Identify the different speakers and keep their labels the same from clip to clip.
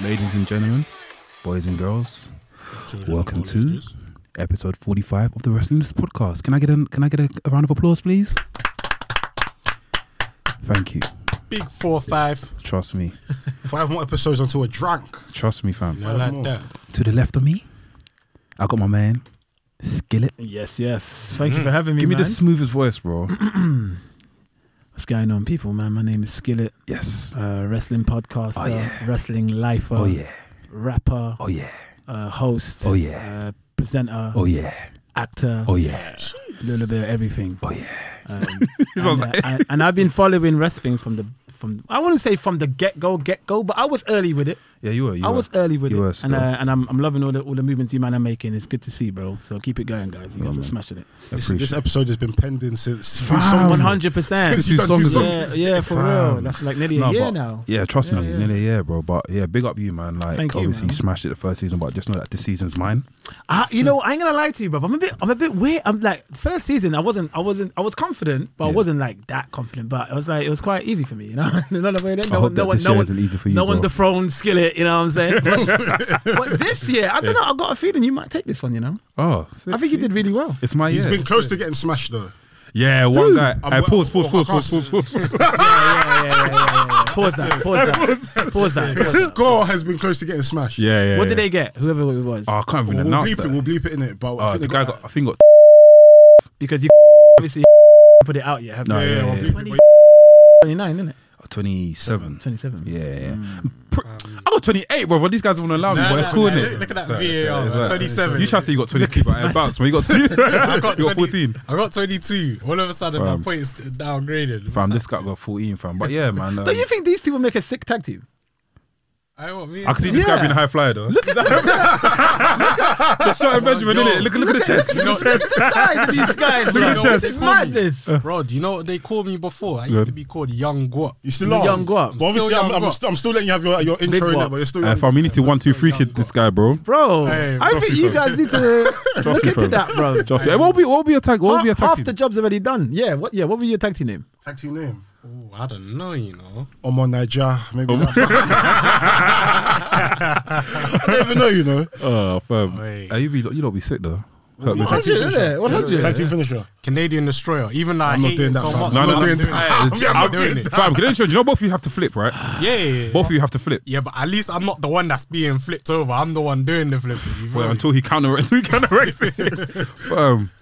Speaker 1: and gentlemen, boys and girls, welcome to episode forty-five of the Wrestling List podcast. Can I get a can I get a, a round of applause, please? Thank you.
Speaker 2: Big four five.
Speaker 1: Trust me.
Speaker 3: Five more episodes until we're drunk.
Speaker 1: Trust me, fam.
Speaker 2: I like that.
Speaker 1: To the left of me, I got my man Skillet.
Speaker 4: Yes, yes. Thank you for having me.
Speaker 1: Give me
Speaker 4: man.
Speaker 1: the smoothest voice, bro.
Speaker 4: What's going on, people, man? My name is Skillet,
Speaker 1: yes.
Speaker 4: uh, wrestling podcaster,
Speaker 1: Oh, yeah.
Speaker 4: wrestling lifer,
Speaker 1: Oh yeah.
Speaker 4: rapper,
Speaker 1: Oh yeah.
Speaker 4: uh, host,
Speaker 1: Oh, yeah.
Speaker 4: uh, presenter,
Speaker 1: Oh yeah.
Speaker 4: actor,
Speaker 1: Oh yeah.
Speaker 4: a little bit of everything.
Speaker 1: Oh yeah.
Speaker 4: Um, and, uh, I, and I've been following wrestling from the from I wouldn't say from the get go, get go, but I was early with it.
Speaker 1: Yeah, you were. You
Speaker 4: I
Speaker 1: were.
Speaker 4: was early with
Speaker 1: you
Speaker 4: it,
Speaker 1: were
Speaker 4: and
Speaker 1: still.
Speaker 4: uh, and I'm, I'm loving all the all the movements you man are making. It's good to see, bro. So keep it going, guys. You
Speaker 1: Yeah,
Speaker 4: guys are
Speaker 1: Oh, man.
Speaker 4: smashing it.
Speaker 3: This,
Speaker 1: Appreciate
Speaker 3: this episode has been pending since.
Speaker 1: Fam.
Speaker 4: One hundred percent.
Speaker 1: Since you sung
Speaker 3: Since
Speaker 1: as
Speaker 3: you
Speaker 1: well.
Speaker 3: sung-
Speaker 4: Yeah, yeah, for
Speaker 1: Fam.
Speaker 4: real. That's like nearly
Speaker 1: No,
Speaker 4: a year
Speaker 1: but-
Speaker 4: now.
Speaker 1: Yeah, trust me, I
Speaker 4: Yeah,
Speaker 1: was
Speaker 4: yeah.
Speaker 1: nearly a year, bro. But yeah, big up you, man. Like,
Speaker 4: Thank you,
Speaker 1: obviously, you,
Speaker 4: man.
Speaker 1: smashed it the first season, but just know that this season's mine.
Speaker 4: I,
Speaker 1: Hmm.
Speaker 4: you know, I ain't gonna lie to you, bro. I'm a bit, I'm a bit weird. I'm like first season, I wasn't, I wasn't, I was confident, but
Speaker 1: Yeah.
Speaker 4: I wasn't like that confident. But I was like, it was quite easy for me, you know. no, no, no,
Speaker 1: I
Speaker 4: no,
Speaker 1: hope that
Speaker 4: no, one-
Speaker 1: this
Speaker 4: no
Speaker 1: year
Speaker 4: one,
Speaker 1: isn't easy for you,
Speaker 4: no one
Speaker 1: bro.
Speaker 4: dethroned skillet. You know what I'm saying? but this year, I don't know. I got a feeling you might take this one. You know,
Speaker 1: oh,
Speaker 4: I think you did really well.
Speaker 1: It's my
Speaker 3: He's
Speaker 1: year.
Speaker 3: been close to getting smashed though.
Speaker 1: Yeah, one guy.
Speaker 3: I'm-
Speaker 1: Hey, pause, pause,
Speaker 3: I
Speaker 1: pause,
Speaker 3: can't
Speaker 1: pause, pause,
Speaker 3: see-
Speaker 1: pause, pause.
Speaker 4: Yeah, yeah, yeah, yeah, yeah, yeah. Pause that. Pause that. Pause that.
Speaker 3: His
Speaker 4: Pause that.
Speaker 3: score has been close to getting smashed.
Speaker 1: Yeah, yeah.
Speaker 4: What did
Speaker 1: yeah.
Speaker 4: they get? Whoever it was,
Speaker 1: Oh, I can't even
Speaker 3: We'll
Speaker 1: announce
Speaker 3: bleep it.
Speaker 1: that.
Speaker 3: We'll bleep it in it. But I
Speaker 1: Oh,
Speaker 3: think
Speaker 1: the
Speaker 3: they
Speaker 1: guy
Speaker 3: got-
Speaker 1: got. I think got.
Speaker 4: because you obviously put it out yet. Haven't
Speaker 1: No,
Speaker 3: Yeah,
Speaker 4: you?
Speaker 3: yeah,
Speaker 1: yeah,
Speaker 3: we'll
Speaker 1: yeah.
Speaker 3: bleep it,
Speaker 4: 20
Speaker 3: but-
Speaker 4: 29, isn't it?
Speaker 1: Twenty-seven.
Speaker 4: 27.
Speaker 1: Yeah, yeah.
Speaker 4: Mm.
Speaker 1: Pr- I got twenty-eight, bro. But these guys want to allow me.
Speaker 2: Nah,
Speaker 1: but it's
Speaker 2: nah,
Speaker 1: cool,
Speaker 2: nah,
Speaker 1: innit?
Speaker 2: look- look at that
Speaker 1: Sorry,
Speaker 2: VAR,
Speaker 1: sorry,
Speaker 2: man.
Speaker 1: sorry.
Speaker 2: 27.
Speaker 1: You try to say you got twenty-two, but I bounced. Man, you got twenty.
Speaker 2: I got,
Speaker 1: You got
Speaker 2: 20
Speaker 1: fourteen.
Speaker 2: I got 22. All of a sudden,
Speaker 1: Fam.
Speaker 2: my points downgraded.
Speaker 1: Fam, this guy got fourteen, fam. But yeah, man. um,
Speaker 4: Don't you think these two will make a sick tag team?
Speaker 2: I want me.
Speaker 1: I can see this guy
Speaker 4: Yeah.
Speaker 1: being a high flyer though. Look at that. The shot of Benjamin,
Speaker 2: Yo.
Speaker 1: innit? Look, look at the chest.
Speaker 2: You know-
Speaker 4: Look at the size of these guys,
Speaker 2: Look
Speaker 4: bro.
Speaker 2: at Uh, the
Speaker 4: This
Speaker 2: chest.
Speaker 4: is madness.
Speaker 2: Bro, do you know what they called me before? I used
Speaker 1: Good.
Speaker 2: to be called Young Guap.
Speaker 3: You still
Speaker 4: The
Speaker 3: are.
Speaker 4: young guap.
Speaker 3: But obviously,
Speaker 2: Still
Speaker 3: I'm,
Speaker 2: young
Speaker 3: I'm,
Speaker 2: guap.
Speaker 3: st- I'm still letting you have your, your intro in there,
Speaker 4: guap.
Speaker 3: but you're still.
Speaker 1: Uh,
Speaker 3: young.
Speaker 1: fam, we need to one, two, three kid this guy, bro.
Speaker 4: Bro,
Speaker 2: Hey,
Speaker 4: I
Speaker 2: trust
Speaker 4: think
Speaker 1: me,
Speaker 4: you
Speaker 1: bro.
Speaker 4: guys need to
Speaker 1: Trust
Speaker 4: look
Speaker 1: me,
Speaker 4: into
Speaker 1: fam.
Speaker 4: that, bro.
Speaker 1: Just it won't be, it won't be attack, it won't be
Speaker 4: half, half
Speaker 1: attacking.
Speaker 4: the job's already done. Yeah, what? Yeah, what were your tag team name?
Speaker 3: Tag team name.
Speaker 2: Oh, I don't know, you know.
Speaker 3: Omar Niger. Maybe. not. I don't even know. You know.
Speaker 1: Oh, fam.
Speaker 2: Wait.
Speaker 1: Uh, you be, you lot be sick though. Hurt me.
Speaker 3: Tag team
Speaker 4: 100, isn't
Speaker 3: finisher.
Speaker 4: it? 100.
Speaker 3: Tag team finisher.
Speaker 2: Canadian Destroyer. Even though I
Speaker 3: I'm not
Speaker 2: hate
Speaker 3: doing
Speaker 2: it
Speaker 3: that,
Speaker 2: so
Speaker 3: fam.
Speaker 2: much.
Speaker 3: No,
Speaker 2: I'm
Speaker 3: no,
Speaker 2: doing
Speaker 3: no.
Speaker 2: it.
Speaker 1: Hey,
Speaker 2: I'm not doing it.
Speaker 1: Fam, credentials. You know, both of you have to flip, right?
Speaker 2: Yeah, yeah, yeah.
Speaker 1: Both of you have to flip.
Speaker 2: Yeah, but at least I'm not the one that's being flipped over. I'm the one doing the flipping. You feel
Speaker 1: Well,
Speaker 2: me?
Speaker 1: until he counter, until he counteracts it. um,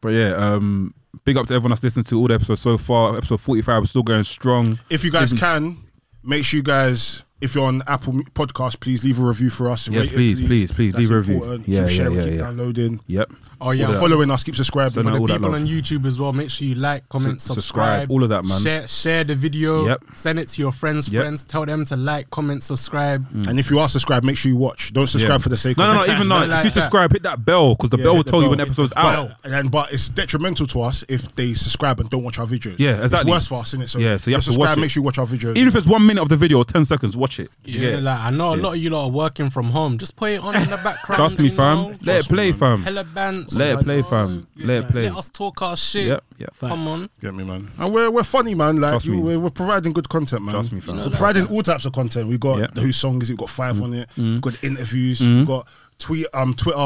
Speaker 1: but yeah, um, big up to everyone that's listened to all the episodes so far. Episode forty-five, we're still going strong.
Speaker 3: If you guys can, make sure you guys, if you're on Apple M- Podcast, please leave a review for us.
Speaker 1: Yes,
Speaker 3: Rate it,
Speaker 1: please, please, please,
Speaker 3: That's
Speaker 1: leave a review.
Speaker 3: important.
Speaker 1: Yeah,
Speaker 3: keep
Speaker 1: yeah,
Speaker 3: sharing,
Speaker 1: yeah,
Speaker 3: keep
Speaker 1: yeah.
Speaker 3: downloading.
Speaker 1: Yep.
Speaker 2: oh
Speaker 3: Keep
Speaker 2: yeah,
Speaker 3: following us, keep subscribing.
Speaker 1: So
Speaker 2: For
Speaker 1: now- all
Speaker 2: the
Speaker 1: that
Speaker 2: people
Speaker 1: love.
Speaker 2: on YouTube as well, make sure you like, comment,
Speaker 1: Su- subscribe,
Speaker 2: subscribe,
Speaker 1: all of that, man.
Speaker 2: Share, share the video.
Speaker 1: Yep.
Speaker 2: Send it to your friends,
Speaker 1: Yep. Mm.
Speaker 2: friends. Tell them to like, comment, subscribe.
Speaker 3: and if you are subscribed, make sure you watch. Don't subscribe
Speaker 1: Yeah.
Speaker 3: for the sake
Speaker 1: No,
Speaker 3: of
Speaker 1: no,
Speaker 3: it.
Speaker 1: no. Even
Speaker 2: No,
Speaker 1: though if
Speaker 2: like
Speaker 1: you
Speaker 2: that.
Speaker 1: subscribe, hit that bell because the
Speaker 3: Yeah,
Speaker 1: bell
Speaker 3: hit
Speaker 1: will
Speaker 3: the
Speaker 1: tell you
Speaker 3: bell.
Speaker 1: when the episode's out.
Speaker 3: But, and but it's detrimental to us if they subscribe and don't watch our videos.
Speaker 1: Yeah, exactly.
Speaker 3: It's worse for us, isn't it? So
Speaker 1: Yeah, so you
Speaker 3: if
Speaker 1: have to watch
Speaker 3: subscribe.
Speaker 1: it.
Speaker 3: Make sure you watch our videos.
Speaker 1: Even if it's one minute of the video or ten seconds, watch it. You
Speaker 2: Yeah,
Speaker 1: get it?
Speaker 2: like I know a lot of you lot are working from home. Just put it on in the background.
Speaker 1: Trust me,
Speaker 2: you know?
Speaker 1: fam. Let it play, fam.
Speaker 2: Hella bands.
Speaker 1: Let it play,
Speaker 2: You
Speaker 1: fam.
Speaker 2: know?
Speaker 1: Let it play.
Speaker 2: Let us talk our shit.
Speaker 1: Yep, yep.
Speaker 2: Come on.
Speaker 3: Get me, man. And we're we're funny, man. Like
Speaker 1: Trust
Speaker 3: you,
Speaker 1: me.
Speaker 3: we're, we're providing good content, man.
Speaker 1: Trust me, fam. You know
Speaker 3: we're providing all types of content. We got
Speaker 1: Yeah.
Speaker 3: the whose song is it? We got five on it. We got interviews. We got tweet um Twitter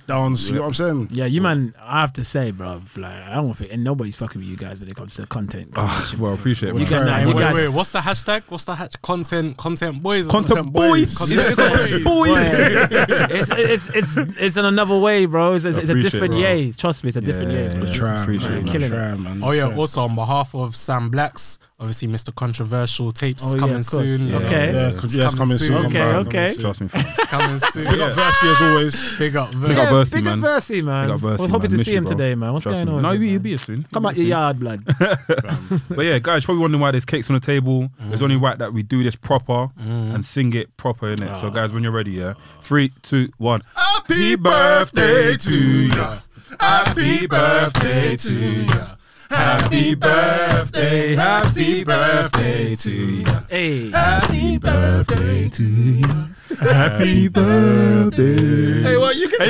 Speaker 3: breakdowns. You know what I'm saying?
Speaker 4: Yeah, you man, I have to say, bro, like I don't think, and nobody's fucking with you guys when it comes to content.
Speaker 1: Ah, well, I appreciate it.
Speaker 3: You
Speaker 1: man.
Speaker 3: got-
Speaker 4: nah,
Speaker 3: Hey,
Speaker 2: Hey,
Speaker 4: you
Speaker 2: wait,
Speaker 4: guys-
Speaker 2: wait. What's the hashtag? What's the hashtag? Content, content boys. or something?
Speaker 1: Content boys.
Speaker 3: boys.
Speaker 1: Yeah,
Speaker 2: Content
Speaker 1: Content
Speaker 2: boys.
Speaker 1: boys.
Speaker 4: it's, it's it's it's in another way, bro. It's, it's, it's a
Speaker 1: Appreciate it,
Speaker 4: different
Speaker 1: bro.
Speaker 4: yay. Trust me, it's a different
Speaker 1: Yeah,
Speaker 4: yay.
Speaker 1: yeah,
Speaker 4: bro.
Speaker 1: yeah.
Speaker 3: Try,
Speaker 1: Appreciate
Speaker 3: man.
Speaker 4: it, man.
Speaker 3: Try, man.
Speaker 2: Oh yeah. Also on behalf of Sam Blacks, obviously Mr. Controversial tapes
Speaker 4: Oh, yeah,
Speaker 2: coming
Speaker 4: of course.
Speaker 2: soon.
Speaker 4: Yeah.
Speaker 2: you know?
Speaker 4: Okay.
Speaker 3: Yeah,
Speaker 1: Yeah.
Speaker 3: con- yeah, it's coming soon.
Speaker 4: Okay,
Speaker 3: coming soon,
Speaker 4: okay.
Speaker 3: coming soon.
Speaker 1: Trust me, fam.
Speaker 2: It's coming soon.
Speaker 3: Big up Versi as always.
Speaker 2: Big up.
Speaker 1: Big up
Speaker 4: Yeah,
Speaker 1: Versi,
Speaker 4: big
Speaker 1: man.
Speaker 4: Up Versi, man.
Speaker 1: Big up Versi,
Speaker 4: I was hoping
Speaker 1: man.
Speaker 4: Um, to
Speaker 1: Miss
Speaker 4: see
Speaker 1: you,
Speaker 4: him
Speaker 1: bro.
Speaker 4: today, man. What's
Speaker 1: Trust
Speaker 4: going
Speaker 1: me.
Speaker 4: on?
Speaker 1: No,
Speaker 4: with
Speaker 1: he'll
Speaker 4: you,
Speaker 1: be, he'll
Speaker 4: man?
Speaker 1: be here soon.
Speaker 4: Come
Speaker 1: He'll
Speaker 4: out
Speaker 1: be
Speaker 4: your
Speaker 1: here soon.
Speaker 4: yard, blood.
Speaker 1: But yeah, guys, probably wondering why there's cakes on the table. It's only right that we do this proper
Speaker 4: Mm-hmm.
Speaker 1: and sing it proper, innit?
Speaker 4: Ah.
Speaker 1: So, guys, when you're ready, yeah? Three, two, one.
Speaker 3: Happy birthday to ya. Happy birthday to ya. Happy birthday, happy birthday to ya.
Speaker 4: hey,
Speaker 3: Happy birthday to ya.
Speaker 1: Happy birthday.
Speaker 4: hey, well, you can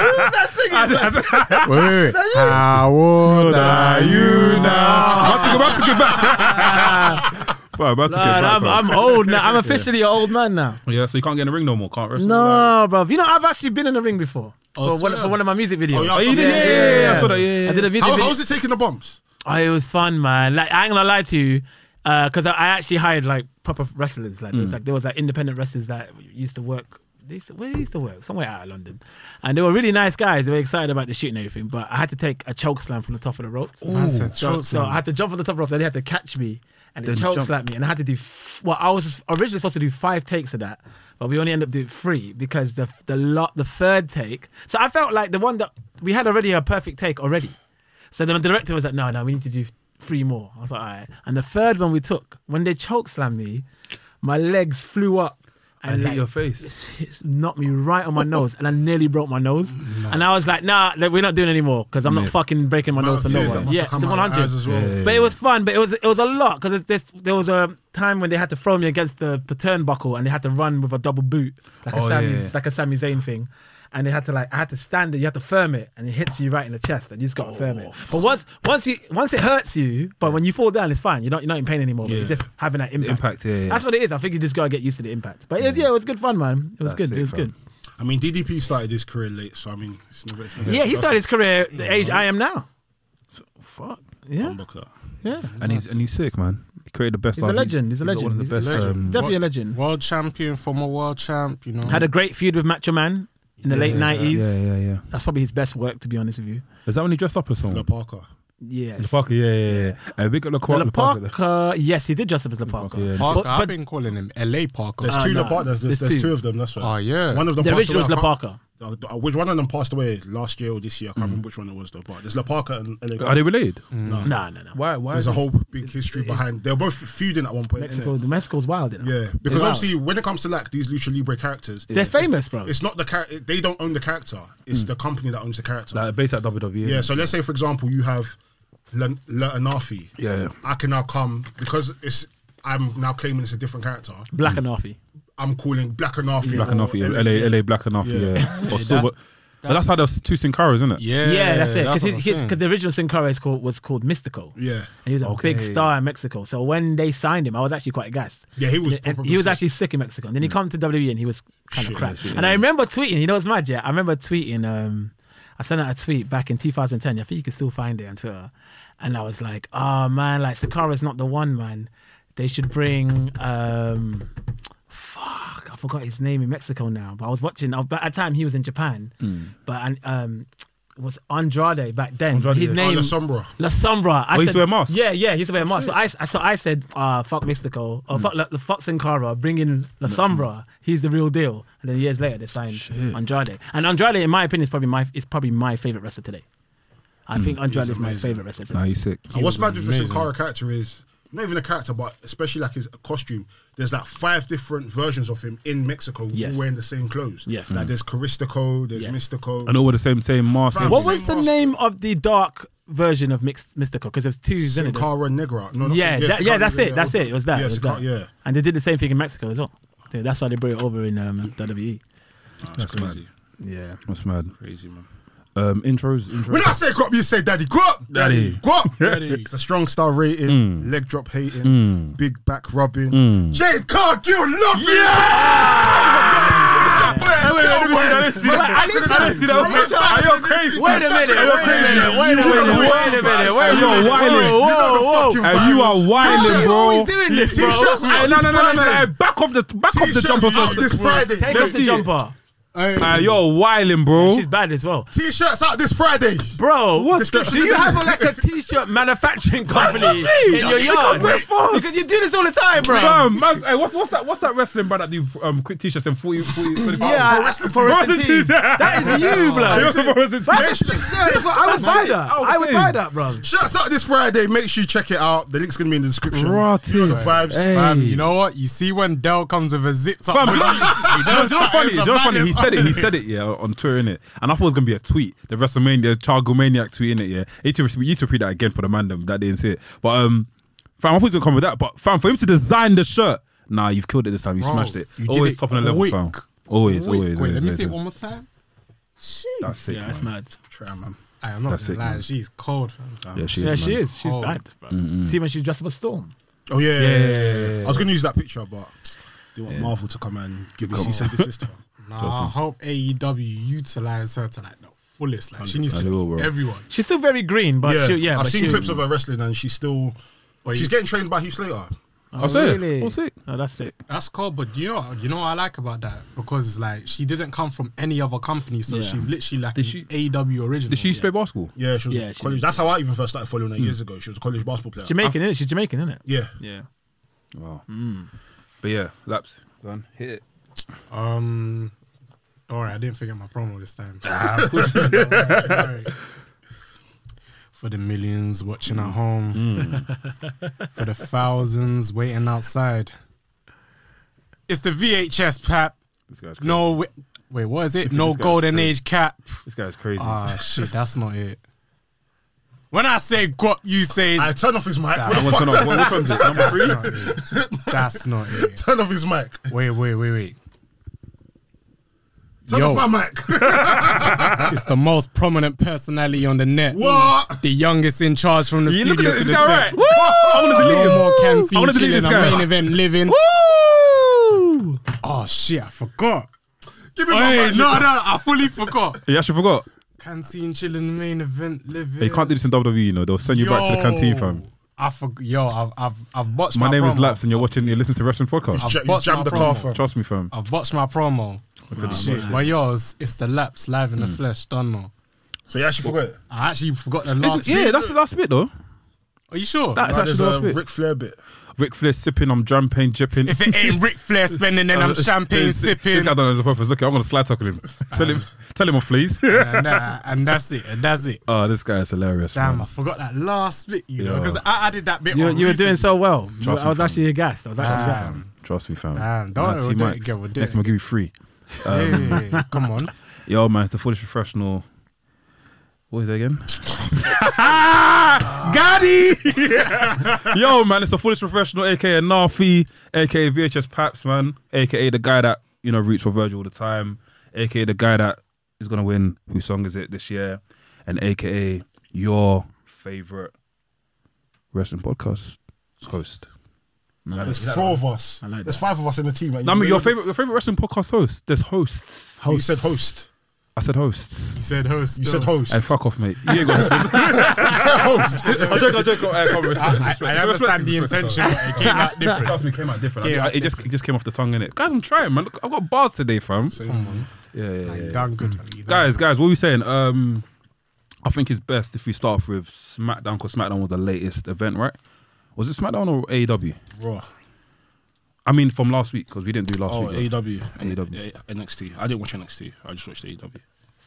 Speaker 2: Wait, wait, wait. How old are
Speaker 1: Are
Speaker 2: you
Speaker 1: you now? I'm about to go back. Well, I'm about to
Speaker 4: Lord,
Speaker 1: get back,
Speaker 4: I'm,
Speaker 1: bro.
Speaker 4: I'm old now. I'm officially an old man now.
Speaker 1: yeah, so you can't get in the ring no more. Can't wrestle. like-
Speaker 4: No, bruv. You know, I've actually been in the ring before
Speaker 2: Oh,
Speaker 4: for, one,
Speaker 2: swear.
Speaker 4: for one of my music videos.
Speaker 3: Oh, yeah,
Speaker 1: Oh, you did? Yeah,
Speaker 3: Yeah,
Speaker 1: yeah, yeah. yeah, I saw that. Yeah, yeah, yeah.
Speaker 4: I did a music
Speaker 3: How,
Speaker 4: video.
Speaker 3: how's it taking the bumps?
Speaker 4: Oh, it was fun, man. Like I ain't gonna lie to you, because I, I actually hired like proper wrestlers. Like there was like there was like independent wrestlers that used to work. They used to, where they used to work somewhere out of London, and they were really nice guys. They were excited about the shoot and everything. But I had to take a choke slam from the top of the ropes.
Speaker 2: Man said
Speaker 4: So,
Speaker 2: choke
Speaker 4: so I
Speaker 2: slam.
Speaker 4: had to jump from the top of the ropes, and they had to catch me and they
Speaker 1: Then
Speaker 4: choke
Speaker 1: jump.
Speaker 4: slam me, and I had to do. F- well, I was originally supposed to do five takes of that, but we only ended up doing three because the the lot the third take. So I felt like the one that we had already a perfect take already. So then the director was like, "No, no, we need to do three more." I was like, "All right." And the third one we took, when they choke slammed me, my legs flew up.
Speaker 1: And hit your face.
Speaker 4: It knocked me right on my nose, and I nearly broke my nose. And I was like, "Nah, like, we're not doing anymore because I'm not
Speaker 1: Yeah.
Speaker 4: fucking breaking my
Speaker 3: Amount
Speaker 4: nose for
Speaker 3: of
Speaker 4: no
Speaker 3: tears that
Speaker 4: one."
Speaker 3: must have
Speaker 4: Yeah,
Speaker 3: come
Speaker 4: the
Speaker 3: out your
Speaker 4: 100
Speaker 3: eyes as well.
Speaker 1: Yeah.
Speaker 4: but it was fun. But it was it was a lot because there, there was a time when they had to throw me against the, the turnbuckle and they had to run with a double boot like a
Speaker 1: Oh,
Speaker 4: Sami
Speaker 1: yeah, yeah.
Speaker 4: like a Sami Zayn thing. And they had to like, I had to stand it. You had to firm it, and it hits you right in the chest, and you just got
Speaker 1: Oh,
Speaker 4: to firm it. But once, once you, once it hurts you, but when you fall down, it's fine. You're not, you're not in pain anymore. but
Speaker 1: Yeah.
Speaker 4: You're just having that impact.
Speaker 1: impact, yeah, yeah.
Speaker 4: That's what it is. I think you just gotta get used to the impact. But it was, yeah, it was good fun, man. It was
Speaker 1: That's
Speaker 4: good.
Speaker 1: it,
Speaker 4: It, was
Speaker 1: fam.
Speaker 4: good.
Speaker 3: I mean, DDP started his career late, so I mean, it's never, it's never
Speaker 4: Yeah, he started his career the age I am now.
Speaker 1: Fuck.
Speaker 4: Yeah,
Speaker 3: Look at that.
Speaker 4: yeah.
Speaker 1: And he's and he's sick, man. He created the best.
Speaker 4: He's a
Speaker 1: like,
Speaker 4: legend. He's a
Speaker 1: like
Speaker 4: legend.
Speaker 1: One of
Speaker 4: He's
Speaker 1: the
Speaker 4: a
Speaker 1: best.
Speaker 2: legend.
Speaker 1: um,
Speaker 4: Definitely a legend.
Speaker 2: World champion, former world champ, you know.
Speaker 4: Had a great feud with Macho Man in the late
Speaker 2: Yeah,
Speaker 4: nineties.
Speaker 1: Yeah, yeah, yeah.
Speaker 4: That's probably his best work, to be honest with you.
Speaker 1: Is that when he dressed up or something?
Speaker 3: Le Parker.
Speaker 4: Yes.
Speaker 1: The Parker, yeah, yeah, yeah. Hey, big up the
Speaker 4: The
Speaker 1: Parker.
Speaker 4: La
Speaker 1: the Parker.
Speaker 4: Parker- Yes, he did dress up as La Parker.
Speaker 1: yeah.
Speaker 2: Parker,
Speaker 4: But-
Speaker 2: I've
Speaker 4: but-
Speaker 2: been calling him LA Parker.
Speaker 3: There's
Speaker 4: Ah,
Speaker 3: two
Speaker 4: no.
Speaker 3: Le Parkers. There's,
Speaker 4: There's
Speaker 3: there's
Speaker 4: two.
Speaker 3: two of them. That's right.
Speaker 2: Oh, yeah.
Speaker 3: One of them.
Speaker 4: The
Speaker 3: passed
Speaker 4: original
Speaker 3: away,
Speaker 4: is
Speaker 3: I
Speaker 4: La
Speaker 3: can't-
Speaker 4: Parker.
Speaker 3: Uh, Which one of them passed away last year or this year? I can't
Speaker 4: Hmm.
Speaker 3: remember which one it was though. But there's La Parker and LA.
Speaker 1: Are they related?
Speaker 3: no.
Speaker 4: No, no, no.
Speaker 1: Why? Why?
Speaker 3: There's a whole big history behind. They're both feuding at one point.
Speaker 4: Mexico,
Speaker 3: innit?
Speaker 4: the Mexico's wild, isn't
Speaker 3: Yeah, because obviously when it comes to like these lucha libre characters,
Speaker 4: They're famous, bro.
Speaker 3: it's not the character. They don't own the character.
Speaker 4: Hmm.
Speaker 3: It's the company that owns the character.
Speaker 1: Like based at E. WWE.
Speaker 3: yeah. So let's say for example you have Le, Le Anafi.
Speaker 1: Yeah, yeah.
Speaker 3: I can now come because it's. I'm now claiming it's a different character.
Speaker 4: Black and Arfie.
Speaker 3: I'm calling Black Anafi.
Speaker 1: Black
Speaker 3: or
Speaker 1: enough, yeah. LA, LA Black enough, yeah. Or silver. But that's how there's two Sin Caras, isn't it?
Speaker 2: Yeah,
Speaker 4: Yeah, that's it.
Speaker 2: what I'm
Speaker 4: Because
Speaker 2: saying.
Speaker 4: the original Sin Cara is called, was called Mystico.
Speaker 3: Yeah.
Speaker 4: And he was a big
Speaker 1: Okay.
Speaker 4: star in Mexico. So when they signed him, I was actually quite gassed.
Speaker 3: Yeah, he was.
Speaker 4: And- and
Speaker 3: proper
Speaker 4: he was
Speaker 3: sick. Mm.
Speaker 4: actually sick in Mexico. And then he come to WWE and he was kind
Speaker 3: Shit,
Speaker 4: of crap. and I remember tweeting, you know what's mad, yeah? I remember tweeting, um, I sent out a tweet back in 2010. I think you can still find it on Twitter. And I was like, oh man, like Sakara's not the one, man. They should bring um fuck, I forgot his name in Mexico now. But I was watching I was, at that time he was in Japan.
Speaker 3: Mm.
Speaker 4: But and um it was Andrade back then.
Speaker 1: Andrade,
Speaker 4: his
Speaker 1: yeah.
Speaker 4: name
Speaker 3: Oh, La Sombra.
Speaker 4: La Sombra. I
Speaker 1: Oh, he used to
Speaker 4: said-
Speaker 1: wear a mask?
Speaker 4: Yeah, yeah, he used to wear a mask. So I, so I said, uh, fuck Mystico,
Speaker 1: Hmm.
Speaker 4: or fuck La, the fuck Sin Cara, bring in La Sombra. He's the real deal. And then years later, they signed Andrade. And Andrade, in my opinion, is probably my is probably my favorite wrestler today. I think Andrade is my favorite wrestler
Speaker 1: Hmm. Nah,
Speaker 4: today.
Speaker 1: he's sick.
Speaker 3: And what's mad with the Sin Cara character is not even a character, but especially like his costume. There's like five different versions of him in Mexico,
Speaker 4: Yes.
Speaker 3: all wearing the same clothes.
Speaker 4: Yes.
Speaker 3: like there's Caristico, there's
Speaker 4: Yes.
Speaker 3: Mystico.
Speaker 1: And all with the same same mask.
Speaker 3: Fam,
Speaker 1: same-
Speaker 4: What
Speaker 3: Same
Speaker 4: was the
Speaker 3: mask.
Speaker 4: name of the dark version of Mix, Mystico? Because there's two.
Speaker 3: Sin
Speaker 4: isn't it?
Speaker 3: Cara Negra. No, not
Speaker 4: yeah,
Speaker 3: Sin-
Speaker 4: that-
Speaker 3: Sin
Speaker 4: yeah,
Speaker 3: Cara
Speaker 4: that's
Speaker 3: Negra,
Speaker 4: it. That's it. It was that.
Speaker 3: Yeah,
Speaker 4: it was
Speaker 3: Sin Cara-
Speaker 4: that.
Speaker 3: yeah.
Speaker 4: And they did the same thing in Mexico as well. Dude, that's why they brought it over in um, WWE.
Speaker 3: That's crazy.
Speaker 4: Yeah.
Speaker 1: That's mad.
Speaker 3: Crazy man.
Speaker 1: Um, intros. intros.
Speaker 3: When I say crop, you say daddy crop.
Speaker 1: Daddy.
Speaker 3: Crop.
Speaker 2: Daddy.
Speaker 3: It's the strong style rating, leg drop hating, big back rubbing. Jade Card, you love me. Yeah. Son of a gun. It's your boy.
Speaker 1: Wait, wait, wait, let me see that.
Speaker 3: Back to the
Speaker 1: Let me see that.
Speaker 3: back to the
Speaker 1: Are you
Speaker 3: back to the
Speaker 1: crazy?
Speaker 3: back
Speaker 4: Wait
Speaker 3: to
Speaker 4: a
Speaker 3: the
Speaker 4: minute, wait
Speaker 3: back
Speaker 4: a
Speaker 3: to the
Speaker 4: minute, wait a
Speaker 3: You are
Speaker 4: minute,
Speaker 3: You
Speaker 4: wait a minute, wait a
Speaker 1: minute.
Speaker 3: are
Speaker 1: Whoa,
Speaker 3: You are
Speaker 4: whoa,
Speaker 3: fucking
Speaker 1: Hey, you are wilding,
Speaker 3: violent. T-shirts
Speaker 1: bro.
Speaker 4: always doing this,
Speaker 1: Bro,
Speaker 3: T-shirts
Speaker 1: hey,
Speaker 3: out
Speaker 1: No,
Speaker 3: this
Speaker 1: no, no, no, no,
Speaker 3: Friday.
Speaker 1: hey, Back off the back off the
Speaker 3: T-shirts
Speaker 1: jumper
Speaker 3: out
Speaker 1: first.
Speaker 3: this Friday.
Speaker 4: Take off the
Speaker 1: see it.
Speaker 4: jumper.
Speaker 1: Ah,
Speaker 2: Hey,
Speaker 1: you're wilding, bro.
Speaker 4: She's bad as well.
Speaker 3: T-shirts out this Friday.
Speaker 4: Bro,
Speaker 1: What
Speaker 4: do
Speaker 3: the-
Speaker 4: you have like a t-shirt manufacturing company in your
Speaker 1: You can't
Speaker 4: yard?
Speaker 1: wear fast.
Speaker 4: Because you do this all the time, bro.
Speaker 1: Fam, man, hey, what's what's that? What's that wrestling brand that do um, quick t-shirts and 40, 40, 40
Speaker 4: Yeah, I- for wrestling tees. That is you, bro. That's a sick shirt. That's what I would buy that.
Speaker 1: I would
Speaker 4: I would
Speaker 1: say.
Speaker 4: buy that, bro.
Speaker 3: Shirts out this Friday. Make sure you check it out. The link's gonna be in the description.
Speaker 1: Rotty.
Speaker 3: You know the vibes.
Speaker 1: Hey.
Speaker 2: fam, you know what? You see when Dell comes with a zip top.
Speaker 1: Fam, you know, you know, you know what's funny? You know what's funny? He
Speaker 2: It's a
Speaker 1: said it. He said it. Yeah, on Twitter, innit? And I thought it was gonna be a tweet, the WrestleMania Chargomaniac tweet, innit? Yeah, he used to he used to repeat that again for the mandem that didn't see it. But um, fam, I thought he was gonna come with that. But fam, for him to design the shirt, nah, you've killed it this time. You
Speaker 2: Bro,
Speaker 1: smashed it.
Speaker 2: you did
Speaker 1: always
Speaker 2: it
Speaker 1: top on the level,
Speaker 2: quick.
Speaker 1: fam. Always, always,
Speaker 2: Wait, wait,
Speaker 1: always.
Speaker 2: let me
Speaker 1: always,
Speaker 2: see it
Speaker 1: always.
Speaker 2: one more time.
Speaker 3: That's it.
Speaker 4: That's mad.
Speaker 3: Try, man.
Speaker 2: Aye, I'm not
Speaker 1: That's
Speaker 2: gonna
Speaker 1: it,
Speaker 2: lie,
Speaker 1: man.
Speaker 2: she's cold. Fam.
Speaker 1: Yeah, she
Speaker 4: Yeah,
Speaker 1: is.
Speaker 4: she
Speaker 1: man.
Speaker 4: is. She's
Speaker 2: Oh.
Speaker 4: bad, bro. See when she's dressed up as Storm.
Speaker 3: Oh yeah, yeah,
Speaker 1: Yeah,
Speaker 3: yeah,
Speaker 1: yeah,
Speaker 3: yeah,
Speaker 1: yeah.
Speaker 3: I was gonna use that picture, but they want Marvel to come and give me cease and desist.
Speaker 2: Nah, I hope AEW utilize her to like the fullest. Like she needs
Speaker 1: I
Speaker 2: to
Speaker 1: will, bro.
Speaker 2: everyone.
Speaker 4: She's still very green, but
Speaker 3: yeah,
Speaker 4: she, yeah
Speaker 3: I've
Speaker 4: but
Speaker 3: seen
Speaker 4: she,
Speaker 3: clips of her wrestling, and she's still
Speaker 2: Wait.
Speaker 3: she's getting trained by Heath Slater.
Speaker 1: I'll say it.
Speaker 4: really?
Speaker 1: I'll say it.
Speaker 4: Oh, that's sick.
Speaker 2: That's cool, but you know, you know what I like about that because it's like she didn't come from any other company, so
Speaker 4: Yeah.
Speaker 2: she's literally like
Speaker 1: Did
Speaker 2: an
Speaker 1: she-
Speaker 2: AEW original.
Speaker 1: Did she play basketball?
Speaker 3: Yeah, she was
Speaker 4: Yeah,
Speaker 3: a
Speaker 4: she
Speaker 3: college.
Speaker 4: did.
Speaker 3: that's how I even first started following her years ago. She was a college basketball player.
Speaker 4: Jamaican, innit? She's Jamaican, innit?
Speaker 3: yeah,
Speaker 4: Yeah.
Speaker 1: Wow.
Speaker 2: Hmm.
Speaker 1: But yeah, laps. Go on, hit it.
Speaker 2: Um, all right, I didn't forget my promo this time. Alright. For the millions watching at home, for the thousands waiting outside, it's the VHS pap.
Speaker 1: This guy's crazy.
Speaker 2: No, wait, wait what is it?
Speaker 1: think
Speaker 2: No
Speaker 1: this guy's
Speaker 2: golden
Speaker 1: crazy?
Speaker 2: age cap.
Speaker 1: This guy's crazy.
Speaker 2: Ah, shit, that's not it. When I say guap, you say
Speaker 3: I turn off his mic.
Speaker 2: Nah.
Speaker 3: What the
Speaker 1: One
Speaker 3: fuck?
Speaker 1: turn off. One- which one's it? Number
Speaker 2: that's
Speaker 1: three.
Speaker 2: not it. That's not it.
Speaker 3: Turn off his mic.
Speaker 2: Wait, wait, wait, wait.
Speaker 3: Turn
Speaker 2: Yo.
Speaker 3: off my mic.
Speaker 2: It's the most prominent personality on the net.
Speaker 3: what?
Speaker 2: The youngest in charge from the
Speaker 1: You look
Speaker 2: studio
Speaker 1: at
Speaker 2: to
Speaker 1: this
Speaker 2: the
Speaker 1: guy, right?
Speaker 2: set.
Speaker 1: Woo! I want to believe
Speaker 2: No
Speaker 1: him.
Speaker 2: more can
Speaker 1: I
Speaker 2: see
Speaker 1: wanna delete
Speaker 2: chilling.
Speaker 1: this
Speaker 2: I'm
Speaker 1: guy.
Speaker 2: main event living.
Speaker 1: Woo!
Speaker 2: Oh shit, I forgot.
Speaker 3: Give me my
Speaker 2: Hey,
Speaker 3: mic.
Speaker 2: no, no, I fully forgot.
Speaker 1: You actually forgot.
Speaker 2: Canteen chilling, main event living.
Speaker 1: Hey, you can't do this in WWE, you know. They'll send you back to the canteen, fam.
Speaker 2: I forgot. Yo, I've I've I've watched
Speaker 1: My,
Speaker 2: my,
Speaker 1: name is
Speaker 2: promo.
Speaker 1: Laps, and you're watching, you're listening to Wrestling Podcast.
Speaker 2: I've
Speaker 3: Ja- you
Speaker 2: botched my
Speaker 3: jammed the car
Speaker 2: promo.
Speaker 3: for.
Speaker 1: Trust me, fam.
Speaker 2: I've watched my promo. Nah, shit. But yours, it's the laps live
Speaker 1: Hmm.
Speaker 2: in the flesh. Don't know.
Speaker 3: So you actually forgot. it?
Speaker 2: I actually forgot the
Speaker 1: Isn't-
Speaker 2: last.
Speaker 1: yeah, that's the last bit, though.
Speaker 2: Are you sure?
Speaker 1: That's
Speaker 3: Nah,
Speaker 1: actually
Speaker 3: there's
Speaker 1: the
Speaker 3: a
Speaker 1: last bit.
Speaker 3: Ric Flair bit.
Speaker 1: Ric Flair sipping, I'm jumping, jipping.
Speaker 2: if it ain't Ric Flair spending, then I'm
Speaker 1: This-
Speaker 2: champagne
Speaker 1: this- This
Speaker 2: sipping.
Speaker 1: guy done it on purpose. Look, I'm gonna slide tackle him. tell him, tell him off, please.
Speaker 2: and, that- and that's it. And that's it.
Speaker 1: oh, this guy is hilarious.
Speaker 2: Damn, I
Speaker 1: man.
Speaker 2: forgot that last bit, you know,
Speaker 1: Yo.
Speaker 2: because I added that bit.
Speaker 4: You,
Speaker 2: on
Speaker 4: you were doing
Speaker 2: recently.
Speaker 4: so well. You-
Speaker 1: Trust
Speaker 4: I was
Speaker 1: me.
Speaker 4: actually aghast. I was actually aghast.
Speaker 2: Damn.
Speaker 1: Trust me, fam.
Speaker 2: Damn, don't
Speaker 1: Nah,
Speaker 2: worry,
Speaker 1: two
Speaker 2: we'll do it
Speaker 1: mics.
Speaker 2: again, we'll do
Speaker 1: Next
Speaker 2: it
Speaker 1: time I'll give you three.
Speaker 2: Hey, come on.
Speaker 1: Yo, man, it's the foolish professional. What is that again? Gaddy! Yo, man, it's the foolish professional, aka Nafi, aka VHS Paps, man, aka the guy that you know roots for Virgil all the time, aka the guy that is gonna win whose song is it this year, and aka your favorite wrestling podcast host.
Speaker 3: There's four of us.
Speaker 4: I like
Speaker 3: There's five of us in the team. Right?
Speaker 1: No, I mean your favorite, your favorite wrestling podcast host. There's hosts.
Speaker 3: You said host.
Speaker 1: I said hosts.
Speaker 2: You said host.
Speaker 3: You said host.
Speaker 1: Hey, fuck off, mate. You ain't got
Speaker 3: You said host.
Speaker 1: I joke, I joke. I can't respect.
Speaker 2: I, I understand the intention, but it came out different.
Speaker 1: Trust me, came out different.
Speaker 2: Came
Speaker 1: I-
Speaker 2: out
Speaker 1: it just it just came off the tongue, innit? Guys, I'm trying, man. Look, I've got bars today, fam. Yeah, yeah, yeah.
Speaker 2: You done good. man. You done
Speaker 1: Guys, guys, what are we saying? Um, I think it's best if we start off with SmackDown because SmackDown was the latest event, right? Was it SmackDown or AEW?
Speaker 3: Raw.
Speaker 1: I mean, from last week because we didn't do last
Speaker 3: Oh,
Speaker 1: week.
Speaker 3: AEW.
Speaker 1: AEW.
Speaker 3: NXT. I didn't watch NXT. I just watched E AEW.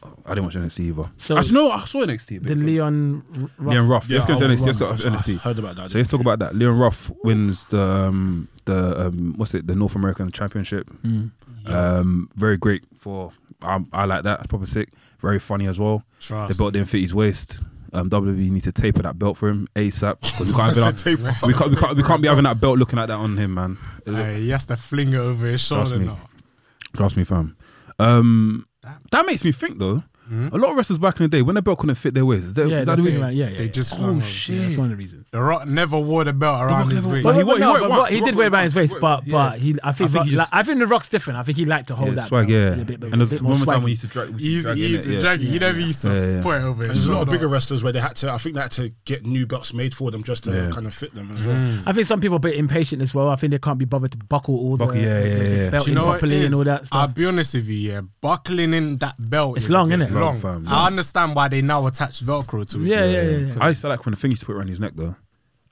Speaker 1: right? I didn't watch NXT either.
Speaker 4: So-
Speaker 1: Actually, no, I saw NXT.
Speaker 4: The
Speaker 1: but-
Speaker 4: Leon. R-
Speaker 1: Leon Ruff. let's
Speaker 3: I
Speaker 1: go to
Speaker 3: was
Speaker 1: NXT. Let's
Speaker 3: wrong.
Speaker 1: go to
Speaker 3: I was-
Speaker 1: NXT.
Speaker 3: I heard about that.
Speaker 1: So let's talk about that. Leon Ruff wins the um, the um, what's it? The North American Championship. Um, very great for I, I like that. It's probably sick. Very funny as well.
Speaker 2: Trust.
Speaker 1: The belt didn't fit his waist. Um, WWE need to taper that belt for him ASAP. 'cause We can't, have it
Speaker 3: taper.
Speaker 1: on- we, can't, we, can't, we can't be having that belt looking like that on him, man.
Speaker 2: good. Hey, he has to fling it over his
Speaker 1: Trust
Speaker 2: shoulder
Speaker 1: me.
Speaker 2: now.
Speaker 1: Trust me, fam. Um,
Speaker 2: Damn.
Speaker 1: that makes me think though.
Speaker 2: Hmm?
Speaker 1: A lot of wrestlers back in the day when the belt couldn't fit their waist. Is that,
Speaker 4: yeah,
Speaker 1: is that
Speaker 4: the
Speaker 1: the
Speaker 4: thing
Speaker 1: reason?
Speaker 4: about- yeah, yeah.
Speaker 2: They
Speaker 4: yeah.
Speaker 2: just
Speaker 4: Oh,
Speaker 2: flung
Speaker 1: shit.
Speaker 2: him.
Speaker 4: yeah, that's one of the reasons.
Speaker 2: The Rock never wore the belt around
Speaker 1: Rock
Speaker 2: his
Speaker 1: never
Speaker 2: waist.
Speaker 1: wore-
Speaker 4: But
Speaker 1: he
Speaker 4: he,
Speaker 1: wa- he wa-
Speaker 4: no,
Speaker 1: he
Speaker 4: but,
Speaker 1: wa-
Speaker 4: but he
Speaker 1: he
Speaker 4: did
Speaker 1: wa-
Speaker 4: wear it around his
Speaker 1: he
Speaker 4: waist,
Speaker 1: wa-
Speaker 4: but
Speaker 1: yeah.
Speaker 4: but he, I think,
Speaker 1: I think
Speaker 4: Rock-
Speaker 1: he just-
Speaker 4: like, I think the Rock's different. I think he liked to hold
Speaker 1: Yeah,
Speaker 4: that.
Speaker 1: swag,
Speaker 4: belt
Speaker 1: yeah.
Speaker 4: in a bit- bit-
Speaker 1: and there's
Speaker 4: bit
Speaker 1: one
Speaker 4: more
Speaker 1: more time
Speaker 4: swaggy.
Speaker 1: when he used to drag. we used to
Speaker 2: Easy,
Speaker 1: drag in
Speaker 2: easy,
Speaker 1: it, yeah.
Speaker 2: Jackie. You never used
Speaker 1: Yeah,
Speaker 2: to
Speaker 1: yeah.
Speaker 2: put it over his
Speaker 3: There's a lot
Speaker 2: shoulder.
Speaker 3: of bigger wrestlers where they had to. I think they had to get new belts made for them just to
Speaker 1: Yeah.
Speaker 3: kind of fit them as well.
Speaker 1: Mm.
Speaker 4: I think some people are a bit impatient as well. I think they can't be bothered to buckle all
Speaker 1: Buckle,
Speaker 4: the,
Speaker 1: yeah,
Speaker 4: the-
Speaker 1: yeah,
Speaker 4: the
Speaker 1: yeah.
Speaker 4: belt
Speaker 2: Do you know
Speaker 4: in
Speaker 2: what it
Speaker 4: properly
Speaker 2: is?
Speaker 4: and all that
Speaker 2: I'll
Speaker 4: stuff.
Speaker 2: be honest with you, yeah. Buckling in that belt
Speaker 4: It's
Speaker 2: is a
Speaker 4: long,
Speaker 2: bit
Speaker 4: innit?
Speaker 1: Long,
Speaker 2: Long.
Speaker 1: fam.
Speaker 2: I understand why they now attach Velcro to it.
Speaker 4: yeah, yeah, yeah. yeah.
Speaker 1: I used to like when the thing used to put around his neck though.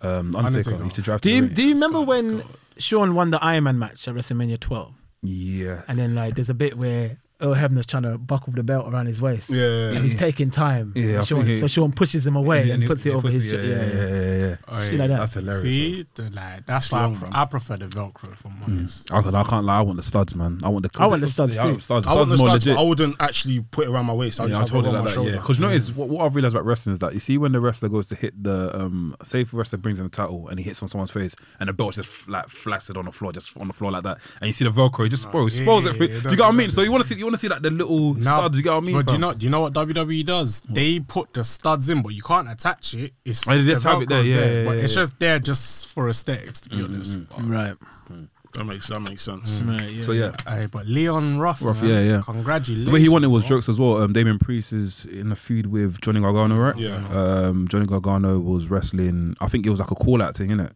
Speaker 1: Um, Undertaker,
Speaker 2: Undertaker.
Speaker 1: he used to drive.
Speaker 4: Do
Speaker 1: to
Speaker 4: you
Speaker 1: the ring.
Speaker 4: do you remember when Sean won the Iron Man match at WrestleMania 12?
Speaker 1: Yeah.
Speaker 4: And then like there's a bit where Earl Hebner's trying to buckle the belt around his waist.
Speaker 3: Yeah.
Speaker 4: And he's taking time.
Speaker 1: Yeah, I
Speaker 4: And Sean,
Speaker 1: think he-
Speaker 4: so Sean pushes him away and,
Speaker 1: he-
Speaker 4: puts it
Speaker 1: he
Speaker 4: over his
Speaker 1: Yeah,
Speaker 4: shit.
Speaker 1: yeah, yeah, yeah, yeah.
Speaker 2: Oh,
Speaker 4: Shit
Speaker 2: yeah.
Speaker 4: like that.
Speaker 1: That's hilarious.
Speaker 2: See, the, like that's why
Speaker 3: long,
Speaker 2: I, pre-
Speaker 3: man.
Speaker 2: I prefer the Velcro. If
Speaker 1: Hmm.
Speaker 2: I'm honest,
Speaker 1: I, was like, I can't lie. I want the studs, man. I want the.
Speaker 4: I want the studs,
Speaker 1: Yeah, I want
Speaker 4: too.
Speaker 1: the studs.
Speaker 3: I
Speaker 1: Studs
Speaker 3: wouldn't
Speaker 1: more
Speaker 3: start,
Speaker 1: legit.
Speaker 3: but I wouldn't actually put it around my waist. I would
Speaker 1: Yeah, I
Speaker 3: just
Speaker 1: told
Speaker 3: have
Speaker 1: you
Speaker 3: it
Speaker 1: like
Speaker 3: around my
Speaker 1: that,
Speaker 3: shoulder.
Speaker 1: yeah. Because you know, is what, what I've realized about wrestling is that you see when the wrestler goes to hit the um, say if a wrestler brings in the title and he hits on someone's face and the belt just f- like flaccid on the floor, just on the floor like that, and you see the Velcro, it just spoils,
Speaker 2: yeah,
Speaker 1: spoils
Speaker 2: yeah,
Speaker 1: it. For,
Speaker 2: yeah, it
Speaker 1: do you
Speaker 2: does,
Speaker 1: get what I
Speaker 2: it
Speaker 1: mean?
Speaker 2: does,
Speaker 1: So you want to see, you want to see like the little studs. You get what I mean?
Speaker 2: But do you
Speaker 1: fam?
Speaker 2: know? Do you know what WWE does? They put the studs in, but you can't attach it. It's
Speaker 1: Oh, they just
Speaker 2: the
Speaker 1: have it there,
Speaker 2: Velcro's
Speaker 1: yeah, yeah,
Speaker 2: but
Speaker 1: yeah,
Speaker 2: it's
Speaker 1: yeah.
Speaker 2: just there just for aesthetics, to be
Speaker 1: Mm,
Speaker 2: honest. But,
Speaker 4: Right.
Speaker 3: That makes that makes sense.
Speaker 4: Right. Yeah.
Speaker 1: So yeah,
Speaker 2: aye, but Leon Ruff,
Speaker 1: Ruff,
Speaker 2: man,
Speaker 1: yeah, yeah.
Speaker 2: Congratulations.
Speaker 1: The way he won it was
Speaker 2: bro.
Speaker 1: jokes as well. Um, Damien Priest is in a feud with Johnny Gargano, right?
Speaker 3: Yeah.
Speaker 1: Um, Johnny Gargano was wrestling. I think it was like a call out thing, innit?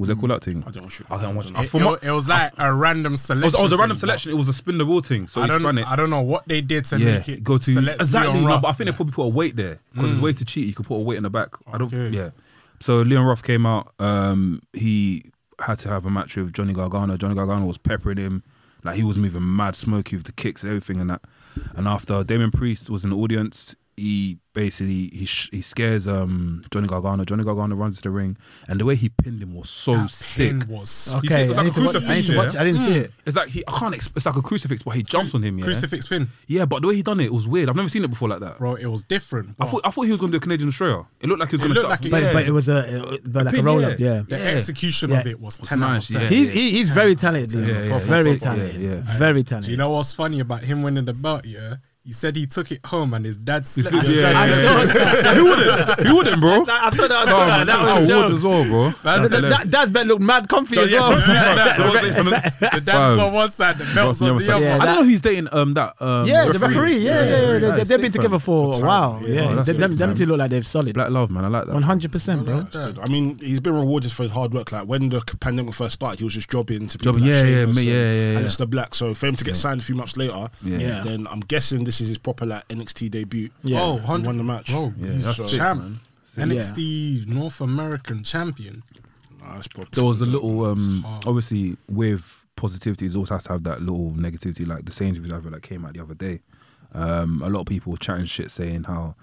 Speaker 1: Was it a call out thing?
Speaker 3: I don't watch it.
Speaker 1: I don't watch
Speaker 3: I
Speaker 1: it.
Speaker 3: don't know.
Speaker 1: I
Speaker 2: It,
Speaker 1: from
Speaker 2: it
Speaker 1: what-
Speaker 2: wa- it was like a
Speaker 1: It
Speaker 2: random
Speaker 1: was,
Speaker 2: selection.
Speaker 1: oh, it was a random
Speaker 2: thing,
Speaker 1: selection. It was a spin the wall thing. So
Speaker 2: but I
Speaker 1: he
Speaker 2: don't,
Speaker 1: spun it.
Speaker 2: I don't know what they did to
Speaker 1: Yeah,
Speaker 2: make it
Speaker 1: go to
Speaker 2: select
Speaker 1: exactly.
Speaker 2: Leon
Speaker 1: No,
Speaker 2: Ruff,
Speaker 1: but I think they
Speaker 2: man.
Speaker 1: probably put a weight there because it's way to cheat. You could put a weight in the back. I don't.
Speaker 2: Okay.
Speaker 1: Yeah. So Leon Ruff came out. Um, he had to have a match with Johnny Gargano. Johnny Gargano was peppering him, like he was moving mad smoky with the kicks and everything and that. And after Damien Priest was in the audience, he basically he sh- he scares um Johnny Gargano. Johnny Gargano runs to the ring, and the way he pinned him was so
Speaker 2: That
Speaker 1: sick.
Speaker 2: pin was
Speaker 1: You see,
Speaker 4: Okay.
Speaker 1: it's like a
Speaker 4: I need to watch. I need
Speaker 1: crucifix,
Speaker 4: to watch.
Speaker 1: yeah?
Speaker 4: I didn't see it.
Speaker 1: It's like he I can't. Exp- it's like a crucifix, but he jumps on him. Yeah,
Speaker 2: crucifix pin,
Speaker 1: yeah. But the way he done it, it was weird. I've never seen it before like that.
Speaker 2: bro. It was different.
Speaker 1: I
Speaker 2: bro.
Speaker 1: thought I thought he was going to do a Canadian Destroyer. It looked like he was
Speaker 2: It
Speaker 1: going to shut.
Speaker 2: looked like it,
Speaker 4: But,
Speaker 2: Yeah.
Speaker 4: but it was a it- but like a roll up. Yeah.
Speaker 2: the
Speaker 1: yeah.
Speaker 2: execution of
Speaker 4: Yeah.
Speaker 2: it was
Speaker 1: It's
Speaker 2: ten
Speaker 1: nice,
Speaker 2: out of ten.
Speaker 1: yeah.
Speaker 4: He's he- he's very talented.
Speaker 1: Yeah, yeah,
Speaker 4: Yeah,
Speaker 1: yeah.
Speaker 4: Very
Speaker 1: Yeah,
Speaker 4: talented.
Speaker 1: yeah.
Speaker 4: Very
Speaker 2: Do you
Speaker 4: talented.
Speaker 2: know what's funny about him winning the belt? Yeah, he said he took it home and his dad slept.
Speaker 1: yeah, yeah, yeah. Who wouldn't? Who wouldn't, bro?
Speaker 4: I saw that.
Speaker 1: Oh, man, I would as well, bro.
Speaker 4: That's that, that, that's been look mad comfy as well.
Speaker 2: the dad's
Speaker 1: Wow.
Speaker 2: on one side, the belt's
Speaker 1: Belt's on the
Speaker 2: on the
Speaker 1: other
Speaker 2: other.
Speaker 4: side.
Speaker 1: I don't know who's dating um that um
Speaker 4: Yeah, the referee. Yeah, yeah, yeah. They,
Speaker 1: That's
Speaker 4: they've been
Speaker 1: sick,
Speaker 4: together
Speaker 1: man.
Speaker 4: for a while.
Speaker 3: yeah.
Speaker 1: Oh,
Speaker 4: Yeah,
Speaker 1: that's
Speaker 4: They- them,
Speaker 1: sick,
Speaker 4: them
Speaker 1: man.
Speaker 4: two look like they're solid.
Speaker 1: Black love, man. I like that.
Speaker 4: One hundred percent, bro.
Speaker 3: Good. I mean, he's been rewarded for his hard work. Like when the pandemic first started, he was just jobbing to people.
Speaker 1: Jobbing,
Speaker 3: like
Speaker 1: yeah, yeah,
Speaker 3: Sheamus
Speaker 1: me- yeah, yeah,
Speaker 3: And
Speaker 1: yeah.
Speaker 3: it's the black. So for him to get signed a few months later,
Speaker 1: Yeah.
Speaker 4: Yeah.
Speaker 3: then I'm guessing this is his proper like NXT debut.
Speaker 4: Yeah.
Speaker 2: Oh,
Speaker 3: He
Speaker 2: 100.
Speaker 3: won the match.
Speaker 2: Bro,
Speaker 1: Yeah,
Speaker 2: he's
Speaker 1: that's sick,
Speaker 2: champ.
Speaker 1: man.
Speaker 2: NXT North American champion.
Speaker 3: Nah, that's proper.
Speaker 1: There was a little um
Speaker 2: hard.
Speaker 1: obviously with positivity, it also has to have that little negativity. Like the Sainsbury's advert that came out the other day. Um, a lot of people were chatting shit, saying how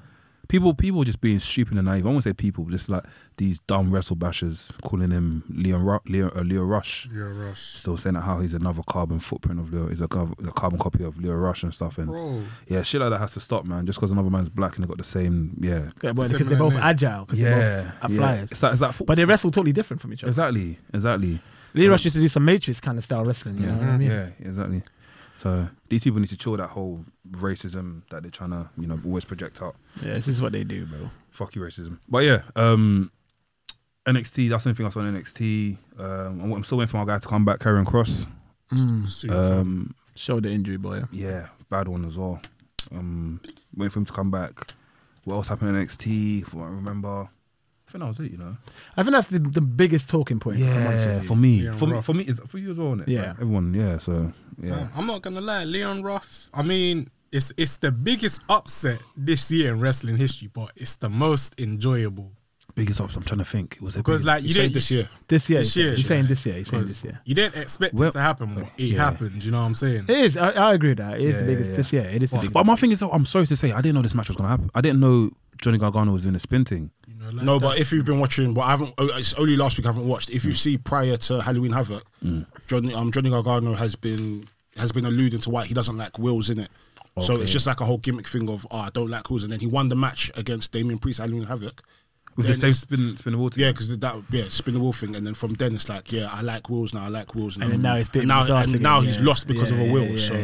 Speaker 1: people people were just being stupid and naive. I won't say people, just like these dumb wrestle bashers calling him Leon Ru- Leo, uh, Leo Rush.
Speaker 2: You're Rush.
Speaker 1: still saying that how he's another carbon footprint of Leo, he's a, car- a carbon copy of Leo Rush and stuff. And
Speaker 2: Bro.
Speaker 1: yeah, shit like that has to stop, man. Just because another man's black and they got the same, yeah,
Speaker 4: Okay, well, because
Speaker 2: Similar
Speaker 4: they're both
Speaker 2: name.
Speaker 4: agile. Because
Speaker 1: yeah,
Speaker 4: they're both
Speaker 1: yeah.
Speaker 4: are flyers.
Speaker 1: It's that, it's that football.
Speaker 4: But they wrestle totally different from each other.
Speaker 1: exactly, exactly.
Speaker 4: Lee Rush used to do some Matrix kind of style wrestling. You
Speaker 1: Yeah,
Speaker 4: know what I mean?
Speaker 1: Mm-hmm. yeah, exactly. So these people need to chill that whole racism that they're trying to, you know, always project out.
Speaker 4: Yeah, this is what they do, bro.
Speaker 1: Fuck you, racism. But yeah, um, NXT. That's the only thing I saw on NXT. Um, I'm- I'm still waiting for my guy to come back, Karen Cross.
Speaker 4: Mm.
Speaker 1: Um,
Speaker 4: Shoulder injury, boy.
Speaker 1: Yeah, bad one as well. Um, waiting for him to come back. What else happened in NXT? From what I remember, I think that was it. You know.
Speaker 4: I think that's the, the biggest talking point. from my
Speaker 1: Yeah,
Speaker 4: interview.
Speaker 1: for me,
Speaker 2: Yeah,
Speaker 1: for me,
Speaker 2: rough.
Speaker 1: for me, is for you as well, innit?
Speaker 4: Yeah.
Speaker 1: Like, everyone. Yeah, so yeah,
Speaker 2: Man, I'm not gonna lie, Leon Ruff. I mean, it's it's the biggest upset this year in wrestling history, but it's the most enjoyable
Speaker 1: biggest ups. I'm trying to think. It was their
Speaker 2: because
Speaker 1: biggest-
Speaker 2: like
Speaker 3: He
Speaker 2: you
Speaker 3: said
Speaker 2: didn't
Speaker 3: this year.
Speaker 4: this year,
Speaker 2: This
Speaker 4: he's-
Speaker 2: year,
Speaker 4: he's
Speaker 2: yeah.
Speaker 4: saying this year. He's saying this year.
Speaker 2: you didn't expect
Speaker 1: Well,
Speaker 2: it to happen, but it
Speaker 1: yeah.
Speaker 2: happened. You know what I'm saying?
Speaker 4: It is. I, I agree with that it
Speaker 1: Yeah,
Speaker 4: is the
Speaker 1: yeah,
Speaker 4: biggest
Speaker 1: yeah.
Speaker 4: this year. It is. The biggest.
Speaker 1: But my thing is, though, I'm sorry to say, I didn't know this match was gonna happen. I didn't know Johnny Gargano was in the spin thing.
Speaker 2: You know, like
Speaker 3: No,
Speaker 2: that.
Speaker 3: but if you've been watching, but I haven't. oh, It's only last week I haven't watched. If
Speaker 1: Mm.
Speaker 3: you see prior to Halloween Havoc, Johnny um, Johnny Gargano has been has been alluding to why he doesn't like wills in it. So
Speaker 1: Okay.
Speaker 3: it's just like a whole gimmick thing of oh, I don't like wills, and then he won the match against Damien Priest Halloween Havoc.
Speaker 1: With
Speaker 3: Then
Speaker 1: the same
Speaker 3: it's-
Speaker 1: spin, spin of water.
Speaker 3: yeah, because that yeah spin the wheel thing, and then from then it's like yeah I like wills now, I like wills now,
Speaker 4: And then now it's been
Speaker 3: and now, and now he's lost because of a will. so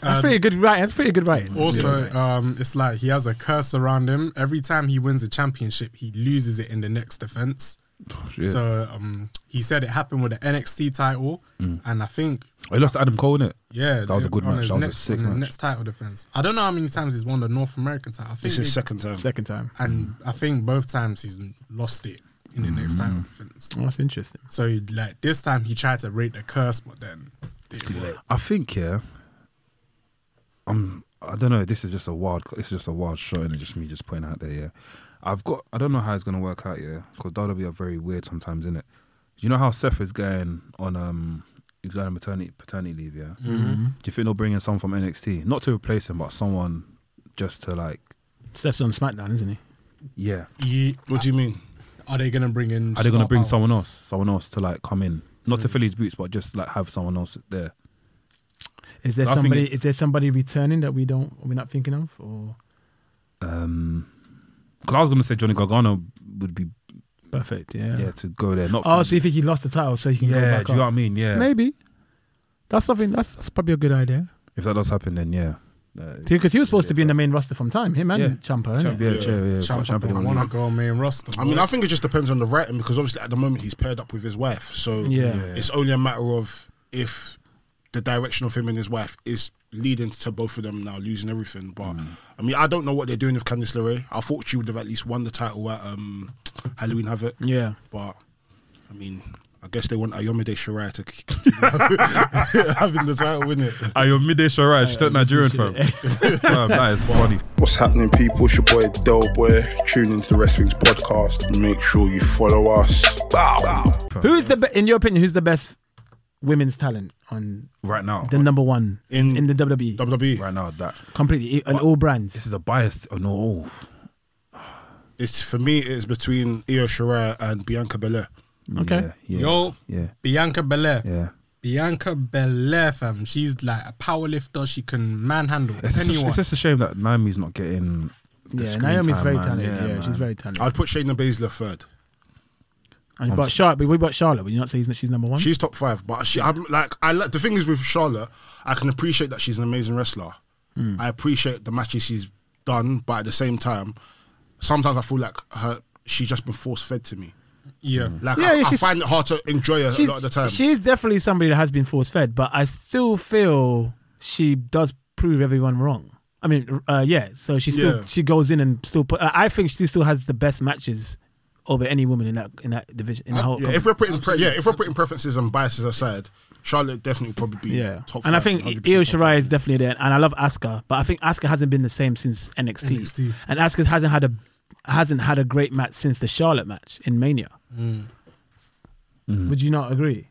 Speaker 4: That's pretty good writing. That's pretty good writing.
Speaker 2: Also, um, it's like he has a curse around him. Every time he wins a championship, he loses it in the next defense.
Speaker 1: Oh, Shit.
Speaker 2: So um, he said it happened with the NXT title, and I think
Speaker 1: I lost to Adam Cole in it.
Speaker 2: yeah,
Speaker 1: Mm. That was a good
Speaker 2: on
Speaker 1: match.
Speaker 2: his
Speaker 1: That was a
Speaker 2: next,
Speaker 1: sick
Speaker 2: on the
Speaker 1: match.
Speaker 2: Next title defense. I don't know how many times he's won the North American title. I think
Speaker 3: this is
Speaker 2: they-
Speaker 3: second time.
Speaker 4: Second time.
Speaker 2: and I think both times he's lost it in the next title
Speaker 1: Mm.
Speaker 2: defense.
Speaker 4: Oh, that's interesting.
Speaker 2: So like this time he tried to break the curse, but then it worked.
Speaker 1: I think yeah. I'm. I don't know. This is just a wild. This is just a wild shot, and just me just putting it out there. Yeah, I've got. I don't know how it's gonna work out. Yeah, because WWE are very weird sometimes, in it. You know how Seth is going on. Um, he's going on maternity paternity leave. Yeah. Mm-hmm. Do you think they'll bring in someone from NXT, not to replace him, but someone just to like.
Speaker 4: Steph's on SmackDown, isn't he?
Speaker 1: Yeah.
Speaker 2: Ye-
Speaker 3: What do you mean?
Speaker 2: Are they gonna bring in?
Speaker 1: Are they gonna
Speaker 2: star
Speaker 1: bring
Speaker 2: power?
Speaker 1: someone else, someone else to like come in, not
Speaker 4: Mm.
Speaker 1: to fill his boots, but just like have someone else there?
Speaker 4: Is there
Speaker 1: I think
Speaker 4: somebody?
Speaker 1: it-
Speaker 4: Is there somebody returning that we don't? We're not thinking of? Or
Speaker 1: Um, because I was gonna say Johnny Gargano would be
Speaker 4: perfect. Yeah.
Speaker 1: yeah, to go there. Not
Speaker 4: Oh,
Speaker 1: from-
Speaker 4: so you think he lost the title, so he can go
Speaker 1: Yeah,
Speaker 4: back
Speaker 1: do you know what
Speaker 4: up?
Speaker 1: I mean? Yeah.
Speaker 4: Maybe. That's something. That's, that's probably a good idea.
Speaker 1: If that does happen, then yeah.
Speaker 5: Uh,
Speaker 4: Because he was supposed to be in the main roster from time. Him and
Speaker 5: Yeah.
Speaker 4: Champa,
Speaker 5: Champ- yeah, yeah, yeah,
Speaker 1: uh,
Speaker 2: Champ
Speaker 5: Champ-
Speaker 2: I want to go main roster.
Speaker 3: I mean, I think it just depends on the writing because obviously at the moment he's paired up with his wife, so
Speaker 4: Yeah. Yeah.
Speaker 3: it's only a matter of if the direction of him and his wife is leading to both of them now losing everything. But I mean, I don't know what they're doing with Candice LeRae. I thought she would have at least won the title at um, Halloween Havoc.
Speaker 4: Yeah.
Speaker 3: but I mean, I guess they want Ayomide Shirai to continue having, having the title, win it?
Speaker 1: Ayo, your midday Shirai, she's not Nigerian fam. Fam, that is funny.
Speaker 6: What's happening, people? It's your boy Delboy. Tune into the Wrestling's podcast. Make sure you follow us. Bow.
Speaker 4: Who is the be- in your opinion? Who's the best women's talent on
Speaker 1: Right now,
Speaker 4: the number one
Speaker 3: In- E.
Speaker 4: in, the WWE?
Speaker 3: WWE.
Speaker 1: right now, that
Speaker 4: completely on all brands.
Speaker 1: this is a oh, bias on all.
Speaker 3: It's for me. It's between Io Shirai and Bianca Belair.
Speaker 4: Okay.
Speaker 5: Yeah, yeah,
Speaker 2: Yo,
Speaker 5: yeah,
Speaker 2: Bianca Belair.
Speaker 5: yeah.
Speaker 2: Bianca Belair, fam. She's like a power lifter. She can manhandle
Speaker 1: It's just,
Speaker 2: anyone.
Speaker 1: it's just a shame that Naomi's not getting. The
Speaker 4: Yeah,
Speaker 1: screen
Speaker 4: Naomi's
Speaker 1: time,
Speaker 4: very
Speaker 1: man.
Speaker 4: talented. Yeah, she's
Speaker 1: man.
Speaker 4: very talented.
Speaker 3: I'd put Shayna Baszler third.
Speaker 4: And but Charlotte, but we bought Charlotte. Would you not say he's- she's number one?
Speaker 3: She's top five, but she I'm like I like the thing is with Charlotte, I can appreciate that she's an amazing wrestler.
Speaker 4: Hmm.
Speaker 3: I appreciate the matches she's done, but at the same time, sometimes I feel like her she's just been force fed to me.
Speaker 2: yeah.
Speaker 1: Mm.
Speaker 3: Like
Speaker 4: Yeah,
Speaker 3: I,
Speaker 4: yeah,
Speaker 3: I
Speaker 4: she's-
Speaker 3: find it hard to enjoy her a
Speaker 4: she's,
Speaker 3: lot of the time.
Speaker 4: she's definitely somebody that has been force fed, but I still feel she does prove everyone wrong. I mean, uh, yeah. So she still
Speaker 3: Yeah.
Speaker 4: she goes in and still put. I I think she still has the best matches over any woman in that in that division in the whole.
Speaker 3: Uh, yeah, if we're putting pre- yeah, if we're putting preferences and biases aside, Charlotte definitely probably be
Speaker 4: Yeah,
Speaker 3: top five.
Speaker 4: and I think
Speaker 3: 100%
Speaker 4: Io
Speaker 3: top
Speaker 4: Shirai
Speaker 3: five.
Speaker 4: is definitely there, and I love Asuka, but I think Asuka hasn't been the same since NXT,
Speaker 2: NXT.
Speaker 4: and Asuka hasn't had a hasn't had a great match since the Charlotte match in Mania. Would you not agree?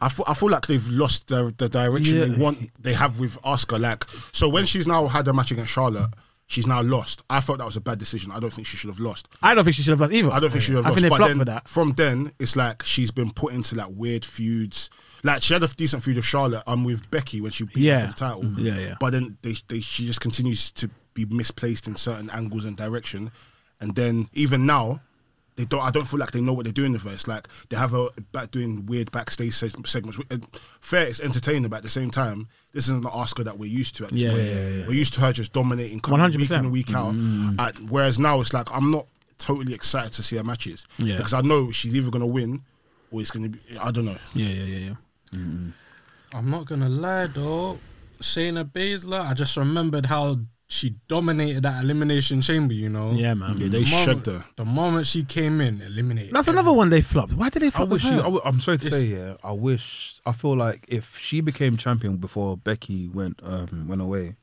Speaker 3: I feel, I feel like they've lost the, the direction
Speaker 4: Yeah.
Speaker 3: they want they have with Oscar. Like so when she's now had a match against Charlotte, she's now lost. I thought that was a bad decision. I don't think she should have lost.
Speaker 4: I don't think she should have lost either.
Speaker 3: I don't think she would have
Speaker 4: I
Speaker 3: lost.
Speaker 4: think they
Speaker 3: but
Speaker 4: flopped
Speaker 3: then
Speaker 4: with that.
Speaker 3: from then, it's like she's been put into like weird feuds. Like she had a decent feud with Charlotte and with Becky when she beat
Speaker 4: Yeah.
Speaker 3: her for the title.
Speaker 4: Mm. Yeah, yeah.
Speaker 3: But then they, they she just continues to be misplaced in certain angles and direction. And then even now, they don't. I don't feel like they know what they're doing with her. It's like they have her back doing weird backstage seg- segments. And fair, it's entertaining, but at the same time, this isn't the Oscar that we're used to. At this
Speaker 4: Yeah,
Speaker 3: point.
Speaker 4: yeah, yeah, yeah.
Speaker 3: we're used to her just dominating
Speaker 4: One hundred
Speaker 3: week in
Speaker 4: percent.
Speaker 3: and week out. At- whereas now it's like I'm not totally excited to see her matches
Speaker 4: Yeah.
Speaker 3: because I know she's either gonna win or it's gonna be I don't know.
Speaker 4: Yeah, yeah, yeah, yeah.
Speaker 2: I'm not gonna lie though, Shayna Baszler. I just remembered how she dominated that elimination chamber. You
Speaker 1: Oh,
Speaker 2: know,
Speaker 4: Yeah, man.
Speaker 3: Yeah, they
Speaker 2: The moment-
Speaker 3: shed her.
Speaker 2: The moment she came in, eliminated.
Speaker 4: That's another one they flopped. Why did they
Speaker 1: I
Speaker 4: flop with
Speaker 1: wish.
Speaker 4: her?
Speaker 1: She, I w- I'm sorry to
Speaker 2: It's-
Speaker 1: say, yeah. I wish. I feel like if she became champion before Becky went um, went away,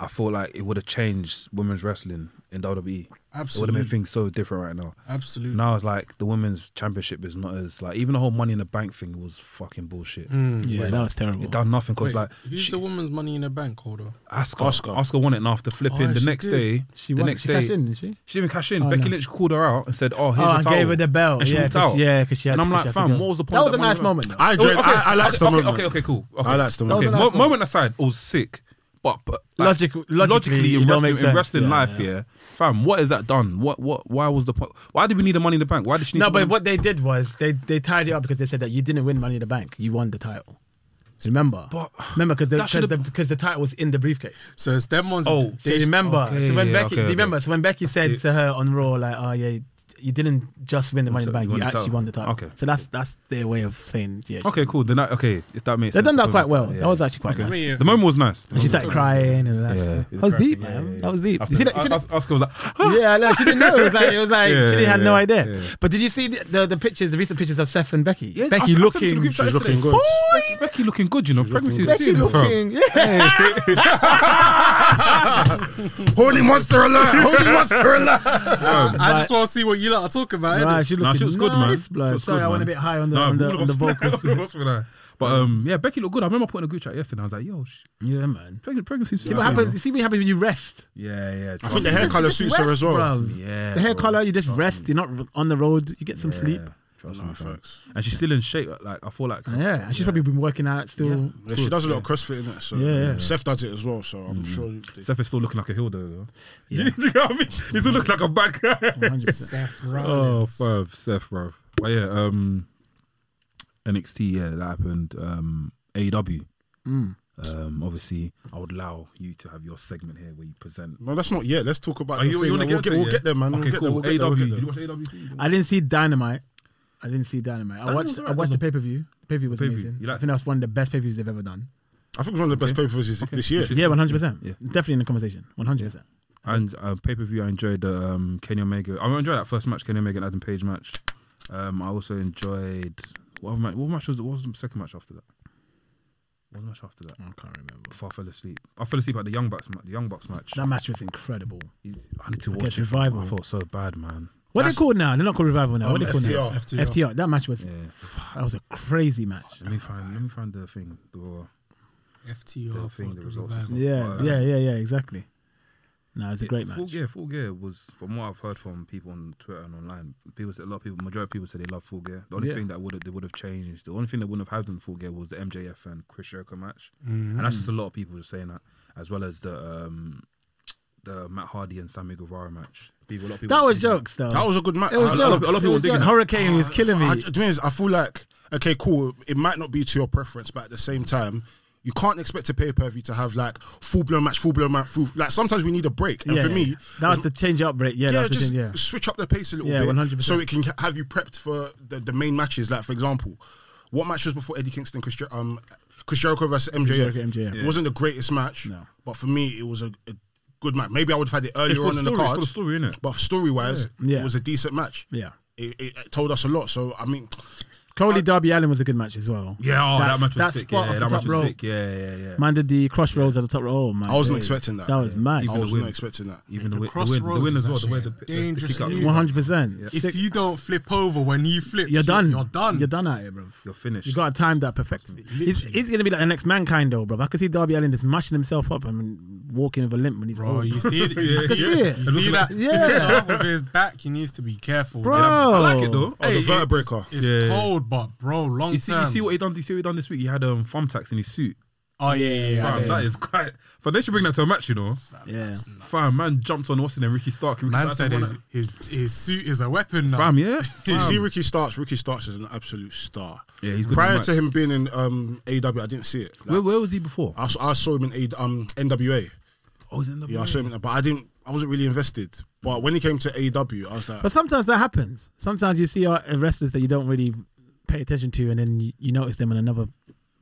Speaker 1: I feel like it would have changed women's wrestling in WWE. It would have
Speaker 2: Absolutely.
Speaker 1: made things so different right now.
Speaker 2: Absolutely.
Speaker 1: Now it's like the women's championship is not as like even the whole Money in the Bank thing was fucking bullshit.
Speaker 4: yeah, that was terrible.
Speaker 1: It done nothing because
Speaker 2: Wait,
Speaker 1: like
Speaker 2: who's
Speaker 1: she,
Speaker 2: the woman's money in the bank holder?
Speaker 1: Oscar,
Speaker 3: Oscar.
Speaker 1: Oscar won it, and after flipping
Speaker 2: Oh,
Speaker 1: the
Speaker 2: she
Speaker 1: next
Speaker 2: did.
Speaker 1: day,
Speaker 4: She
Speaker 1: the
Speaker 4: won.
Speaker 1: next
Speaker 4: she
Speaker 1: day
Speaker 4: cashed in, didn't she?
Speaker 1: she didn't cash in.
Speaker 4: Oh,
Speaker 1: Becky
Speaker 4: no.
Speaker 1: Lynch called her out and said, "Oh, here's
Speaker 4: oh,
Speaker 1: your
Speaker 4: and
Speaker 1: towel."
Speaker 4: gave her the belt.
Speaker 1: And she
Speaker 4: yeah,
Speaker 1: walked
Speaker 4: 'cause-
Speaker 1: out.
Speaker 4: yeah, because she had.
Speaker 1: and I'm
Speaker 4: to-
Speaker 1: like,
Speaker 4: she had to
Speaker 1: fam,
Speaker 4: go.
Speaker 1: what was the point?
Speaker 4: That
Speaker 1: of
Speaker 4: was a
Speaker 1: Money in
Speaker 4: nice
Speaker 1: the Bank?
Speaker 4: moment. though.
Speaker 3: I enjoyed,
Speaker 1: Oh, Okay,
Speaker 3: I, I liked
Speaker 1: okay,
Speaker 3: the
Speaker 1: okay,
Speaker 3: moment.
Speaker 1: Okay, okay, cool. Okay.
Speaker 3: I liked the
Speaker 1: Okay,
Speaker 3: moment.
Speaker 1: mo-
Speaker 4: moment.
Speaker 1: moment aside, it was sick, but, but like,
Speaker 4: Logic- logically,
Speaker 1: logically
Speaker 4: it
Speaker 1: in
Speaker 4: don't
Speaker 1: wrestling,
Speaker 4: make
Speaker 1: in
Speaker 4: sense.
Speaker 1: wrestling
Speaker 4: Yeah,
Speaker 1: life, yeah.
Speaker 4: yeah.
Speaker 1: fam, what is that done? What, what, why was the point? Why did we need the money in the bank? Why did she need?
Speaker 4: No,
Speaker 1: to
Speaker 4: but
Speaker 1: win?
Speaker 4: what they did was they they tied it up because they said that you didn't win Money in the Bank, you won the title. Remember,
Speaker 1: But-
Speaker 4: remember because
Speaker 1: That
Speaker 4: because
Speaker 1: should've-
Speaker 4: the, because the title was in the briefcase.
Speaker 2: So it's them ones.
Speaker 1: Oh,
Speaker 4: So remember, so when
Speaker 1: okay,
Speaker 4: Becky,
Speaker 1: okay,
Speaker 4: do
Speaker 1: okay.
Speaker 4: you remember? So when Becky said to her on Raw, like, "Oh yeah, you didn't just win the Money in the
Speaker 1: So you
Speaker 4: Bank, you,
Speaker 1: won the
Speaker 4: actually
Speaker 1: title.
Speaker 4: won the title."
Speaker 1: Okay.
Speaker 4: So that's that's their way of saying, yeah.
Speaker 1: Okay, cool. Then I, okay, if that makes sense.
Speaker 4: They've done that
Speaker 1: cool.
Speaker 4: quite well.
Speaker 1: Yeah,
Speaker 4: That was
Speaker 1: yeah.
Speaker 4: actually quite
Speaker 2: I
Speaker 4: nice.
Speaker 2: mean, yeah.
Speaker 1: The moment was nice.
Speaker 4: And she started crying and all that.
Speaker 1: Yeah.
Speaker 4: stuff.
Speaker 1: Yeah.
Speaker 4: That was deep,
Speaker 1: Yeah,
Speaker 4: man.
Speaker 1: yeah, yeah.
Speaker 4: That was deep.
Speaker 1: After
Speaker 4: You see
Speaker 1: that-
Speaker 4: that? You see that?
Speaker 1: Os- Oscar was like,
Speaker 4: yeah, no, she didn't know. It was like, it was like
Speaker 1: Yeah,
Speaker 4: she had
Speaker 1: yeah,
Speaker 4: no
Speaker 1: yeah,
Speaker 4: idea.
Speaker 1: yeah.
Speaker 4: But did you see the, the the pictures, the recent pictures of Seth and Becky?
Speaker 1: Yeah,
Speaker 4: Becky
Speaker 1: I- I sent it to the
Speaker 4: looking,
Speaker 1: group chat
Speaker 3: She's looking
Speaker 1: yesterday. Becky,
Speaker 3: good.
Speaker 1: Becky looking good, you know. Pregnancy is
Speaker 4: Becky
Speaker 1: serious, bro.
Speaker 4: looking, yeah.
Speaker 3: Horny monster alert! Horny monster alert!
Speaker 2: I, I
Speaker 4: Right.
Speaker 2: just want to see what you lot are talking about. innit?
Speaker 4: Right, she
Speaker 1: Nah,
Speaker 4: looked
Speaker 1: she was good, man.
Speaker 4: nice, blood.
Speaker 1: She was
Speaker 4: Sorry,
Speaker 1: good,
Speaker 4: I went a
Speaker 1: man.
Speaker 4: bit high on the
Speaker 1: Nah,
Speaker 4: on the,
Speaker 1: all of
Speaker 4: on the
Speaker 1: us-
Speaker 4: vocals.
Speaker 1: all of us were like- But um, yeah, Becky looked good. I remember putting a group chat yesterday. I was like, yo, she,
Speaker 4: yeah, man.
Speaker 1: pregnancy, pregnancy is
Speaker 4: See what
Speaker 1: serious,
Speaker 4: happens. See what happens when you rest.
Speaker 1: you know. Yeah, yeah.
Speaker 3: I think the hair colour suits her as well.
Speaker 4: bruv.
Speaker 1: Yeah,
Speaker 4: the hair
Speaker 1: bro.
Speaker 4: color, you just rest. You're not r- on the road. You get some
Speaker 1: Yeah,
Speaker 4: sleep.
Speaker 1: Trust
Speaker 3: No,
Speaker 1: me, fam.
Speaker 3: facts.
Speaker 1: And she's still in shape. Like I feel like.
Speaker 4: Yeah, and she's probably been working out still.
Speaker 3: Yeah, she does a lot of CrossFit in it, so
Speaker 4: Yeah, yeah.
Speaker 3: Seth does it as well. So I'm sure. They,
Speaker 1: Seth is still looking like a heel though. though. You know what I mean? He still looks like a bad guy.
Speaker 4: 100%.
Speaker 2: Seth
Speaker 1: Oh,
Speaker 2: Rollins.
Speaker 1: bruv, Seth, bruv. But yeah,
Speaker 3: Hmm.
Speaker 1: um, NXT, yeah, that happened. Um, AEW. E Um, obviously, I would allow you to have your segment here where you present.
Speaker 3: No, that's not yet. Let's talk
Speaker 1: Are
Speaker 3: about. the
Speaker 1: you,
Speaker 3: thing.
Speaker 1: you want to
Speaker 3: we'll
Speaker 1: get, to it,
Speaker 3: we'll
Speaker 1: yeah?
Speaker 3: get there, man.
Speaker 1: Okay,
Speaker 3: we'll get
Speaker 1: cool.
Speaker 3: there. We'll
Speaker 1: AW.
Speaker 3: get there.
Speaker 1: Did you
Speaker 3: We'll
Speaker 1: watch E
Speaker 3: get
Speaker 1: AW?
Speaker 4: I didn't see Dynamite. I didn't see Dynamite. I
Speaker 1: Dynamite's
Speaker 4: watched. I
Speaker 1: alright,
Speaker 4: watched the
Speaker 1: wasn't
Speaker 4: pay per view. The pay per view was
Speaker 1: pay-per-view,
Speaker 4: amazing.
Speaker 1: you like
Speaker 4: I think that was one of the best pay per views they've ever done.
Speaker 3: there. I think it was one of the best pay per views this year.
Speaker 4: Yeah, one hundred percent. Definitely in the conversation. One hundred percent.
Speaker 1: And uh, pay per view, I enjoyed the um, Kenny Omega. I enjoyed that first match, Kenny Omega and Adam Page match. Um, I also enjoyed what other match? What match was it? What was the second match after that? What match after that?
Speaker 4: I can't remember.
Speaker 1: Before I fell asleep, I fell asleep at the Young Bucks. ma- The Young Bucks match.
Speaker 4: That match was increcible.
Speaker 1: I need to
Speaker 4: I
Speaker 1: watch
Speaker 4: guess
Speaker 1: it.
Speaker 4: Revival.
Speaker 1: I felt so bad, man.
Speaker 4: What
Speaker 3: That's-
Speaker 4: are they called now? They're not called Revival now.
Speaker 3: Um,
Speaker 4: what are they called
Speaker 1: Oh.
Speaker 4: now?
Speaker 3: FTR.
Speaker 2: FTR.
Speaker 4: FTR. That match was.
Speaker 1: Yeah.
Speaker 4: That was a crazy match.
Speaker 1: Let me find. Let me find the thing. The,
Speaker 2: FTR
Speaker 1: thing,
Speaker 2: for
Speaker 1: the
Speaker 2: the
Speaker 1: results
Speaker 2: revival.
Speaker 1: and
Speaker 4: Yeah,
Speaker 1: Wow.
Speaker 4: yeah, yeah, yeah. Exactly. No, it's a great
Speaker 1: Full
Speaker 4: match.
Speaker 1: Gear, Full Gear was, from what I've heard from people on Twitter and online, people said a lot of people, majority of people said they love Full Gear. The only
Speaker 4: Yeah.
Speaker 1: thing that would have they would have changed, the only thing that wouldn't have happened in Full Gear was the MJF and Chris Jericho match, and that's
Speaker 4: Mm.
Speaker 1: just a lot of people just saying that, as well as the um, the Matt Hardy and Sammy Guevara match. People, a lot of people
Speaker 4: That was
Speaker 1: digging it.
Speaker 4: jokes, though.
Speaker 3: That was a good match.
Speaker 4: It was
Speaker 3: I- I
Speaker 4: jokes.
Speaker 3: love-
Speaker 1: lot of- a lot of
Speaker 4: It
Speaker 1: people
Speaker 4: was
Speaker 1: digging
Speaker 4: jokes.
Speaker 1: it.
Speaker 4: Hurricane is killing
Speaker 3: I,
Speaker 4: me.
Speaker 3: the thing is, I feel like okay, cool. It might not be to your preference, but at the same time, you can't expect a pay per view to have like full blown match, full blown match. Full, like sometimes we need a break, and
Speaker 4: yeah,
Speaker 3: for
Speaker 4: yeah.
Speaker 3: me,
Speaker 4: that was the change up break. Yeah,
Speaker 3: yeah,
Speaker 4: that's the
Speaker 3: just
Speaker 4: change, yeah.
Speaker 3: switch up the pace a little
Speaker 4: Yeah,
Speaker 3: bit,
Speaker 4: 100%.
Speaker 3: so it can ha- have you prepped for the, the main matches. Like for example, what match was before Eddie Kingston, Chris, Jer- um, Chris Jericho versus MJF?
Speaker 4: Chris Jericho, MJF.
Speaker 3: It wasn't the greatest match,
Speaker 4: No.
Speaker 3: but for me, it was a, a good match. Maybe I would have had it
Speaker 1: It's
Speaker 3: earlier
Speaker 1: for
Speaker 3: on
Speaker 1: the
Speaker 3: in
Speaker 1: story,
Speaker 3: the
Speaker 1: it's
Speaker 3: card,
Speaker 1: for the story, innit?
Speaker 3: but story wise,
Speaker 4: Yeah.
Speaker 3: it was a decent match.
Speaker 4: Yeah.
Speaker 3: It, it, it told us a lot. So I mean.
Speaker 4: Cody Darby Allen was a good match as well.
Speaker 1: Yeah, oh,
Speaker 4: That's-
Speaker 1: that match was
Speaker 4: that
Speaker 1: sick.
Speaker 4: spot
Speaker 1: Yeah,
Speaker 4: off
Speaker 1: that
Speaker 4: the
Speaker 1: match
Speaker 4: top
Speaker 1: was
Speaker 4: row.
Speaker 1: sick. Yeah, yeah, yeah.
Speaker 4: Man did the crossroads at the top. Oh my!
Speaker 3: I wasn't
Speaker 4: days.
Speaker 3: expecting that.
Speaker 4: That was mad.
Speaker 1: Even
Speaker 3: I
Speaker 1: the
Speaker 3: was not
Speaker 1: win.
Speaker 3: expecting that.
Speaker 1: Even the,
Speaker 2: The
Speaker 1: win, the win, the win
Speaker 2: crossroads
Speaker 1: as
Speaker 2: is
Speaker 1: well. The way the,
Speaker 2: actually
Speaker 1: the,
Speaker 2: a
Speaker 1: the
Speaker 2: dangerous
Speaker 1: kick out,
Speaker 2: move.
Speaker 1: is-
Speaker 4: One hundred percent.
Speaker 2: If you don't flip over when he flips,
Speaker 4: You're done.
Speaker 2: You're done.
Speaker 4: You're done at it, bro.
Speaker 1: you're finished.
Speaker 4: You gotta time that perfectly. He's,
Speaker 2: Literally.
Speaker 4: he's gonna be like the next mankind, though, bro. I could see Darby Allen just mashing himself up and walking with a limp when he's
Speaker 2: Bro,
Speaker 4: old.
Speaker 2: you see it. You
Speaker 4: can
Speaker 2: see
Speaker 4: Oh. see
Speaker 2: it.
Speaker 4: it.
Speaker 2: You see that
Speaker 4: Yeah.
Speaker 2: finisher with his back. He needs to be careful.
Speaker 4: bro.
Speaker 1: I like it though.
Speaker 3: Oh, the vertebraker.
Speaker 2: It's
Speaker 1: Yeah.
Speaker 2: cold, but bro, long
Speaker 1: You see,
Speaker 2: term.
Speaker 1: you see what he done. You see what he done this week. He had um thumbtacks in his suit.
Speaker 2: oh yeah, yeah, yeah.
Speaker 1: Fam,
Speaker 2: yeah.
Speaker 1: that is quite. For they should bring that to a match, you know.
Speaker 4: Yeah.
Speaker 1: Fam, man jumped on Austin and Ricky Stark. Ricky
Speaker 2: Man
Speaker 1: Stark
Speaker 2: said
Speaker 1: won
Speaker 2: his,
Speaker 1: it.
Speaker 2: his his suit is a weapon now.
Speaker 1: Fam, yeah.
Speaker 3: You
Speaker 1: Fam.
Speaker 3: see, Ricky Starks. Ricky Starks is an absolute star.
Speaker 1: Yeah, he's good
Speaker 3: Prior
Speaker 1: at
Speaker 3: to him being in um, AW, I didn't see it. Like,
Speaker 1: where, where was he before?
Speaker 3: I, saw, I saw him in A, um, NWA.
Speaker 1: Oh, he's in the
Speaker 3: Yeah, I saw him, in, but I didn't. I wasn't really invested. But when he came to AW, I was like,
Speaker 4: But sometimes that happens. Sometimes you see uh, wrestlers that you don't really pay attention to, and then you, you notice them on another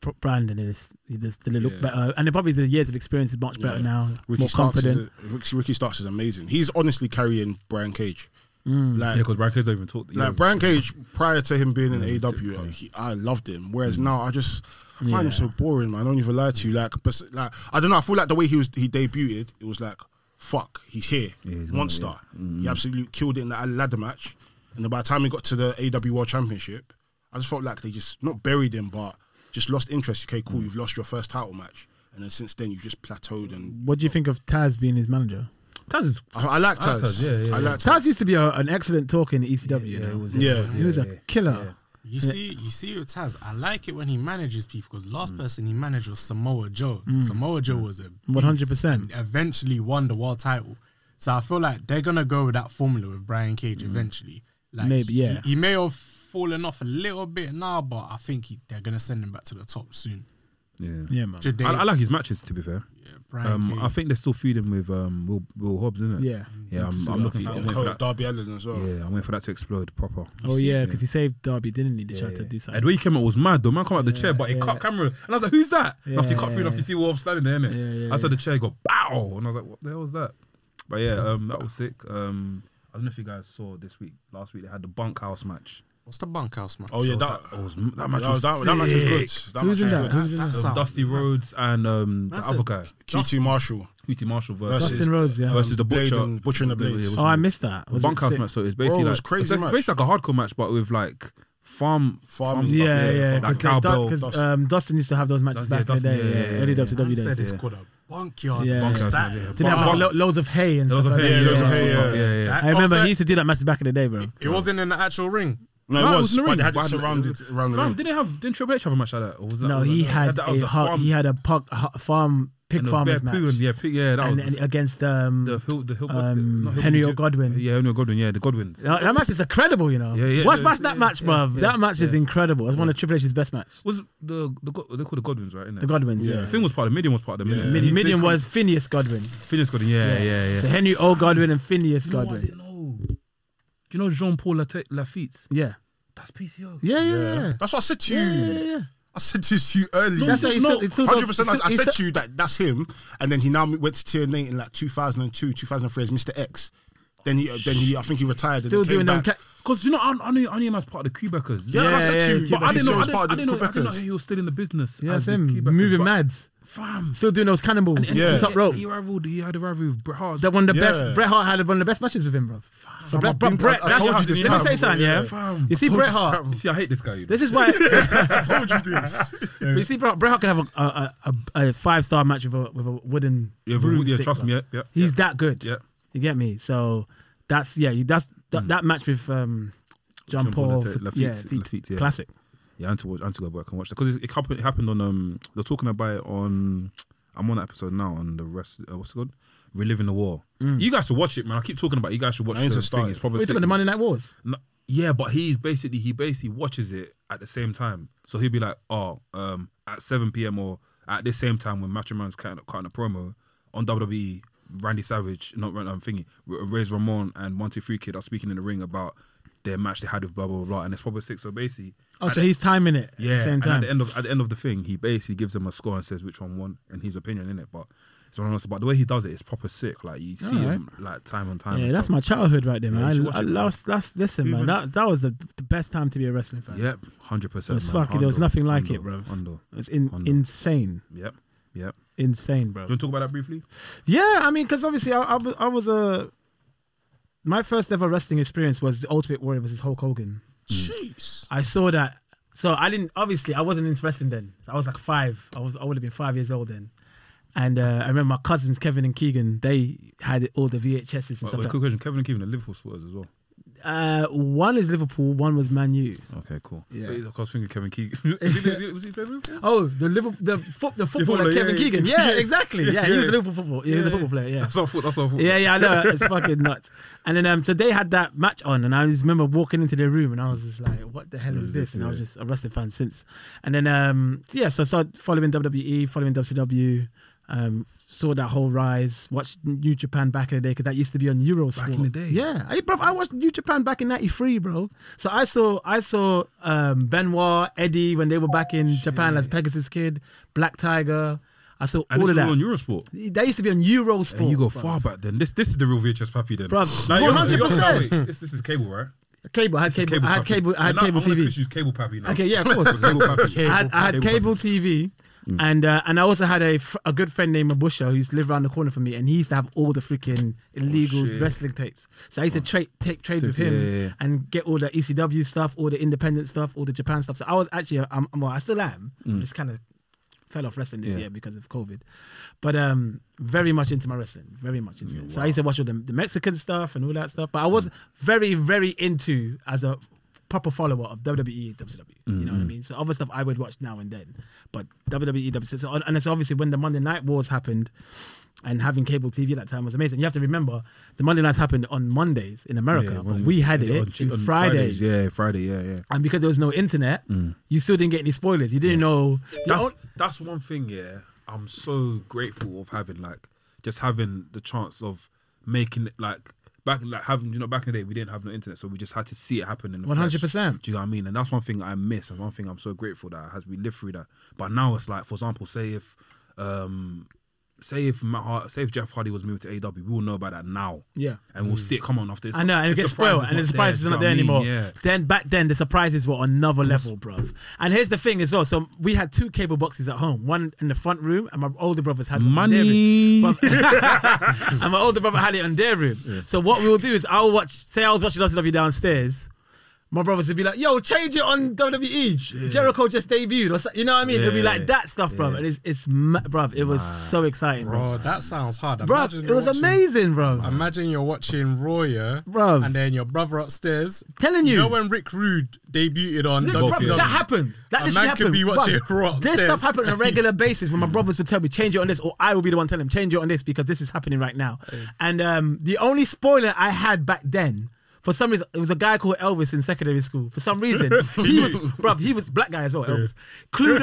Speaker 4: pro- brand, and it's you just they look
Speaker 3: Yeah.
Speaker 4: better. And then probably the years of experience is much better
Speaker 3: Yeah.
Speaker 4: now,
Speaker 3: Ricky
Speaker 4: more
Speaker 3: Starks, is
Speaker 4: confident.
Speaker 3: a, Ricky, Ricky Starks is amazing. He's honestly carrying Brian Cage. Like,
Speaker 1: Mm. Yeah, because Brian Cage don't even talk. yeah.
Speaker 3: like Brian Cage, prior to him being in AW, he, I loved him. Whereas
Speaker 1: Mm.
Speaker 3: now, I just I find him
Speaker 4: Yeah.
Speaker 3: so boring, man. I don't even lie to you. Like, but like, I don't know. I feel like the way he was he debuted, it was like, fuck, he's here,
Speaker 1: he's Mm.
Speaker 3: monster. He absolutely killed it in that ladder match. And then by the time he got to the AW World Championship, I just felt like they just not buried him, but just lost interest. Okay,
Speaker 1: Mm.
Speaker 3: cool, you've lost your first title match, and then since then you've just plateaued. And
Speaker 4: What do you think of Taz being his manager? Taz is
Speaker 3: I, I like Taz.
Speaker 1: Taz, yeah, yeah,
Speaker 3: I like Taz.
Speaker 4: Taz used to be a, an excellent talker in the ECW. you know?
Speaker 3: Yeah.
Speaker 4: he was a killer.
Speaker 2: You see, you see with Taz. I like it when he manages people because
Speaker 1: Mm.
Speaker 2: last person he managed was Samoa Joe. Samoa Joe was a beast
Speaker 4: 100%.
Speaker 2: and Eventually won the world title. So I feel like they're gonna go with that formula with Brian Cage
Speaker 1: Mm.
Speaker 2: eventually. Like
Speaker 4: Maybe,
Speaker 2: he-
Speaker 4: yeah.
Speaker 2: He, may have fallen off a little bit now, but I think he, they're gonna send him back to the top soon.
Speaker 1: Yeah.
Speaker 4: Yeah, man.
Speaker 2: Jade,
Speaker 1: Um, I, I like his matches. To be fair,
Speaker 2: yeah, Brian
Speaker 1: um,
Speaker 2: Cage.
Speaker 1: I think they're still feeding with um Will, Will Hobbs, isn't it?
Speaker 4: Yeah.
Speaker 1: Yeah, I'm, I'm looking. I'm
Speaker 3: And
Speaker 1: waiting for
Speaker 3: Cole-
Speaker 1: that.
Speaker 3: Darby Allen as well.
Speaker 1: Yeah, I'm waiting for that to explode proper.
Speaker 4: Oh yeah, because he saved Darby, didn't he? They tried to do
Speaker 1: And
Speaker 4: something.
Speaker 1: the way he came out was mad though. Man come out the chair, but he cut camera. And I was like, who's that? And after he cut through, and after you see Wolf standing there, innit?
Speaker 4: Yeah, yeah,
Speaker 1: I saw the chair go bow. And I was like, what the hell was that? But yeah, um, that was sick. Um, I don't know if you guys saw this week, last week, they had the bunkhouse match.
Speaker 2: What's the bunkhouse man?
Speaker 3: Oh yeah, that.
Speaker 1: It was, that match
Speaker 3: That,
Speaker 1: was
Speaker 3: that, that match was good.
Speaker 1: sick.
Speaker 3: That match was
Speaker 4: Who's in
Speaker 3: good.
Speaker 4: that? Who's
Speaker 2: That
Speaker 4: in that?
Speaker 1: It was
Speaker 2: sound.
Speaker 1: Dusty Rhodes and um, the
Speaker 2: That's
Speaker 1: other
Speaker 2: a-
Speaker 1: guy,
Speaker 3: QT Marshall
Speaker 1: Hootie Marshall versus,
Speaker 3: versus
Speaker 4: Dustin Rhodes, yeah.
Speaker 1: versus the
Speaker 3: Blade
Speaker 1: Butcher.
Speaker 3: and Butcher and the
Speaker 1: Yeah, yeah,
Speaker 3: Blades.
Speaker 1: it was
Speaker 4: Oh, I missed that. Was it
Speaker 1: bunkhouse
Speaker 4: sick?
Speaker 1: match. So it's basically
Speaker 3: Bro, it
Speaker 1: like
Speaker 3: was crazy
Speaker 1: it's, it's
Speaker 3: match.
Speaker 1: basically like a hardcore match, but with like farm farm
Speaker 3: Farming
Speaker 1: stuff.
Speaker 3: stuff,
Speaker 4: Yeah,
Speaker 3: yeah,
Speaker 4: yeah.
Speaker 1: like
Speaker 4: Because like,
Speaker 1: cowbell.
Speaker 4: Dust- 'cause, um, Dustin used to have those matches
Speaker 1: Dustin-
Speaker 4: back
Speaker 1: yeah,
Speaker 4: in the day.
Speaker 1: Dustin, yeah,
Speaker 4: Yeah,
Speaker 1: yeah,
Speaker 4: early
Speaker 1: yeah.
Speaker 4: WCW
Speaker 2: Man said
Speaker 4: days.
Speaker 2: it's
Speaker 4: yeah.
Speaker 2: called a bunkyard.
Speaker 4: Yeah.
Speaker 1: Bunkhouse
Speaker 4: Did
Speaker 1: match, yeah.
Speaker 4: Didn't have like,
Speaker 1: Bunk-
Speaker 4: lo- loads of hay and
Speaker 1: Loads of
Speaker 4: stuff like
Speaker 1: hay,
Speaker 4: that.
Speaker 3: Yeah, loads of
Speaker 1: yeah,
Speaker 3: hay,
Speaker 1: yeah,
Speaker 3: yeah.
Speaker 1: yeah, yeah.
Speaker 2: That
Speaker 4: I remember
Speaker 2: upset-
Speaker 4: he used to do that match back in the day, bro.
Speaker 2: It wasn't in the actual ring.
Speaker 3: No,
Speaker 1: No,
Speaker 3: it
Speaker 1: it
Speaker 3: was.
Speaker 1: was in the
Speaker 3: But
Speaker 1: ring.
Speaker 3: they had
Speaker 1: Why-
Speaker 3: it surrounded around the
Speaker 1: Fam,
Speaker 3: ring.
Speaker 1: didn't they have didn't Triple H have a match like that? Or was that
Speaker 4: No,
Speaker 1: was
Speaker 4: he
Speaker 1: that-
Speaker 4: had
Speaker 1: that- that was
Speaker 4: a
Speaker 1: the
Speaker 4: hu-
Speaker 1: farm-
Speaker 4: he had a puck, hu- farm Pig
Speaker 1: And the
Speaker 4: Farmers
Speaker 1: Bear
Speaker 4: match.
Speaker 1: Poo and- yeah, Pig- yeah, that
Speaker 4: and,
Speaker 1: was
Speaker 4: and against um,
Speaker 1: the Hill, the Hill, what's it-
Speaker 4: um,
Speaker 1: not Hill-
Speaker 4: Henry
Speaker 1: Ju-
Speaker 4: or Godwin.
Speaker 1: Yeah, Henry or Godwin. Yeah, the Godwins.
Speaker 4: Uh, That, that match is incredible, you know.
Speaker 1: Yeah, yeah,
Speaker 4: Watch,
Speaker 1: yeah,
Speaker 4: watch that
Speaker 1: yeah,
Speaker 4: match,
Speaker 1: yeah,
Speaker 4: bruv.
Speaker 1: yeah,
Speaker 4: that match is
Speaker 1: yeah.
Speaker 4: incredible. It's one of Triple H's best match.
Speaker 1: Was the the Go- they called the Godwins right?
Speaker 4: The Godwins, yeah.
Speaker 1: The thing was part of Midian was part of them. innit?
Speaker 4: Mid-
Speaker 1: He's-
Speaker 4: Midian
Speaker 1: he's-
Speaker 4: was Phineas Godwin.
Speaker 1: Phineas Godwin. Yeah, yeah, yeah.
Speaker 4: So Henry O. Godwin and Phineas
Speaker 1: You know what I
Speaker 4: Godwin.
Speaker 1: didn't know? Do you know Jean Paul Late- Lafitte?
Speaker 4: Yeah.
Speaker 1: That's PCO.
Speaker 4: Yeah, yeah, yeah.
Speaker 3: That's what I said to you.
Speaker 4: Yeah, yeah, yeah, yeah.
Speaker 3: I said this to you earlier.
Speaker 4: That's what he said- he still
Speaker 3: hundred percent.
Speaker 4: does-
Speaker 3: I
Speaker 4: he
Speaker 3: said
Speaker 4: still-
Speaker 3: to you that that's him, and then he now went to TNA in like 2002, 2003 as Mr X. Then he, then he, I think he retired.
Speaker 4: Still
Speaker 3: and he came
Speaker 4: doing them.
Speaker 3: back.
Speaker 4: Ca-
Speaker 1: Because you know, I, I knew I knew him as part of the Quebecers.
Speaker 3: yeah,
Speaker 4: Yeah,
Speaker 3: I said
Speaker 4: yeah,
Speaker 3: to you,
Speaker 4: yeah,
Speaker 3: but I didn't know. I
Speaker 1: didn't,
Speaker 3: part
Speaker 1: I
Speaker 3: of the
Speaker 1: didn't know. I didn't know
Speaker 3: Quebecers.
Speaker 1: he was still in the business.
Speaker 4: yeah,
Speaker 1: as the
Speaker 4: same.
Speaker 1: Quebecers,
Speaker 4: Moving
Speaker 1: but-
Speaker 4: mads.
Speaker 1: Fam.
Speaker 4: Still doing those cannonballs.
Speaker 1: And-
Speaker 3: Yeah.
Speaker 4: Yeah. Top rope.
Speaker 1: He, rivaled. He had a rivalry with Bret Hart.
Speaker 4: That one of the
Speaker 3: Yeah.
Speaker 4: best. Bret Hart had one of the best matches with him, bro. So
Speaker 3: Fam,
Speaker 4: Bret,
Speaker 3: I've
Speaker 4: Bret,
Speaker 3: been-
Speaker 4: Bret,
Speaker 3: I- I
Speaker 4: that's-
Speaker 3: told you this
Speaker 4: Let me
Speaker 3: time,
Speaker 4: say something,
Speaker 3: yeah.
Speaker 4: yeah. You see,
Speaker 3: I told
Speaker 4: Bret
Speaker 3: this
Speaker 4: Hart.
Speaker 3: time.
Speaker 1: See, I hate this guy. You know.
Speaker 4: This is why.
Speaker 3: I told you this.
Speaker 4: but you see, Bret, Bret Hart can have a, a, a, a five star match with a with a wooden.
Speaker 1: yeah,
Speaker 4: wooden
Speaker 1: Rude, yeah,
Speaker 4: stick,
Speaker 1: trust
Speaker 4: bro.
Speaker 1: me. Yeah, yeah.
Speaker 4: He's that good.
Speaker 1: Yeah.
Speaker 4: You get me? So that's yeah. You, that's that, that match with um, John,
Speaker 1: Jean Paul
Speaker 4: Paul.
Speaker 1: Hmm. Lafitte-
Speaker 4: F-
Speaker 1: Lafitte-
Speaker 4: yeah,
Speaker 1: Lafitte, yeah.
Speaker 4: classic.
Speaker 1: Yeah, I need to watch. I need to go back and watch that because it, it happened. It happened on. Um, they're talking about it on. I'm on that episode now on the rest. Uh, what's it called? Reliving the War. You guys should watch it, man. I keep talking about. It. You guys should watch
Speaker 3: I need
Speaker 1: the
Speaker 3: to
Speaker 1: thing.
Speaker 3: start it.
Speaker 1: It's probably
Speaker 4: Wait
Speaker 1: sick.
Speaker 4: about the Monday Night Wars.
Speaker 1: No, yeah, but he's basically he basically watches it at the same time. So he'll be like, oh, um, at seven PM or at this same time when Macho Man's cutting, cutting a promo on WWE, Randy Savage, not Randy, I'm thinking R- Rez Ramon and One Two Three Kid are speaking in the ring about their match they had with blah blah blah, and it's probably six. So basically,
Speaker 4: Oh,
Speaker 1: at
Speaker 4: so
Speaker 1: the-
Speaker 4: he's timing it
Speaker 1: yeah,
Speaker 4: at the same
Speaker 1: and
Speaker 4: time.
Speaker 1: at the end of at the end of the thing, he basically gives them a score and says which one won and his opinion in it, but. It's one of those, but the way he does it is proper sick. Like you see
Speaker 4: Alright.
Speaker 1: him like time and time.
Speaker 4: yeah,
Speaker 1: and
Speaker 4: that's
Speaker 1: stuff.
Speaker 4: my childhood right there,
Speaker 1: you
Speaker 4: man.
Speaker 1: should
Speaker 4: I,
Speaker 1: watch
Speaker 4: I
Speaker 1: it, man.
Speaker 4: lost. That's listen, man.
Speaker 1: Even-
Speaker 4: That that was the, the best time to be a wrestling fan.
Speaker 1: Yep, hundred percent.
Speaker 4: It was fucking- there was nothing like it, bruv.
Speaker 1: Hondo.
Speaker 4: It's in,
Speaker 1: Hondo.
Speaker 4: insane,
Speaker 1: Yep, yep.
Speaker 4: insane,
Speaker 1: You
Speaker 4: bro.
Speaker 1: want to talk about that briefly?
Speaker 4: Yeah, I mean, because obviously I, I, was- I was a. My first ever wrestling experience was the Ultimate Warrior versus Hulk Hogan.
Speaker 3: Jeez.
Speaker 4: I saw that. So I didn't. Obviously, I wasn't into wrestling then. I was like five. I was. I would have been five years old then. And uh, I remember my cousins Kevin and Keegan. They had all the VHSs and
Speaker 1: Wait,
Speaker 4: stuff.
Speaker 1: wait,
Speaker 4: like-
Speaker 1: quick question. Kevin and Keegan are Liverpool supporters as well.
Speaker 4: Uh, one is Liverpool. One was Man U.
Speaker 1: Okay, cool.
Speaker 4: Yeah.
Speaker 1: Wait, I was thinking Kevin Keegan. was he, was he playing Liverpool?
Speaker 4: Oh, the Liverpool, the, fo- the footballer
Speaker 1: footballer,
Speaker 4: Kevin
Speaker 1: yeah,
Speaker 4: Keegan.
Speaker 1: yeah.
Speaker 4: Yeah, exactly. Yeah, he was a Liverpool football. Yeah, he was a
Speaker 1: Yeah, yeah.
Speaker 4: football player. Yeah.
Speaker 1: That's what I thought. That's what I thought.
Speaker 4: Yeah, yeah, I know. It's fucking nuts. And then, um, so they had that match on, and I just remember walking into their room, and I was just like, "What the hell is this?" And I was just a wrestling fan since. And then, um, yeah, so I started following WWE, following WCW, um, saw that whole rise, watched New Japan back in the day because that used to be on Eurosport.
Speaker 1: Back in the day.
Speaker 4: yeah, I, bro, I watched New Japan back in '93, bro. So I saw, I saw um, Benoit, Eddie when they were back in
Speaker 1: Oh,
Speaker 4: Japan as Pegasus Kid, Black Tiger. I saw
Speaker 1: And
Speaker 4: all
Speaker 1: this is
Speaker 4: of that.
Speaker 1: all on Eurosport.
Speaker 4: that used to be on Eurosport.
Speaker 1: And you go
Speaker 4: bro.
Speaker 1: far back then. This this is the real VHS puppy then.
Speaker 4: Bruv,
Speaker 1: Now, you're-
Speaker 4: 100%.
Speaker 1: you're- wait, This, this is cable, right?
Speaker 4: Cable. I had
Speaker 1: This is
Speaker 4: cable. I had
Speaker 1: puppy.
Speaker 4: cable. I had
Speaker 1: Now,
Speaker 4: cable
Speaker 1: I'm gonna
Speaker 4: TV.
Speaker 1: push you to cable puppy now.
Speaker 4: Okay, yeah, of course.
Speaker 1: Cable Mm. puppy.
Speaker 4: I had, I had
Speaker 1: Cable
Speaker 4: cable TV, and uh, and I also had a, fr- a good friend named Mabusha who's lived around the corner from me, and he used to have all the freaking illegal
Speaker 1: Oh, shit.
Speaker 4: wrestling tapes. So I used to tra- take trades with
Speaker 1: Yeah,
Speaker 4: him
Speaker 1: yeah, yeah.
Speaker 4: and get all the ECW stuff, all the independent stuff, all the Japan stuff. So I was actually, um, well, I still am.
Speaker 1: Mm.
Speaker 4: Just kind of fell off wrestling this
Speaker 1: Yeah.
Speaker 4: year because of COVID, but um, very much into my wrestling, very much into it. So I used to watch all the, the Mexican stuff and all that stuff. But I was very, very into as a proper follower of E, WWE, WCW. You
Speaker 1: Mm-hmm.
Speaker 4: know what I mean? So other stuff I would watch now and then, but E, WWE, WCW. So, and it's obviously when the Monday Night Wars happened. And having cable TV at that time was amazing. You have to remember the Monday nights happened on Mondays in America, but
Speaker 1: when-
Speaker 4: we had
Speaker 1: yeah,
Speaker 4: it
Speaker 1: on Tu-
Speaker 4: on,
Speaker 1: on
Speaker 4: Fridays.
Speaker 1: Yeah, Mm. Friday. Yeah, yeah.
Speaker 4: And because there was no internet, you still didn't get any spoilers. You didn't know. the
Speaker 1: that's
Speaker 4: on-
Speaker 1: that's one thing. Yeah, I'm so grateful of having like just having the chance of making it like back like having you know back in the day we didn't have no internet, so we just had to see it happen in the flesh.
Speaker 4: 100%.
Speaker 1: Do you know what I mean? And that's one thing I miss, and one thing I'm so grateful that has we lived through that. But now it's like, for example, say if um say if Matt Hart, say if Jeff Hardy was moved to AW, we will know about that now.
Speaker 4: Yeah.
Speaker 1: and we'll see it come on after. It's
Speaker 4: I know, and it
Speaker 1: the
Speaker 4: gets
Speaker 1: surprise
Speaker 4: spoiled,
Speaker 1: is
Speaker 4: and the
Speaker 1: not
Speaker 4: surprises
Speaker 1: do you
Speaker 4: are not
Speaker 1: know
Speaker 4: there
Speaker 1: what I
Speaker 4: anymore.
Speaker 1: mean? Yeah.
Speaker 4: Then back then, the surprises were on another level, bruv. And here's the thing as well. So we had two cable boxes at home, one in the front room, and my older brothers had one in their
Speaker 1: Money.
Speaker 4: room. Bruv. and my older brother had it on their room. So what we will do is I'll watch. Say I was watching WCW E downstairs. my brothers would be like, "Yo, change it on WWE." Jericho just debuted, or so, you know what I mean? They'll be
Speaker 1: Yeah,
Speaker 4: like that stuff, bro. And it's, it's ma- bro. It was so exciting, bro.
Speaker 2: Bro, that sounds hard.
Speaker 4: Bro,
Speaker 2: Imagine
Speaker 4: it
Speaker 2: you're
Speaker 4: was
Speaker 2: watching-
Speaker 4: amazing, bro.
Speaker 2: Imagine you're watching Raw, yeah,
Speaker 4: Bruv.
Speaker 2: and then your brother upstairs.
Speaker 4: Telling you.
Speaker 2: know when Rick Rude debuted on E?
Speaker 4: Look,
Speaker 2: WWE.
Speaker 4: bro, that happened. That
Speaker 2: A
Speaker 4: literally
Speaker 2: man could
Speaker 4: happened.
Speaker 2: be watching
Speaker 4: Bro,
Speaker 2: Raw
Speaker 4: This
Speaker 2: upstairs.
Speaker 4: stuff happened on a regular basis when my brothers would tell me, change it on this, or I would be the one telling them, change it on this because this is happening right now. And um, the only spoiler I had back then. For some reason, it was a guy called Elvis in secondary school. For some reason, he was, bruv, he was black guy as well. Elvis, clued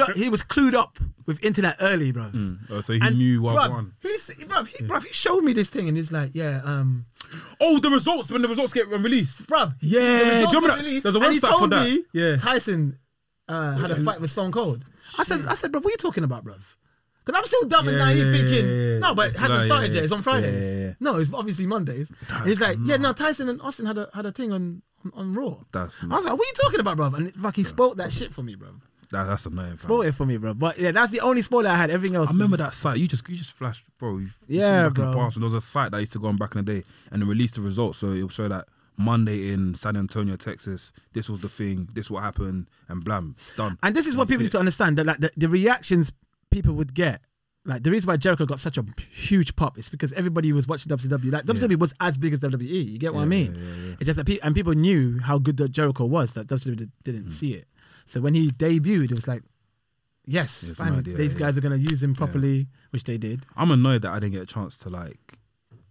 Speaker 4: up. He was clued up with internet early, bruv.
Speaker 2: Mm.
Speaker 1: Oh, so he knew what
Speaker 4: bruv,
Speaker 1: won.
Speaker 4: He, s- bruv, he, bruv, he showed me this thing, and he's like, "Yeah, um,
Speaker 1: Oh, the results when the results get released.
Speaker 4: bruv,
Speaker 1: Yeah, do you
Speaker 4: results
Speaker 1: remember
Speaker 4: were
Speaker 1: that?
Speaker 4: released,
Speaker 1: There's a
Speaker 4: and he
Speaker 1: website for
Speaker 4: told
Speaker 1: that.
Speaker 4: me
Speaker 1: Yeah.
Speaker 4: Tyson uh, had a fight with Stone Cold. I said, I said, bruv, what are you talking about, bruv? Because I'm still dumb and
Speaker 1: Yeah,
Speaker 4: naive
Speaker 1: yeah,
Speaker 4: thinking,
Speaker 1: yeah, yeah, yeah.
Speaker 4: no, but it
Speaker 1: It's
Speaker 4: hasn't
Speaker 1: like,
Speaker 4: started
Speaker 1: yeah,
Speaker 4: yet. It's on
Speaker 1: yeah,
Speaker 4: Fridays.
Speaker 1: yeah, yeah.
Speaker 4: No, it's obviously Mondays. And he's like, yeah, no, Tyson and Austin had a had a thing on on, on Raw.
Speaker 1: That's
Speaker 4: I was like, what are you talking about, bruv? And fuck, he spoiled that shit for me, bruv.
Speaker 1: That, that's annoying. fam.
Speaker 4: Spoiled it for me, bruv. But yeah, that's the only spoiler I had. Everything else,
Speaker 1: I remember that site. You just you just flashed, bro. You
Speaker 4: Yeah,
Speaker 1: you took me back in the
Speaker 4: bro.
Speaker 1: past. And There was a site that I used to go on back in the day and release the results. So it would show that Monday in San Antonio, Texas, this was the thing. This what happened, and blam, done.
Speaker 4: And this is what people need to understand that like the, the reactions people would get. Like the reason why Jericho got such a huge pop is because everybody was watching WCW. Like WCW was as big as WWE. You get what I mean? It's just that pe- and people knew how good that Jericho was that WCW did- didn't
Speaker 1: Mm.
Speaker 4: see it. So when he debuted, it was like, yes,
Speaker 1: It's
Speaker 4: finally,
Speaker 1: mad, yeah,
Speaker 4: these
Speaker 1: yeah.
Speaker 4: guys are gonna use him properly, which they did.
Speaker 1: I'm annoyed that I didn't get a chance to like,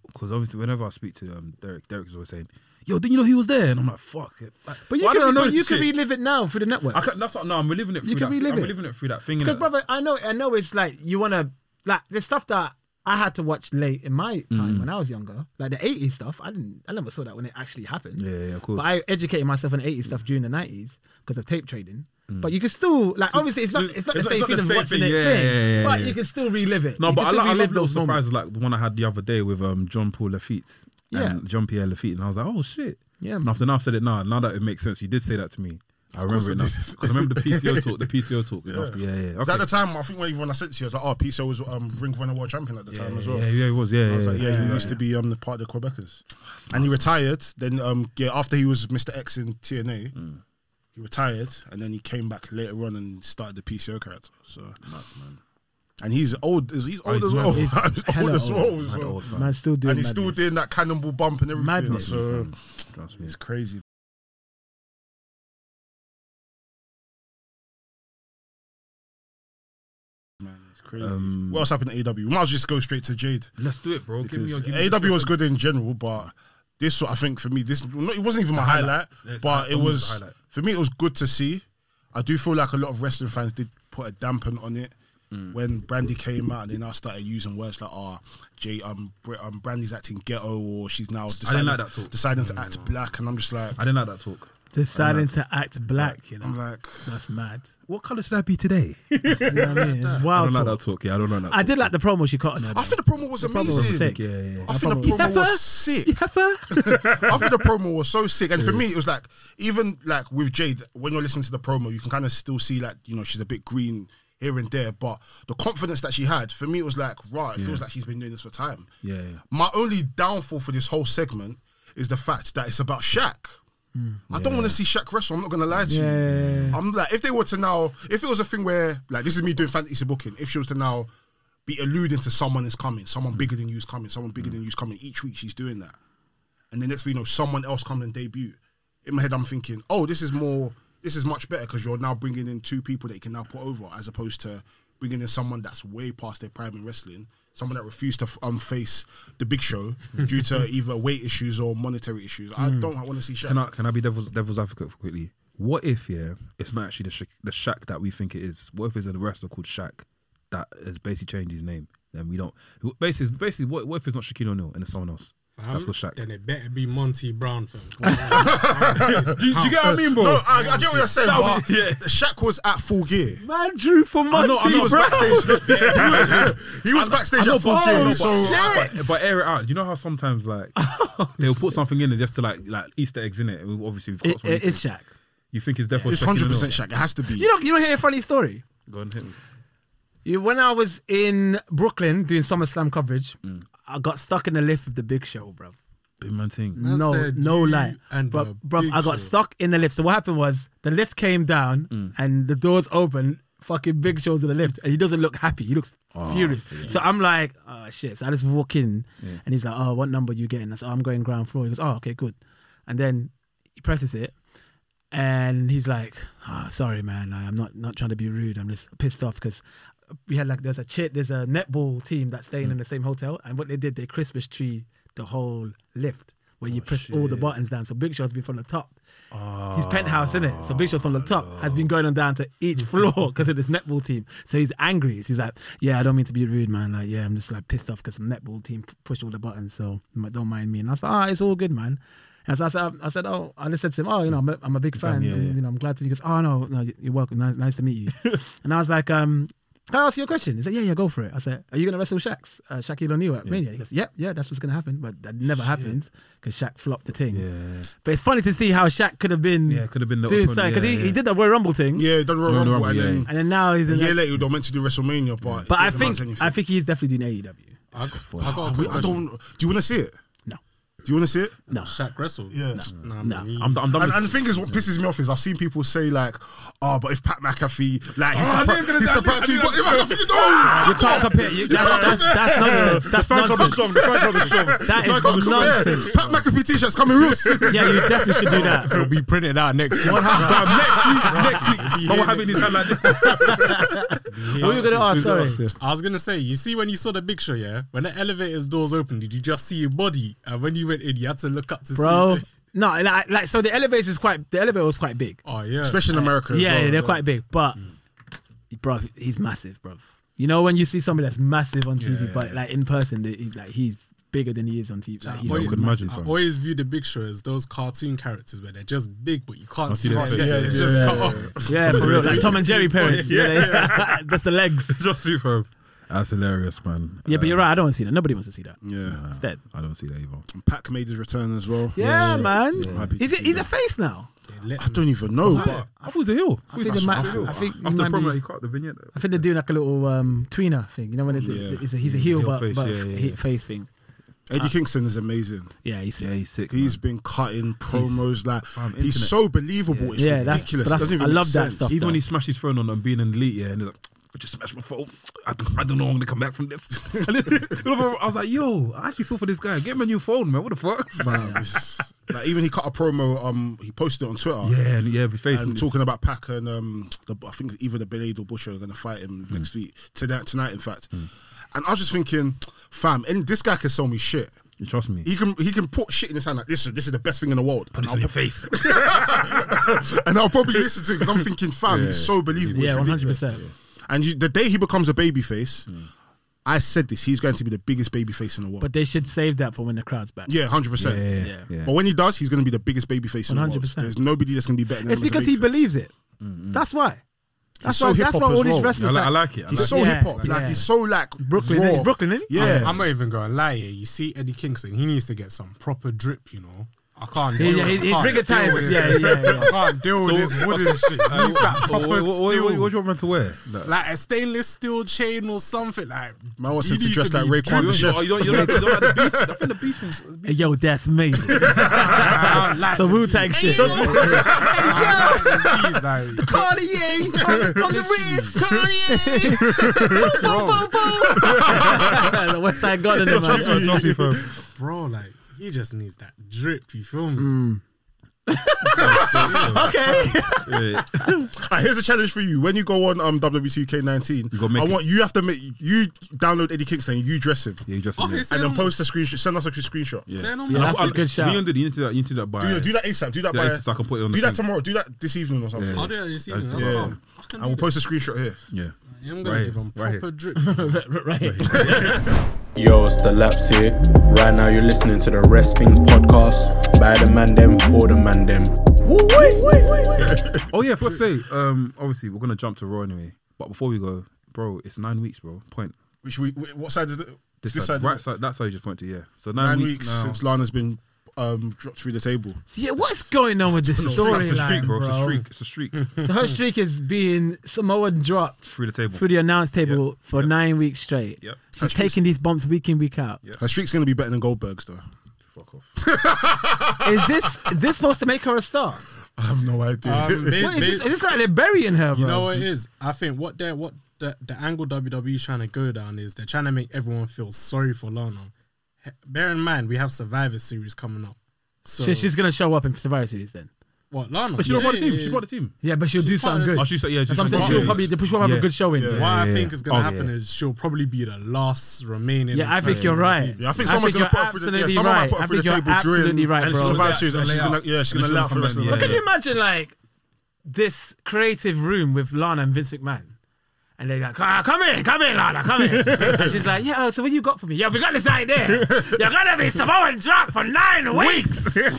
Speaker 1: because obviously whenever I speak to um, Derek, Derek is always saying, "Yo, did you know he was there?" And I'm like, "Fuck." it." Like,
Speaker 4: But you
Speaker 1: why
Speaker 4: can,
Speaker 1: don't I know
Speaker 4: but
Speaker 1: this
Speaker 4: you can
Speaker 1: shit?
Speaker 4: relive it now through the network.
Speaker 1: I can't, that's not, no, I'm reliving it. Through
Speaker 4: You can
Speaker 1: that,
Speaker 4: relive
Speaker 1: I'm
Speaker 4: it.
Speaker 1: reliving it through that thing.
Speaker 4: Because,
Speaker 1: innit?
Speaker 4: brother, I know, I know, it's like you wanna like the stuff that I had to watch late in my time
Speaker 1: Mm.
Speaker 4: when I was younger, like the '80s stuff. I didn't, I never saw that when it actually happened.
Speaker 1: Yeah, yeah, of course.
Speaker 4: But I educated myself on '80s stuff during the '90s because of tape trading. But you can still, like, obviously, it's
Speaker 1: so-
Speaker 4: not, it's not
Speaker 1: Mm. it's
Speaker 4: the
Speaker 1: not- it's not
Speaker 4: same feeling
Speaker 1: the
Speaker 4: of
Speaker 1: same
Speaker 4: watching
Speaker 1: thing.
Speaker 4: it,
Speaker 1: Yeah, yeah, yeah,
Speaker 4: but
Speaker 1: yeah.
Speaker 4: you can still relive it.
Speaker 1: No,
Speaker 4: You
Speaker 1: but
Speaker 4: can
Speaker 1: I,
Speaker 4: still
Speaker 1: like, I
Speaker 4: relive
Speaker 1: love little
Speaker 4: those moments.
Speaker 1: surprises like the one I had the other day with um John Paul Lafitte.
Speaker 4: Yeah.
Speaker 1: And John Pierre Lafitte. And I was like, oh shit.
Speaker 4: Yeah,
Speaker 1: And
Speaker 4: man.
Speaker 1: after now I've said it now, now that it makes sense, you did say that to me. I remember it now. Because I remember the PCO talk, the PCO talk. Yeah, after, yeah. yeah.
Speaker 3: Because
Speaker 1: Okay.
Speaker 3: at the time, I think when even when I sent to you, I was like, oh, Piso was um, Ring of Honor World Champion at the time as well.
Speaker 1: Yeah, yeah, it was. Yeah,
Speaker 3: I was
Speaker 1: yeah,
Speaker 3: like, yeah,
Speaker 1: yeah.
Speaker 3: he used to be um, the part of the Quebecers. And he retired. Then, um, yeah, after he was Mr. X in TNA,
Speaker 1: Mm.
Speaker 3: he retired. And then he came back later on and started the PCO character. So. And he's old. He's he's old
Speaker 1: Oh, he's
Speaker 3: as
Speaker 1: mad.
Speaker 3: well.
Speaker 1: He's
Speaker 3: He's old
Speaker 4: hella
Speaker 3: as well.
Speaker 4: old.
Speaker 3: as
Speaker 1: Mad
Speaker 3: well.
Speaker 1: old fam.
Speaker 4: Man, still doing
Speaker 3: And he's still
Speaker 4: madness.
Speaker 3: doing that cannonball bump and everything.
Speaker 4: Madness.
Speaker 3: So um,
Speaker 1: Trust me.
Speaker 3: it's crazy. Man, it's crazy.
Speaker 1: Um,
Speaker 3: what else happened at AW? We might as well just go straight to Jade.
Speaker 1: Let's do it, bro. Give me
Speaker 3: Because
Speaker 1: your give me
Speaker 3: AW was good in general, but this I think for me, this not, it wasn't even my highlight,
Speaker 1: Yes,
Speaker 3: but
Speaker 1: that
Speaker 3: it
Speaker 1: one was
Speaker 3: was
Speaker 1: the highlight.
Speaker 3: for me it was good to see. I do feel like a lot of wrestling fans did put a dampen on it
Speaker 1: Mm.
Speaker 3: when Brandy came out and they now started using words like "ah, Jay, um, Br- um, Brandy's acting ghetto" or she's now deciding,
Speaker 1: like that talk. Mm.
Speaker 3: deciding to act black, and I'm just like,
Speaker 1: I didn't like that talk.
Speaker 4: Deciding to act black, you know,
Speaker 3: I'm like,
Speaker 4: that's mad.
Speaker 1: What colour should I be today?
Speaker 4: You know what I mean? It's
Speaker 1: I
Speaker 4: wild.
Speaker 1: don't like
Speaker 4: talk.
Speaker 1: that talk. Yeah, I don't like that.
Speaker 4: I
Speaker 1: talk.
Speaker 4: did like the promo she caught on her.
Speaker 3: I think the promo was
Speaker 4: promo
Speaker 3: amazing.
Speaker 4: was sick.
Speaker 1: Yeah, yeah.
Speaker 3: I
Speaker 1: yeah.
Speaker 3: think the promo was sick. I think the promo was so sick, and for me, it was like even like with Jade, when you're listening to the promo, you can kind of still see like you know she's a bit green here and there, but the confidence that she had for me it was like right, it feels like she's been doing this for time.
Speaker 1: Yeah, yeah.
Speaker 3: My only downfall for this whole segment is the fact that it's about Shaq.
Speaker 1: Hmm.
Speaker 3: I don't want to see Shaq wrestle. I'm not gonna lie to you. I'm like, if they were to now, if it was a thing where like this is me doing fantasy booking, if she was to now be alluding to someone is coming, someone
Speaker 1: Hmm.
Speaker 3: bigger than you's coming, someone bigger than you's coming each week, she's doing that and then next thing you know, someone else come and debut. In my head, I'm thinking, oh, this is more, this is much better because you're now bringing in two people that you can now put over, as opposed to bringing in someone that's way past their prime in wrestling, someone that refused to f- um, face the Big Show due to either weight issues or monetary issues. I don't want to see
Speaker 1: Hmm.
Speaker 3: Shaq.
Speaker 1: Can I can I be devil's devil's advocate for quickly? What if yeah, it's not actually the Sha- the Shack that we think it is? What if it's a wrestler called Shaq that has basically changed his name? Then we don't. who- Basically, basically, what, what if it's not Shaquille O'Neal and it's someone else? That's called Shaq.
Speaker 2: Then it better be Monty Brown film.
Speaker 1: Do, you- do you get what I mean, bro?
Speaker 3: no, I, I get what you're saying,
Speaker 1: Oh, That
Speaker 3: but
Speaker 1: would- yeah.
Speaker 3: Shaq was at full gear.
Speaker 4: Man drew for money.
Speaker 1: know, I
Speaker 3: He
Speaker 1: know,
Speaker 3: was
Speaker 1: bro.
Speaker 3: backstage. he was backstage
Speaker 1: I know,
Speaker 3: at full
Speaker 1: but-
Speaker 3: gear.
Speaker 1: no, but-
Speaker 3: so
Speaker 1: but, but air it out. Do you know how sometimes like they'll put something in there just to like like Easter eggs in it? And Obviously, we've got
Speaker 4: It,
Speaker 1: some
Speaker 4: it, it's
Speaker 1: Easter-
Speaker 4: Shaq.
Speaker 1: You think it's definitely
Speaker 3: it's hundred percent Shaq. It has to be.
Speaker 4: You know, you know, hear a funny story.
Speaker 1: Go and hit me.
Speaker 4: You, when I was
Speaker 2: Mm.
Speaker 4: in Brooklyn doing SummerSlam coverage, I got stuck in the lift with the Big Show, bro.
Speaker 1: Big man thing.
Speaker 2: Man
Speaker 4: no,
Speaker 2: said
Speaker 4: no
Speaker 2: you
Speaker 4: lie.
Speaker 2: and
Speaker 4: But
Speaker 2: a
Speaker 4: bruv,
Speaker 2: big
Speaker 4: I got
Speaker 2: show.
Speaker 4: stuck in the lift. So what happened was the lift came down and the doors open. Fucking big shows in the lift, and he doesn't look happy. He looks furious. So I'm like, oh shit. So I just walk in, and he's like, oh, what number you getting? I said, oh, I'm going ground floor. He goes, oh, okay, good. And then he presses it, and he's like, oh, sorry, man. I- I'm not not trying to be rude. I'm just pissed off because we had like there's a chit, there's a netball team that's staying in the same hotel, and what they did, they Christmas tree the whole lift where you press all the buttons down. So Big Shot's been from the top. His penthouse, in it? So Big Shot's from the top has been going on down to each
Speaker 1: Mm-hmm.
Speaker 4: floor because of this netball team. So he's angry. So he's like, "Yeah, I don't mean to be rude, man. Like, yeah, I'm just like pissed off because the netball team p- pushed all the buttons. So m- don't mind me." And I was like, "Ah, it's all good, man." And so I said, I said, oh, I just said to him, oh, you know, I'm a, I'm a big fan.
Speaker 1: yeah,
Speaker 4: and,
Speaker 1: yeah.
Speaker 4: You know, I'm glad to. He goes, oh no, no, y- you're welcome. Nice, nice to meet you. and I was like, um, can I ask you a question? He said, yeah, yeah, go for it. I said, are you gonna wrestle Shaq's uh, Shaquille O'Neal at Mania? He goes, yep, yeah, that's what's gonna happen. But that never happened because Shaq flopped the thing.
Speaker 1: Yeah.
Speaker 4: But it's funny to see how Shaq could have been.
Speaker 1: Yeah, could have been the
Speaker 4: doing
Speaker 1: opponent,
Speaker 4: something because
Speaker 1: yeah,
Speaker 4: he,
Speaker 1: yeah.
Speaker 4: he did that Royal Rumble thing.
Speaker 3: Yeah, done Royal
Speaker 1: Royal
Speaker 3: Rumble,
Speaker 1: Rumble,
Speaker 3: and
Speaker 1: yeah.
Speaker 3: then
Speaker 4: And then now he's
Speaker 3: a
Speaker 4: in.
Speaker 3: year
Speaker 4: that-
Speaker 3: later they were meant to do WrestleMania, but
Speaker 4: but I
Speaker 3: they announced
Speaker 4: think I
Speaker 3: anything.
Speaker 4: think he's definitely doing E AEW.
Speaker 2: I, I got a
Speaker 3: Wait,
Speaker 2: quick
Speaker 3: I
Speaker 2: question.
Speaker 3: don't. Do you want to see it?
Speaker 4: No.
Speaker 3: Do you want to see it?
Speaker 4: No,
Speaker 2: Shaq wrestled.
Speaker 3: Yeah.
Speaker 2: Nah,
Speaker 4: No.
Speaker 2: man, he-
Speaker 1: I'm, I'm done.
Speaker 3: And,
Speaker 1: with-
Speaker 3: and the thing is, what pisses me off is I've seen people say like, "Oh, but if Pat McAfee, like, he's
Speaker 1: I knew
Speaker 3: supposed
Speaker 1: he was gonna
Speaker 3: to he's
Speaker 1: die. I knew-
Speaker 3: supposed to
Speaker 1: I
Speaker 3: be,
Speaker 1: knew that was
Speaker 3: but if McAfee, no,
Speaker 4: you can't compare. You, that's, that's, that's nonsense. That's
Speaker 1: fan club is
Speaker 4: nonsense.
Speaker 1: strong. The fan club is strong.
Speaker 4: That
Speaker 3: I
Speaker 4: is
Speaker 3: can't compare.
Speaker 4: nonsense.
Speaker 3: Pat McAfee t-shirts coming real soon.
Speaker 4: Yeah, you definitely should do that.
Speaker 2: It'll be printed out next week.
Speaker 4: What happened?
Speaker 1: Fam, next week, next week, man,
Speaker 2: here
Speaker 1: we're having his hand like this.
Speaker 4: What were you gonna ask? Sorry.
Speaker 2: I was gonna say, you see when you saw the big show, yeah? When the elevator's doors opened, did you just see your body? And when you went in, you had to look up to
Speaker 4: bro.
Speaker 2: see.
Speaker 4: No, like, like so the elevator is quite the elevator was quite big.
Speaker 2: Oh yeah.
Speaker 3: especially in America. as
Speaker 4: yeah,
Speaker 3: well.
Speaker 4: yeah, they're quite big, but bro, he's massive, bro. You know when you see somebody that's massive on TV, but like in person, they, he's like he's bigger than he is on TV. Like, he's
Speaker 2: always-
Speaker 1: I could imagine,
Speaker 2: I
Speaker 1: fam.
Speaker 2: always view the big show as those cartoon characters where they're just big, but you can't see
Speaker 1: see
Speaker 2: them.
Speaker 1: their
Speaker 2: Yeah,
Speaker 1: face.
Speaker 2: yeah,
Speaker 1: Yeah,
Speaker 2: it's
Speaker 1: yeah,
Speaker 2: just
Speaker 1: yeah,
Speaker 2: cut
Speaker 1: yeah.
Speaker 2: off.
Speaker 4: yeah, for real, like Tom and Jerry
Speaker 2: His body.
Speaker 4: parents. you know, they- that's the legs.
Speaker 1: Just see, fam. That's hilarious, man.
Speaker 4: Yeah, but
Speaker 1: Um,
Speaker 4: you're right. I don't want to see that. Nobody wants to see that.
Speaker 3: Yeah,
Speaker 4: It's dead.
Speaker 1: I don't see that either.
Speaker 3: and Pac made his return as well.
Speaker 4: Yeah, man.
Speaker 1: I'm happy to
Speaker 4: He's a,
Speaker 1: see
Speaker 4: he's a
Speaker 1: that.
Speaker 4: face now.
Speaker 2: They let
Speaker 3: I don't even know, but
Speaker 1: I thought it was a hill.
Speaker 4: I think, they might,
Speaker 3: awful.
Speaker 4: I think he
Speaker 1: After the
Speaker 4: might be-
Speaker 1: promo, he cut the vignette.
Speaker 4: I think they're doing like a little um, tweener thing. You know when it's,
Speaker 3: Yeah.
Speaker 4: it's a, he's a heel,
Speaker 1: Heel
Speaker 4: but,
Speaker 1: face,
Speaker 4: but
Speaker 1: yeah, yeah,
Speaker 4: he-
Speaker 1: yeah.
Speaker 4: face thing.
Speaker 3: Eddie Kingston is amazing.
Speaker 4: Yeah, he's yeah,
Speaker 1: he's sick.
Speaker 3: He's been cutting promos like he's
Speaker 1: internet.
Speaker 3: so believable. It's
Speaker 4: Yeah, that's-
Speaker 3: ridiculous.
Speaker 4: that's-
Speaker 3: Doesn't even
Speaker 4: I love
Speaker 3: make
Speaker 4: that
Speaker 3: sense.
Speaker 4: stuff.
Speaker 1: Even when he smashed his phone on and being an elite, yeah, and he's like, I just smashed my phone. I, I don't know how I'm gonna come back from this. And then- I was like, yo, I actually feel for this guy. Get him a new phone, man. What the fuck?
Speaker 3: Fam, it's- like even he cut a promo. Um, he posted it on Twitter.
Speaker 1: Yeah, and yeah, with his face.
Speaker 3: And
Speaker 1: and
Speaker 3: talking about Pac and um, the, I think either the Belayed or Butcher are going to fight him
Speaker 4: Hmm.
Speaker 3: next week tonight. Tonight, in fact. And I was just thinking, fam, and this guy can sell me shit.
Speaker 1: his- Trust me.
Speaker 3: He can he can put shit in his hand like this. This is the best thing in the world.
Speaker 1: Put
Speaker 3: And
Speaker 1: this on
Speaker 3: I'll,
Speaker 1: your face.
Speaker 3: and I'll probably listen to it because I'm thinking, fam, he's so believable.
Speaker 4: yeah,
Speaker 3: It's
Speaker 4: one hundred
Speaker 3: ridiculous.
Speaker 4: percent.
Speaker 3: And you, the day he becomes a babyface,
Speaker 2: Hmm.
Speaker 3: I said this, he's going to be the biggest babyface in the world.
Speaker 4: But they should save that for when the crowd's back.
Speaker 3: yeah, hundred percent.
Speaker 1: yeah.
Speaker 3: But when he does, he's going to be the biggest babyface in the world.
Speaker 4: 100%.
Speaker 3: There's nobody that's going to be better than
Speaker 4: It's
Speaker 3: him. as a
Speaker 4: because he
Speaker 3: babyface.
Speaker 4: believes it. That's why. That's
Speaker 3: so
Speaker 4: why. that's
Speaker 3: hip-hop
Speaker 4: why
Speaker 3: as
Speaker 4: all these
Speaker 3: well.
Speaker 1: I,
Speaker 4: wrestlers.
Speaker 1: like, I
Speaker 4: like-
Speaker 1: like it. I
Speaker 3: He's
Speaker 1: like
Speaker 3: so
Speaker 1: it.
Speaker 4: Yeah,
Speaker 3: hip hop, like
Speaker 4: yeah.
Speaker 3: he's so like
Speaker 4: Brooklyn,
Speaker 3: raw.
Speaker 4: innit? Brooklyn, innit?
Speaker 3: Yeah,
Speaker 2: I'm not even gonna lie. Yeah, you see Eddie Kingston, he needs to get some proper drip. You know, I can't.
Speaker 4: Yeah,
Speaker 2: deal
Speaker 4: yeah,
Speaker 2: with-
Speaker 4: his-
Speaker 2: I
Speaker 4: his
Speaker 2: can't
Speaker 4: rigor
Speaker 2: deal
Speaker 4: ties-
Speaker 2: with
Speaker 4: yeah,
Speaker 2: it.
Speaker 4: yeah, yeah.
Speaker 2: I can't deal with
Speaker 1: So-
Speaker 2: this wooden shit. Need that
Speaker 1: What,
Speaker 2: proper
Speaker 1: what, what, what,
Speaker 2: steel.
Speaker 1: do you want man to wear? Like,
Speaker 2: like a stainless steel chain or something. Like
Speaker 3: Man wants
Speaker 2: he
Speaker 3: him to
Speaker 2: needs
Speaker 3: dress like
Speaker 2: be
Speaker 3: Raekwon
Speaker 2: dripping.
Speaker 3: the Chef.
Speaker 1: Oh, you don't, you don't like, you don't like the beast? I think the beast thing's.
Speaker 4: Hey, yo, that's me.
Speaker 2: I don't like
Speaker 4: So
Speaker 2: the
Speaker 4: Wu Tang
Speaker 2: bees.
Speaker 4: shit.
Speaker 2: I don't like the bees, like,
Speaker 3: Kanye on the wrist, Kanye.
Speaker 4: the West Side God in the
Speaker 1: Trust me,
Speaker 4: man.
Speaker 1: trust me, fam.
Speaker 2: bro, like he just needs that drip. You feel
Speaker 1: Yeah.
Speaker 2: me?
Speaker 3: Alright, here's a challenge for you. When you go on um
Speaker 1: You gotta
Speaker 3: WWCK19,
Speaker 1: make
Speaker 3: I
Speaker 1: it.
Speaker 3: want you have to make you download Eddie Kingston, you dress him,
Speaker 1: Yeah, you just.
Speaker 2: Okay,
Speaker 3: and
Speaker 2: send
Speaker 3: then
Speaker 2: him-
Speaker 3: post a screenshot. Send us a screenshot.
Speaker 2: send him.
Speaker 4: Yeah,
Speaker 2: I'll-
Speaker 4: that's a good shout.
Speaker 1: You do, you need to do that. You need to do that by.
Speaker 3: Do, do that ASAP. Do that
Speaker 1: Yeah,
Speaker 3: by.
Speaker 1: it's- I can put it on
Speaker 3: do
Speaker 1: the thing.
Speaker 3: that tomorrow. Do that this evening or something.
Speaker 1: Yeah.
Speaker 2: I'll do that this evening.
Speaker 1: That's-
Speaker 2: That's
Speaker 3: yeah.
Speaker 2: calm. I can
Speaker 3: And
Speaker 2: do
Speaker 3: we'll
Speaker 2: that.
Speaker 3: post a screenshot here.
Speaker 1: Yeah.
Speaker 2: I'm gonna
Speaker 1: Right
Speaker 2: give him
Speaker 1: here, right here.
Speaker 2: proper drip. Um,
Speaker 4: Right.
Speaker 5: Yo, it's the Laps here. Right now, you're listening to the Rest Things podcast by the man them for the man them.
Speaker 1: Oh yeah, I forgot to say. Um, obviously we're gonna jump to Raw anyway, but before we go, bro, it's nine weeks, bro. Point.
Speaker 3: Which we, we- what side is it?
Speaker 1: This,
Speaker 3: This
Speaker 1: side,
Speaker 3: side,
Speaker 1: right
Speaker 3: innit?
Speaker 1: side, that side you just point to. Yeah. So nine,
Speaker 3: Nine
Speaker 1: weeks,
Speaker 3: weeks
Speaker 1: now.
Speaker 3: since Lana's been um, dropped through the table.
Speaker 4: Yeah, what's going on with this
Speaker 1: it's a streak,
Speaker 4: storyline,
Speaker 1: bro. It's a
Speaker 4: bro?
Speaker 1: streak. It's a streak
Speaker 4: So her streak is being Samoa dropped
Speaker 1: through the table.
Speaker 4: through the announce table
Speaker 1: Yep.
Speaker 4: for nine weeks straight.
Speaker 1: Yep.
Speaker 4: She's taking these bumps week in, week out.
Speaker 1: Yep.
Speaker 3: Her streak's gonna be better than Goldberg's though.
Speaker 1: Fuck off.
Speaker 4: Is this is this supposed to make her a star?
Speaker 3: I have no idea.
Speaker 2: Um, bas-
Speaker 4: What is this?
Speaker 2: bas-
Speaker 4: Is this like they're burying her, bro?
Speaker 2: You know what it is? I think what they're what the, the angle WWE is trying to go down is they're trying to make everyone feel sorry for Lana. He- Bear in mind we have Survivor Series coming up. So,
Speaker 4: So she's gonna show up in Survivor Series then.
Speaker 2: what Lana?
Speaker 1: But she's not part of the team. She's part of the team.
Speaker 4: Yeah, but she'll do
Speaker 2: She's part
Speaker 4: something
Speaker 2: of
Speaker 4: good.
Speaker 1: Oh, she's yeah. She's
Speaker 4: That's what I'm saying.
Speaker 1: part
Speaker 4: She'll
Speaker 1: of
Speaker 4: probably
Speaker 1: the team.
Speaker 4: the will have
Speaker 1: Yeah.
Speaker 4: a good showing.
Speaker 3: Yeah.
Speaker 4: Yeah,
Speaker 2: What I
Speaker 1: yeah,
Speaker 2: think
Speaker 1: yeah.
Speaker 2: is gonna
Speaker 1: Oh,
Speaker 2: happen
Speaker 1: yeah.
Speaker 2: is she'll probably be the last remaining.
Speaker 4: yeah I think you're right.
Speaker 3: Yeah, I think someone's
Speaker 4: you're
Speaker 3: gonna put her through the- yeah,
Speaker 4: absolutely
Speaker 3: someone might
Speaker 4: right.
Speaker 3: put her
Speaker 4: I
Speaker 3: through
Speaker 4: think
Speaker 3: the
Speaker 4: you're
Speaker 3: table
Speaker 4: absolutely
Speaker 3: during-
Speaker 4: right,
Speaker 1: And
Speaker 4: bro.
Speaker 1: she'll
Speaker 3: Survivor
Speaker 1: lay
Speaker 3: Series,
Speaker 1: out-
Speaker 3: and she's
Speaker 1: lay
Speaker 3: gonna-
Speaker 1: out.
Speaker 3: yeah, she's
Speaker 1: And
Speaker 3: gonna
Speaker 1: she'll
Speaker 3: lay out for the rest of the-
Speaker 1: come
Speaker 4: Can
Speaker 1: back,
Speaker 4: you imagine like this creative room with Lana and Vince McMahon? And they're like, "Ah, come in, come in, Lana, come in. and she's like, yeah, oh, so what you got for me? Yeah, we got this idea. You're going to be Samoan drop for nine weeks. Through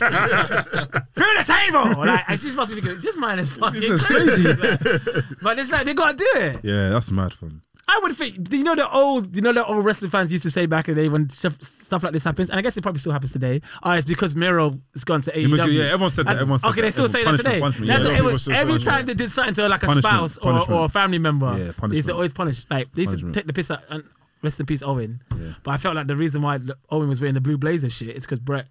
Speaker 4: the table. Like, and she's must be thinking, this man is fucking crazy. Like, but it's like, they got to do it.
Speaker 1: Yeah. that's mad fun.
Speaker 4: I would think. Do you know the old? You know the old wrestling fans used to say back in the day when stuff, stuff like this happens, and I guess it probably still happens today. Oh, it's because Miro has gone to AEW.
Speaker 1: must- yeah, everyone said that,
Speaker 4: And-
Speaker 1: everyone said
Speaker 4: okay,
Speaker 1: that,
Speaker 4: they still say that
Speaker 1: everyone.
Speaker 4: today.
Speaker 1: Punishment,
Speaker 4: That's
Speaker 1: punishment, yeah.
Speaker 4: what everyone-
Speaker 3: People still
Speaker 4: every
Speaker 3: punishment.
Speaker 4: time they did something to like a
Speaker 1: Punishment,
Speaker 4: spouse or,
Speaker 1: punishment.
Speaker 4: or a family member,
Speaker 1: Yeah,
Speaker 4: they used
Speaker 1: punishment.
Speaker 4: to always punish. Like they used
Speaker 1: Punishment.
Speaker 4: to take the piss out. And rest in peace, Owen. But I felt like the reason why the- Owen was wearing the blue blazer shit is because Brett.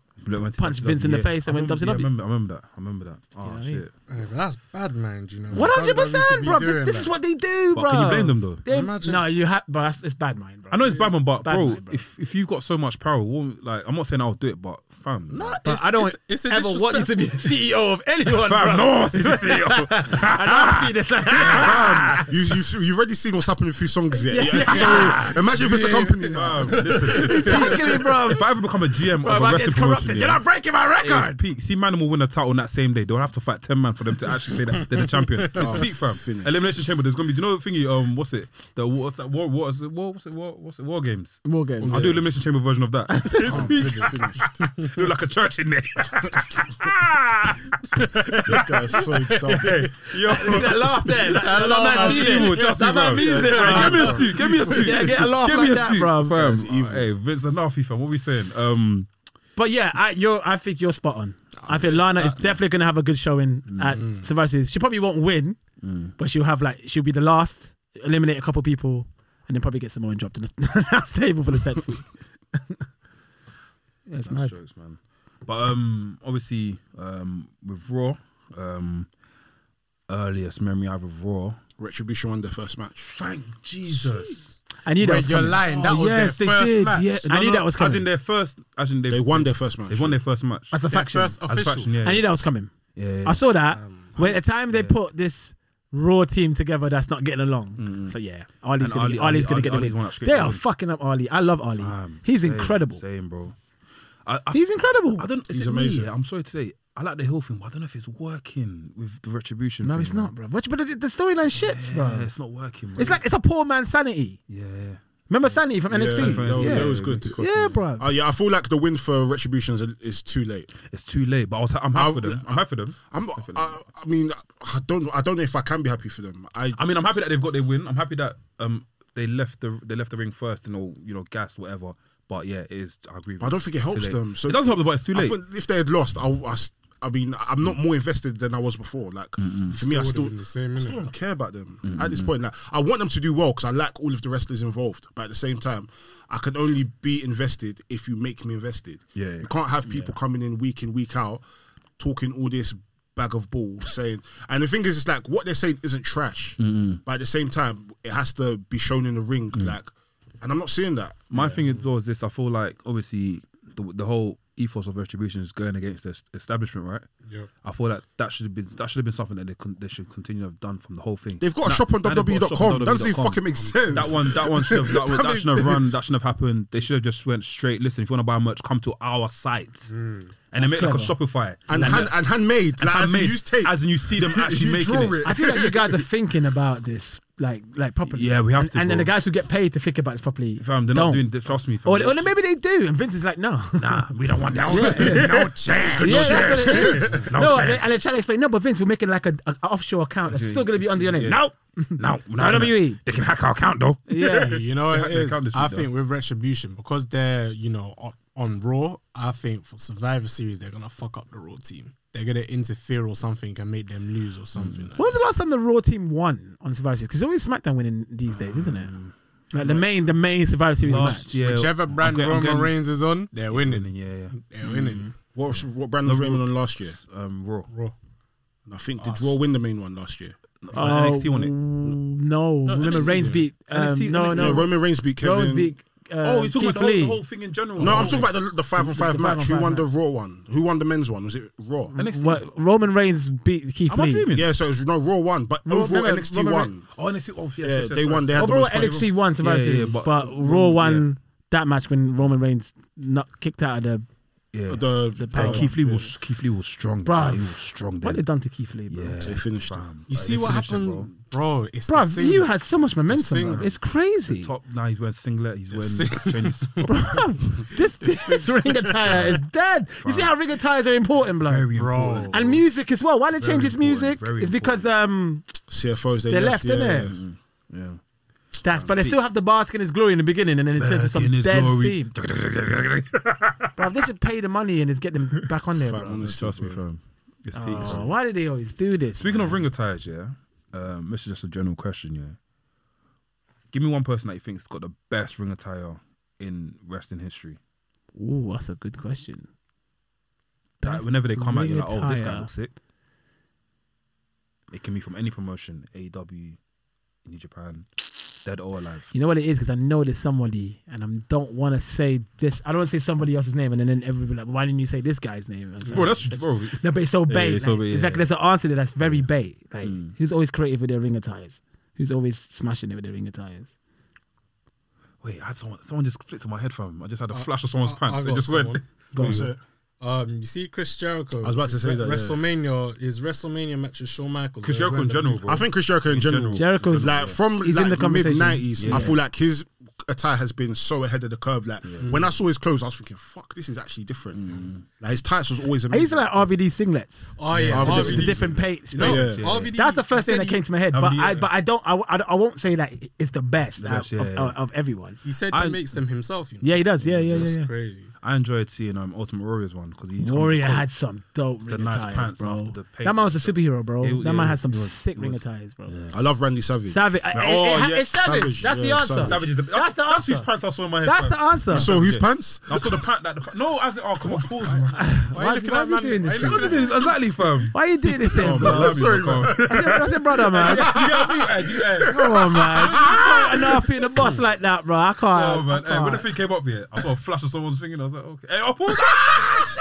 Speaker 4: Punched Vince in the face and
Speaker 1: I
Speaker 4: went
Speaker 1: remember- yeah, I
Speaker 4: WCW.
Speaker 1: remember, I remember that. I remember that.
Speaker 4: know
Speaker 1: Oh
Speaker 4: what I mean?
Speaker 1: shit.
Speaker 2: Yeah, but that's bad, man. Do you know?
Speaker 4: One hundred percent,
Speaker 2: WWE
Speaker 4: bro.
Speaker 2: should be
Speaker 4: This, this
Speaker 2: doing
Speaker 4: is
Speaker 2: that.
Speaker 4: what they do, bro.
Speaker 1: But can you blame them though?
Speaker 4: They-
Speaker 2: Imagine.
Speaker 4: No, you have, bro. That's, it's bad mind, bro.
Speaker 1: I know it's bad, man, but
Speaker 4: It's bad,
Speaker 1: bro,
Speaker 4: man, bro.
Speaker 1: if if you've got so much power, woman- like I'm not saying I'll do it, but fam,
Speaker 2: No,
Speaker 1: like,
Speaker 4: But
Speaker 2: it's-
Speaker 4: I don't
Speaker 2: it's- it's a
Speaker 4: ever want you to be CEO of anyone,
Speaker 1: fam,
Speaker 4: bro.
Speaker 1: no one wants you to see it.
Speaker 4: And I feel it's like,
Speaker 3: Fam, you, you, you've already seen what's happening through songs yet. Yeah, So imagine if it's a company. Fam,
Speaker 4: exactly, bro.
Speaker 1: If I ever become a GM
Speaker 4: Bro,
Speaker 1: of
Speaker 4: if
Speaker 1: a
Speaker 4: I
Speaker 1: wrestling
Speaker 4: get
Speaker 1: promotion,
Speaker 4: corrupted,
Speaker 1: yeah,
Speaker 4: you're not breaking my
Speaker 1: it is
Speaker 4: record.
Speaker 1: peak. See, man will win a title on that same day. They'll have to fight ten man for them to actually say that they're the champion. It's
Speaker 4: Oh,
Speaker 1: peak, fam.
Speaker 3: finished.
Speaker 1: Elimination Chamber. There's gonna be. Do you know the thingy? Um, what's it? The what's that? War, war, what's it? War, what's it? War, what's it? War games.
Speaker 4: More games.
Speaker 1: I'll do Elimination Chamber version of that. Look like a church in there.
Speaker 3: this guy's so dumb.
Speaker 1: Yo,
Speaker 4: That laugh there, that, that, that man's
Speaker 1: evil,
Speaker 4: meaning.
Speaker 1: trust me,
Speaker 4: That man
Speaker 1: bro.
Speaker 4: means it,
Speaker 1: Hey,
Speaker 4: bro.
Speaker 1: Give me a suit. Give me a suit.
Speaker 4: Yeah, get a laugh
Speaker 1: Give
Speaker 4: like
Speaker 1: me a
Speaker 4: that,
Speaker 1: suit,
Speaker 4: bro.
Speaker 1: Fam.
Speaker 3: That's evil.
Speaker 1: Hey, Vince Anafi, fam. What we saying? Um,
Speaker 4: But yeah, I, you're, I think you're spot on. I think Lana is definitely gonna have a good showing
Speaker 1: Mm.
Speaker 4: at Survivor Series. She probably won't win, but she'll have like she'll be the last, eliminate a couple people, and then probably get some more and dropped in the last table for the tenth week. yeah, it's mad.
Speaker 1: Nice jokes, man. But um, obviously, um, with Raw, um, earliest memory I have of Raw.
Speaker 3: Retribution won their first match.
Speaker 1: Thank Jesus.
Speaker 4: I knew that
Speaker 2: Wait,
Speaker 4: was
Speaker 2: you're
Speaker 4: coming.
Speaker 2: lying. That was their first match.
Speaker 1: Yeah,
Speaker 4: I knew that was
Speaker 1: As
Speaker 4: coming.
Speaker 1: in their first, as in they
Speaker 3: They won their first match.
Speaker 1: They won their first match.
Speaker 4: That's a
Speaker 2: Their
Speaker 4: faction.
Speaker 2: first
Speaker 1: As
Speaker 2: official.
Speaker 1: faction, yeah,
Speaker 4: I
Speaker 1: yeah.
Speaker 4: knew that was coming.
Speaker 1: Yeah, yeah.
Speaker 4: I saw that.
Speaker 1: Um,
Speaker 4: when the time they put this raw team together that's not getting along. So yeah, Ali's
Speaker 1: Mm, And
Speaker 4: gonna,
Speaker 1: Ali- Ali-
Speaker 4: get, Ali's gonna
Speaker 1: Ali's
Speaker 4: get
Speaker 1: one
Speaker 4: the win.
Speaker 1: up straight
Speaker 4: They
Speaker 1: away.
Speaker 4: are fucking up Ali. I love Ali.
Speaker 1: Fam,
Speaker 4: He's
Speaker 1: same,
Speaker 4: incredible.
Speaker 1: Same, bro. I, I,
Speaker 4: He's incredible.
Speaker 1: I don't. Is
Speaker 3: He's
Speaker 1: it me,
Speaker 3: amazing.
Speaker 1: yeah? I'm sorry to say. I like the Hill thing, but I don't know if it's working with the retribution.
Speaker 4: No,
Speaker 1: thing,
Speaker 4: it's
Speaker 1: man.
Speaker 4: not, bro. But, but the, the storyline shits, bro.
Speaker 1: Yeah, it's not working.
Speaker 4: It's like it's a poor man's sanity.
Speaker 1: yeah.
Speaker 4: Remember sanity from NXT?
Speaker 3: that
Speaker 1: yeah,
Speaker 3: was-
Speaker 4: Yeah,
Speaker 3: that was good.
Speaker 4: Yeah, bro.
Speaker 3: Oh yeah, I feel like the win for Retribution is, is too late.
Speaker 1: It's too late, but I was, I'm happy
Speaker 3: I'll-
Speaker 1: for them. I'm happy for them.
Speaker 3: I'm, I, I mean, I don't, I don't know if I can be happy for them. I,
Speaker 1: I mean, I'm happy that they've got their win. I'm happy that um they left the they left the ring first and all you know gas whatever. But yeah, it is. I agree. With
Speaker 3: But I don't think it
Speaker 1: It's too
Speaker 3: helps
Speaker 1: late.
Speaker 3: them, so-
Speaker 1: it doesn't help them, but it's too
Speaker 3: I
Speaker 1: late.
Speaker 3: think if they had lost, I, I, s- I mean, I'm not more invested than I was before. Like for me, I
Speaker 2: would've
Speaker 3: still,
Speaker 2: been the same,
Speaker 3: I
Speaker 2: innit?
Speaker 3: still don't care about them at this point. Like I want them to do well because I like all of the wrestlers involved. But at the same time, I can only be invested if you make me invested.
Speaker 1: Yeah, yeah.
Speaker 3: you can't have people coming in week in week out talking all this bag of ball saying and the thing is it's like what they're saying isn't trash but at the same time it has to be shown in the ring
Speaker 1: Mm.
Speaker 3: like and i'm not seeing that
Speaker 1: My thing is though is this: I feel like obviously the the whole ethos of retribution is going against the es- establishment, right?
Speaker 2: Yep.
Speaker 1: I feel that that should have been that should have been something that they con- they should continue to have done from the whole thing.
Speaker 3: They've got a
Speaker 1: Nah,
Speaker 3: shop on
Speaker 1: nah, they've got a shop
Speaker 3: WWE.com.
Speaker 1: on E
Speaker 3: That doesn't even
Speaker 1: WWE.com.
Speaker 3: fucking make sense.
Speaker 1: That one, that one should have, that, one, that shouldn't have run. That shouldn't have happened. They should have just went straight. Listen, if you want to buy merch, come to our site, and they make like a
Speaker 4: clever.
Speaker 1: Shopify
Speaker 3: Mm. and, hand, and handmade, like as
Speaker 1: handmade,
Speaker 3: you use tape.
Speaker 1: as in you see them actually
Speaker 3: you
Speaker 1: making
Speaker 3: draw
Speaker 1: it.
Speaker 3: it.
Speaker 4: I feel like you guys are thinking about this like like properly.
Speaker 1: Yeah, we have
Speaker 4: and,
Speaker 1: to,
Speaker 4: And then
Speaker 1: bro.
Speaker 4: the guys who get paid to think about this properly.
Speaker 1: Fam, they're
Speaker 4: don't.
Speaker 1: not doing. This, trust me. Fam.
Speaker 4: Or, or maybe they do, and Vince is like, no.
Speaker 1: nah, we don't want that.
Speaker 3: no chance.
Speaker 4: Yeah, that's what it is.
Speaker 1: No
Speaker 4: No,
Speaker 1: chance.
Speaker 4: and, they, and they're trying to explain. No, but Vince, we're making like an offshore account that's still going to be under your name. No,
Speaker 1: no,
Speaker 4: WWE.
Speaker 1: They can hack our account though.
Speaker 4: Yeah.
Speaker 2: You know what
Speaker 1: They
Speaker 2: it
Speaker 1: can't
Speaker 2: is?
Speaker 1: dispute
Speaker 2: I
Speaker 1: that.
Speaker 2: think with Retribution, because they're, you know, on, on Raw, I think for Survivor Series, they're going to fuck up the Raw team. They're going to interfere or something and make them lose or something.
Speaker 4: When was the last time the Raw team won on Survivor Series? Because it's always SmackDown winning these days, isn't it? Like the main, the main Survivor Series match.
Speaker 1: Last year,
Speaker 2: Whichever
Speaker 1: I'm
Speaker 2: brand
Speaker 1: get- I'm
Speaker 2: Roman
Speaker 1: getting-
Speaker 2: Reigns is on, they're winning.
Speaker 1: Yeah, yeah.
Speaker 2: They're winning.
Speaker 3: What, was- what brand was Raymond on last year?
Speaker 1: Um, Raw.
Speaker 2: Raw.
Speaker 3: And I think did Raw win the main one last year?
Speaker 1: Uh, NXT won it.
Speaker 4: Oh, No, remember
Speaker 1: NXT
Speaker 4: Reigns
Speaker 1: did it.
Speaker 4: beat. Um,
Speaker 1: NXT
Speaker 4: no,
Speaker 3: No,
Speaker 4: no,
Speaker 3: Roman Reigns beat Kevin.
Speaker 4: Reigns beat. Uh,
Speaker 1: Oh, you're talking
Speaker 4: Keith
Speaker 1: about the whole,
Speaker 4: Lee.
Speaker 1: the whole thing in general.
Speaker 3: no, I'm talking about the, the five on
Speaker 4: It's the
Speaker 3: five
Speaker 4: five
Speaker 3: match.
Speaker 4: on
Speaker 3: Who
Speaker 4: five
Speaker 3: won the
Speaker 4: match.
Speaker 3: Raw one? Who won the men's one? Was it Raw?
Speaker 1: NXT.
Speaker 4: What, Roman Reigns beat Keith
Speaker 1: Am I
Speaker 4: Lee.
Speaker 1: dreaming?
Speaker 3: Yeah, so it was no Raw one, but
Speaker 4: Raw-
Speaker 3: overall
Speaker 4: no, no,
Speaker 3: NXT
Speaker 4: Roman
Speaker 3: won.
Speaker 1: Oh, NXT. Oh, yes, yes,
Speaker 3: Yeah,
Speaker 1: yes,
Speaker 3: they
Speaker 1: yes.
Speaker 3: won. They had
Speaker 4: Overall,
Speaker 3: the most points.
Speaker 4: NXT won Survivor
Speaker 1: Yeah, yeah, yeah,
Speaker 4: Series,
Speaker 1: but-
Speaker 4: but, Raw won that match when Roman Reigns knocked, kicked out of the.
Speaker 1: Oh, Yeah.
Speaker 3: The, the
Speaker 1: And Keith Lee was Keith Lee was strong.
Speaker 4: Bruv.
Speaker 1: Like, he was strong.
Speaker 4: What
Speaker 1: Then.
Speaker 4: they done to Keith Lee, bro?
Speaker 1: yeah,
Speaker 3: They finished it.
Speaker 2: You
Speaker 4: Mm.
Speaker 2: see
Speaker 1: they
Speaker 2: what
Speaker 1: finished it,
Speaker 2: happened, bro? It's the
Speaker 4: Bruv,
Speaker 2: same.
Speaker 4: you had so much momentum.
Speaker 2: single.
Speaker 4: Bro. It's crazy.
Speaker 1: Top now he's wearing singlet. He's
Speaker 2: sing-
Speaker 1: wearing Chinese.
Speaker 4: Bruv, this this ring attire is dead. You see how ring attires are important, bro.
Speaker 1: Very
Speaker 2: Bro.
Speaker 1: important.
Speaker 4: and music as well. Why they change his
Speaker 1: important,
Speaker 4: music?
Speaker 1: very
Speaker 4: It's because um
Speaker 3: CFOs they,
Speaker 4: they left,
Speaker 3: yeah,
Speaker 4: innit?
Speaker 3: yeah.
Speaker 1: Yeah.
Speaker 4: that's but they still have the bask in his glory in the beginning, and then it turns to some
Speaker 1: In his
Speaker 4: dead
Speaker 1: glory.
Speaker 4: theme. Bruv, they should pay the money and just get them back on there.
Speaker 3: Fam,
Speaker 4: Bro.
Speaker 3: honestly,
Speaker 1: Trust me,
Speaker 3: bro.
Speaker 1: fam. It's peak,
Speaker 4: Oh,
Speaker 1: fam.
Speaker 4: why do they always do this?
Speaker 1: Speaking of ring attires, yeah. Um, this is just a general question, yeah. Give me one person that you think's got the best ring attire in wrestling history.
Speaker 4: Ooh, that's a good question.
Speaker 1: That
Speaker 4: Best
Speaker 1: whenever they come out,
Speaker 4: ring
Speaker 1: you're like, oh, this guy
Speaker 4: attire.
Speaker 1: looks sick. It can be from any promotion, AEW, New Japan, dead or alive.
Speaker 4: You know what it is because I know there's somebody, and I don't want to say this. I don't want to say somebody else's name, and then everybody like, why didn't you say this guy's name? And so-
Speaker 1: Bro, that's bro.
Speaker 4: no, but it's so
Speaker 1: yeah,
Speaker 4: bait.
Speaker 1: it's so
Speaker 4: like,
Speaker 1: bait, yeah,
Speaker 4: it's like
Speaker 1: yeah. Mm.
Speaker 4: there's an answer to that's very bait. Like who's always creative with their ring attires? Who's always smashing it with their ring attires?
Speaker 1: Wait, I had someone. Someone just flicked in my head, fam. I just had a flash of someone's
Speaker 2: I-
Speaker 1: pants.
Speaker 2: I
Speaker 1: it
Speaker 2: got
Speaker 1: just went.
Speaker 2: someone. Um, you see Chris Jericho. I
Speaker 3: was about to say that, yeah.
Speaker 2: WrestleMania his WrestleMania match with Shawn Michaels.
Speaker 1: Because
Speaker 2: they
Speaker 1: Jericho in
Speaker 2: random.
Speaker 1: general, bro.
Speaker 3: I think Chris Jericho in general,
Speaker 4: Jericho's-
Speaker 3: like from
Speaker 4: He's in
Speaker 3: like
Speaker 4: the
Speaker 3: mid
Speaker 4: conversation.
Speaker 3: nineties.
Speaker 1: Yeah.
Speaker 3: I feel like his attire has been so ahead of the curve. Like when I saw his clothes, I was thinking, "Fuck, this is actually different." Like his tights was always
Speaker 4: I
Speaker 3: amazing.
Speaker 4: used to Mm. like RVD singlets,
Speaker 2: Oh yeah,
Speaker 3: Yeah,
Speaker 2: RVD.
Speaker 3: RVD.
Speaker 4: the different paints.
Speaker 2: No,
Speaker 3: Yeah.
Speaker 2: RVD.
Speaker 4: That's the first
Speaker 2: he
Speaker 4: thing that
Speaker 2: said
Speaker 4: came
Speaker 2: he-
Speaker 4: to my head,
Speaker 1: Um,
Speaker 4: but
Speaker 1: yeah.
Speaker 4: I but I don't I, I, I won't say that it's the best, uh,
Speaker 1: best, yeah,
Speaker 4: of,
Speaker 1: yeah.
Speaker 4: of, of everyone.
Speaker 2: He said
Speaker 1: I-
Speaker 2: he makes them himself. You know?
Speaker 4: Yeah, he does. Yeah, yeah, yeah.
Speaker 2: That's
Speaker 4: yeah.
Speaker 2: crazy.
Speaker 1: I enjoyed seeing um Ultimate Warrior's one because he's coming
Speaker 4: Warrior
Speaker 1: cold.
Speaker 4: had some dope
Speaker 1: the
Speaker 4: ring
Speaker 1: nice
Speaker 4: attires,
Speaker 1: pants
Speaker 4: bro.
Speaker 1: after the paint.
Speaker 4: that man was a superhero, bro.
Speaker 1: It-
Speaker 4: that
Speaker 1: it
Speaker 4: man had
Speaker 1: was-
Speaker 4: some
Speaker 1: it was-
Speaker 4: sick
Speaker 1: it
Speaker 4: ring
Speaker 1: was-
Speaker 4: attires, bro.
Speaker 3: I love Randy Savage.
Speaker 4: Savage, I- I-
Speaker 1: Oh,
Speaker 4: it ha-
Speaker 1: yeah.
Speaker 4: it's savage.
Speaker 3: Savage,
Speaker 4: That's the
Speaker 3: yeah,
Speaker 4: answer.
Speaker 3: savage.
Speaker 1: Savage is the best.
Speaker 4: That's the
Speaker 1: That's
Speaker 4: answer.
Speaker 1: whose pants I saw in my head.
Speaker 4: That's
Speaker 1: fam.
Speaker 4: the answer.
Speaker 3: so whose
Speaker 1: Yeah.
Speaker 3: pants?
Speaker 1: I saw the pant that the pant. No, as it oh come on, pause, man.
Speaker 2: Why,
Speaker 4: Why-
Speaker 2: are you looking
Speaker 4: why
Speaker 2: at
Speaker 4: is he
Speaker 2: man?
Speaker 4: doing
Speaker 2: Why
Speaker 4: this?
Speaker 2: you
Speaker 1: Look at Oh,
Speaker 2: looking at
Speaker 1: this, exactly, fam.
Speaker 4: Why are you doing this thing, bro?
Speaker 1: Love you, bro.
Speaker 4: I said, I said, brother, man.
Speaker 1: You get me? Hey, you- hey.
Speaker 4: Come on, man. I know I feel the boss like that, bro. I can't.
Speaker 1: Oh man,
Speaker 4: I
Speaker 1: hey, when
Speaker 4: can't.
Speaker 1: the thing came up here, I saw a flash of someone's finger. and I was like, okay, oh, hey, I paused.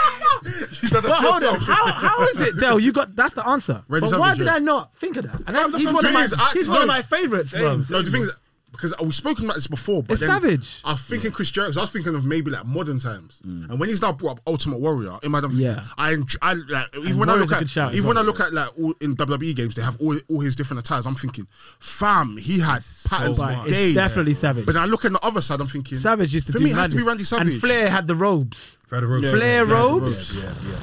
Speaker 3: You done that
Speaker 4: But
Speaker 3: to
Speaker 4: hold on,
Speaker 3: yourself.
Speaker 4: how, how is it, Dell? You got that's the answer.
Speaker 3: Red
Speaker 4: but
Speaker 3: Savage,
Speaker 4: why did
Speaker 3: yeah.
Speaker 4: I not think of that? And that's, he's
Speaker 3: what
Speaker 4: one
Speaker 3: I'm
Speaker 4: of my,
Speaker 3: saying. It's
Speaker 4: he's
Speaker 3: actually-
Speaker 4: one of my favorites, bro.
Speaker 3: No, the thing is, because we've spoken about this before, but
Speaker 4: It's
Speaker 3: then
Speaker 4: savage.
Speaker 3: I was thinking Chris Jericho. I was thinking of maybe like modern times, and when he's now brought up Ultimate Warrior, in my
Speaker 4: Mm. Yeah.
Speaker 3: I, enj- I like even
Speaker 4: And
Speaker 3: when I
Speaker 4: Warrior's
Speaker 3: look
Speaker 4: a good
Speaker 3: at
Speaker 4: shout as
Speaker 3: even when I
Speaker 4: well,
Speaker 3: look at like all in WWE games, they have all, all his different attires. I'm thinking, fam, he had patterns
Speaker 4: But
Speaker 3: for
Speaker 4: it's
Speaker 3: days.
Speaker 4: definitely savage.
Speaker 3: But then I look at the other side, I'm thinking
Speaker 4: Savage used to
Speaker 3: for
Speaker 4: do
Speaker 3: me. It has to be
Speaker 4: madness.
Speaker 3: Randy Savage.
Speaker 4: And Flair had the robes.
Speaker 1: Yeah.
Speaker 4: Flair robes.
Speaker 1: Yeah, yeah,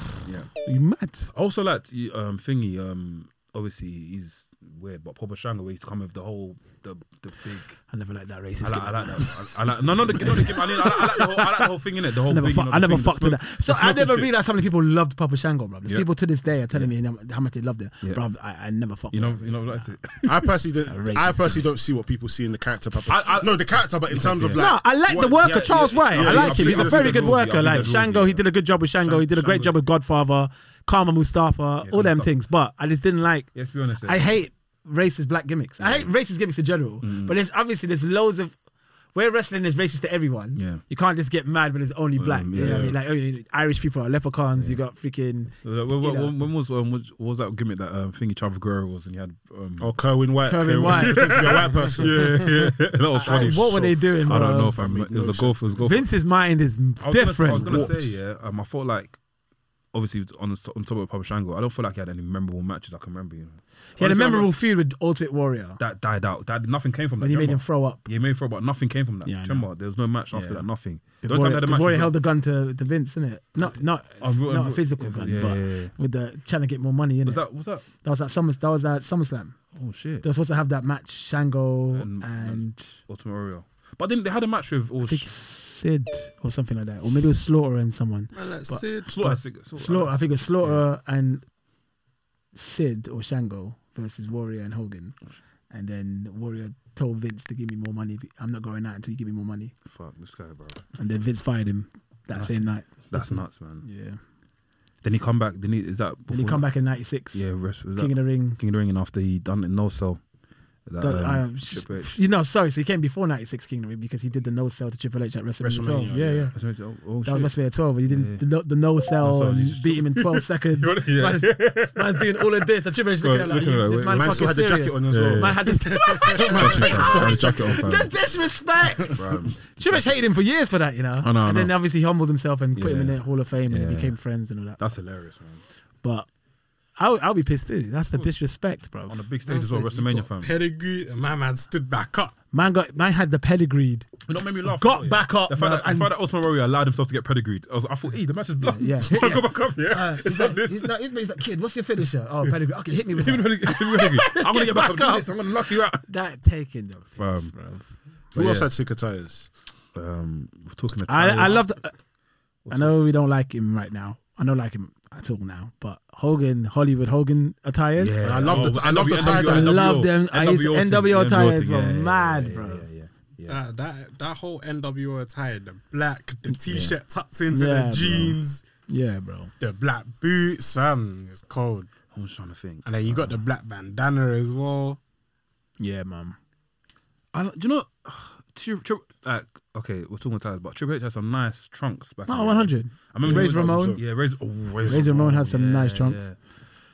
Speaker 1: yeah.
Speaker 4: You mad?
Speaker 1: I also liked you, um, Thingy. Um, obviously he's weird, but Papa Shanga, where he's come with the whole the the big.
Speaker 4: I never liked that
Speaker 1: I
Speaker 4: racist.
Speaker 1: like,
Speaker 4: gimmick.
Speaker 1: I like that. I, I like no, no, the, no, the gimmick. I, mean, I, like, I like the whole, I like the whole thing in it. The whole.
Speaker 4: I never,
Speaker 1: big,
Speaker 4: fu-
Speaker 1: you know,
Speaker 4: I
Speaker 1: the
Speaker 4: never
Speaker 1: thing, the
Speaker 4: fucked with
Speaker 1: smoke-
Speaker 4: that. So
Speaker 1: the
Speaker 4: I
Speaker 1: smoking
Speaker 4: never
Speaker 1: shit.
Speaker 4: realized how many people loved Papa Shango, bro. There's
Speaker 1: Yeah.
Speaker 4: people to this day are telling me how much they loved it,
Speaker 1: Yeah.
Speaker 4: bro. I, I never fucked.
Speaker 1: You know,
Speaker 4: with that.
Speaker 1: you know, liked it.
Speaker 3: I personally, don't,
Speaker 4: racist
Speaker 3: I personally don't see what people see in the character. Papa.
Speaker 1: I- I-
Speaker 3: no, the character, but in terms of
Speaker 1: yeah.
Speaker 3: like,
Speaker 4: No, I like the
Speaker 3: what-
Speaker 4: worker,
Speaker 1: yeah,
Speaker 4: Charles
Speaker 1: yeah,
Speaker 4: Wright.
Speaker 1: yeah,
Speaker 4: I
Speaker 1: yeah,
Speaker 4: like
Speaker 1: I've
Speaker 4: him. He's
Speaker 1: seen-
Speaker 4: a
Speaker 1: I've
Speaker 4: very
Speaker 1: seen
Speaker 4: good
Speaker 1: the movie,
Speaker 4: worker.
Speaker 1: I've
Speaker 4: Like
Speaker 1: seen the
Speaker 4: Shango,
Speaker 1: movie,
Speaker 4: he did a good job with Shango. He did a great
Speaker 1: Shango.
Speaker 4: job with Godfather, Karma Mustafa, all them
Speaker 1: Mustafa.
Speaker 4: things. But I just didn't like.
Speaker 1: Let's be honest.
Speaker 4: I hate racist black gimmicks. I hate racist gimmicks in general.
Speaker 1: Mm.
Speaker 4: But there's obviously there's loads of where wrestling is racist to everyone.
Speaker 1: Yeah. Um,
Speaker 4: You can't just get mad when it's only black. You know what I mean? Like only Irish people are leprechauns. You got freaking
Speaker 1: Like, When, when-
Speaker 4: know.
Speaker 1: when was um, what was that gimmick that um, thingy Chavo Guerrero was and he had um,
Speaker 3: or Oh, Kerwin White,
Speaker 4: Kerwin White.
Speaker 3: to be a white person.
Speaker 1: that was funny.
Speaker 4: What were they doing?
Speaker 1: I don't
Speaker 4: bro?
Speaker 1: know, fam. It was a goal. It was a goal.
Speaker 4: Vince's mind is
Speaker 1: I was
Speaker 4: different.
Speaker 1: Gonna, I was gonna say yeah. Um, I felt like obviously on the, on top of Papa Shango, I don't feel like he had any memorable matches I can remember. You know,
Speaker 4: he had a
Speaker 1: Honestly, I
Speaker 4: memorable
Speaker 1: remember
Speaker 4: feud with Ultimate Warrior
Speaker 1: that died out. That nothing came from
Speaker 4: when
Speaker 1: that.
Speaker 4: he made him
Speaker 1: remember?
Speaker 4: throw up.
Speaker 1: Yeah, he made throw, but nothing came from that.
Speaker 4: Yeah, I know.
Speaker 1: remember, there was no match after that. Nothing.
Speaker 4: The
Speaker 1: only
Speaker 4: Warrior,
Speaker 1: time they
Speaker 4: the
Speaker 1: had a match
Speaker 4: Warrior
Speaker 1: was-
Speaker 4: held a gun to, to Vince, innit? Not not
Speaker 1: Oh, Ro-
Speaker 4: not a
Speaker 1: Ro-
Speaker 4: physical
Speaker 1: yeah,
Speaker 4: gun,
Speaker 1: yeah,
Speaker 4: but
Speaker 1: yeah, yeah.
Speaker 4: with the trying to get more money, innit?
Speaker 1: Was
Speaker 4: That,
Speaker 1: that? Was that?
Speaker 4: that was at Summer. That was at SummerSlam.
Speaker 1: Oh shit!
Speaker 4: They were supposed to have that match, Shango
Speaker 1: And-
Speaker 4: and,
Speaker 1: Ultimate Warrior. But then they had a match with oh, or
Speaker 4: I think Sid or something like that, or maybe it was Slaughter and someone.
Speaker 2: Man, like
Speaker 4: But-
Speaker 2: Sid.
Speaker 1: Slaughter. Slaughter.
Speaker 4: Slaughter, I think it was Slaughter and Sid or Shango versus Warrior and Hogan. And then Warrior told Vince to give me more money. I'm not going out until you give me more money.
Speaker 1: Fuck this guy, bro.
Speaker 4: And then Vince fired him that
Speaker 1: That's-
Speaker 4: same night.
Speaker 1: That's nuts, man.
Speaker 4: Yeah.
Speaker 1: Then he come back. Then he is that.
Speaker 4: Then he
Speaker 1: before-
Speaker 4: come back in '96.
Speaker 1: Yeah, rest, was
Speaker 4: King of
Speaker 1: that,
Speaker 4: the Ring.
Speaker 1: King of the Ring, and after he done it, no so. That,
Speaker 4: Don't- I-
Speaker 1: um, Triple H.
Speaker 4: you know, sorry. So he came before '96 King of the Ring because he did the no sell to Triple H at WrestleMania,
Speaker 3: WrestleMania,
Speaker 4: 12. Yeah, yeah.
Speaker 3: yeah.
Speaker 1: Oh, oh,
Speaker 4: That
Speaker 1: shit.
Speaker 4: was WrestleMania 12. He
Speaker 1: Yeah.
Speaker 4: did the, no- the no
Speaker 1: That's
Speaker 4: sell
Speaker 1: what I
Speaker 4: and
Speaker 1: was just-
Speaker 4: beat him in 12 seconds.
Speaker 1: Yeah.
Speaker 4: Man's, man's doing all of this. And Triple H looking at
Speaker 1: Bro,
Speaker 4: it like,
Speaker 1: looking at it,
Speaker 4: you, this
Speaker 1: wait,
Speaker 3: Man
Speaker 4: man, fucking
Speaker 3: still had the
Speaker 4: serious.
Speaker 3: jacket on as
Speaker 1: Yeah,
Speaker 3: well.
Speaker 1: yeah.
Speaker 4: Man had this.
Speaker 1: His jacket on, fam.
Speaker 4: the disrespect.
Speaker 1: Bro,
Speaker 4: Triple H hated him for years for that, you know.
Speaker 1: I know, I
Speaker 4: and then
Speaker 1: know.
Speaker 4: obviously he humbled himself and put him in
Speaker 1: Yeah.
Speaker 4: the Hall of Fame, and
Speaker 1: Yeah.
Speaker 4: they became friends and all that.
Speaker 1: That's hilarious, man.
Speaker 4: But I'll, I'll be pissed too. That's the disrespect, bro.
Speaker 1: On the big stage as well, WrestleMania, fam.
Speaker 2: Pedigree. and My man stood back up.
Speaker 4: Man got man had the pedigree.
Speaker 1: You know what made me laugh?
Speaker 4: Got
Speaker 1: as well, yeah?
Speaker 4: back up,
Speaker 1: The fact
Speaker 4: man,
Speaker 1: that, the
Speaker 4: and-
Speaker 1: fact that Osman Warrior allowed himself to get pedigreed. I, was, I thought, hey, the match is done.
Speaker 4: Yeah,
Speaker 1: so
Speaker 4: yeah.
Speaker 1: I go back up, yeah.
Speaker 4: Uh, he's, like, he's, like, he's like, kid, what's your finisher? Oh, pedigree. Okay, hit me with
Speaker 1: Give me
Speaker 4: that.
Speaker 1: the pedigree. Give me the pedigree. I'm gonna
Speaker 3: Oh,
Speaker 1: get back,
Speaker 4: Back
Speaker 1: up.
Speaker 4: up.
Speaker 1: Do this. I'm gonna lock you out.
Speaker 4: That taking the
Speaker 1: Fam.
Speaker 4: piss, bro. Oh,
Speaker 3: Who
Speaker 1: But
Speaker 3: else
Speaker 1: yeah.
Speaker 3: had sicker tires?
Speaker 1: Um, we're talking.
Speaker 4: I, I
Speaker 1: Italian.
Speaker 4: love. The, I know we don't like him right now. I don't like him at all now. But Hogan, Hollywood Hogan attires.
Speaker 1: Yeah.
Speaker 3: I love
Speaker 4: Oh,
Speaker 3: the- I love the
Speaker 1: NWO,
Speaker 3: tie dye.
Speaker 4: I love them. I used-
Speaker 1: thing,
Speaker 4: NWO
Speaker 1: thing,
Speaker 4: tires were
Speaker 1: yeah, yeah,
Speaker 4: mad,
Speaker 1: yeah,
Speaker 4: bro.
Speaker 1: yeah, yeah, yeah.
Speaker 2: Uh, that that whole NWO attire, the black, the t-shirt tucked into
Speaker 4: Yeah, bro.
Speaker 2: the jeans,
Speaker 4: Yeah, bro.
Speaker 2: the black boots. Fam, it's cold.
Speaker 1: I'm just trying to think.
Speaker 2: And then you got the black bandana as well.
Speaker 4: Yeah, man.
Speaker 1: I, do you know? Tri- tri- uh, okay, we're talking tires, but Triple H has some nice trunks back. in
Speaker 4: Oh,
Speaker 1: the
Speaker 4: 100.
Speaker 1: I remember
Speaker 4: Razor
Speaker 1: when I was-
Speaker 4: Ramon.
Speaker 1: Yeah, Razor. Oh, Razor,
Speaker 4: Razor Ramon had some nice trunks.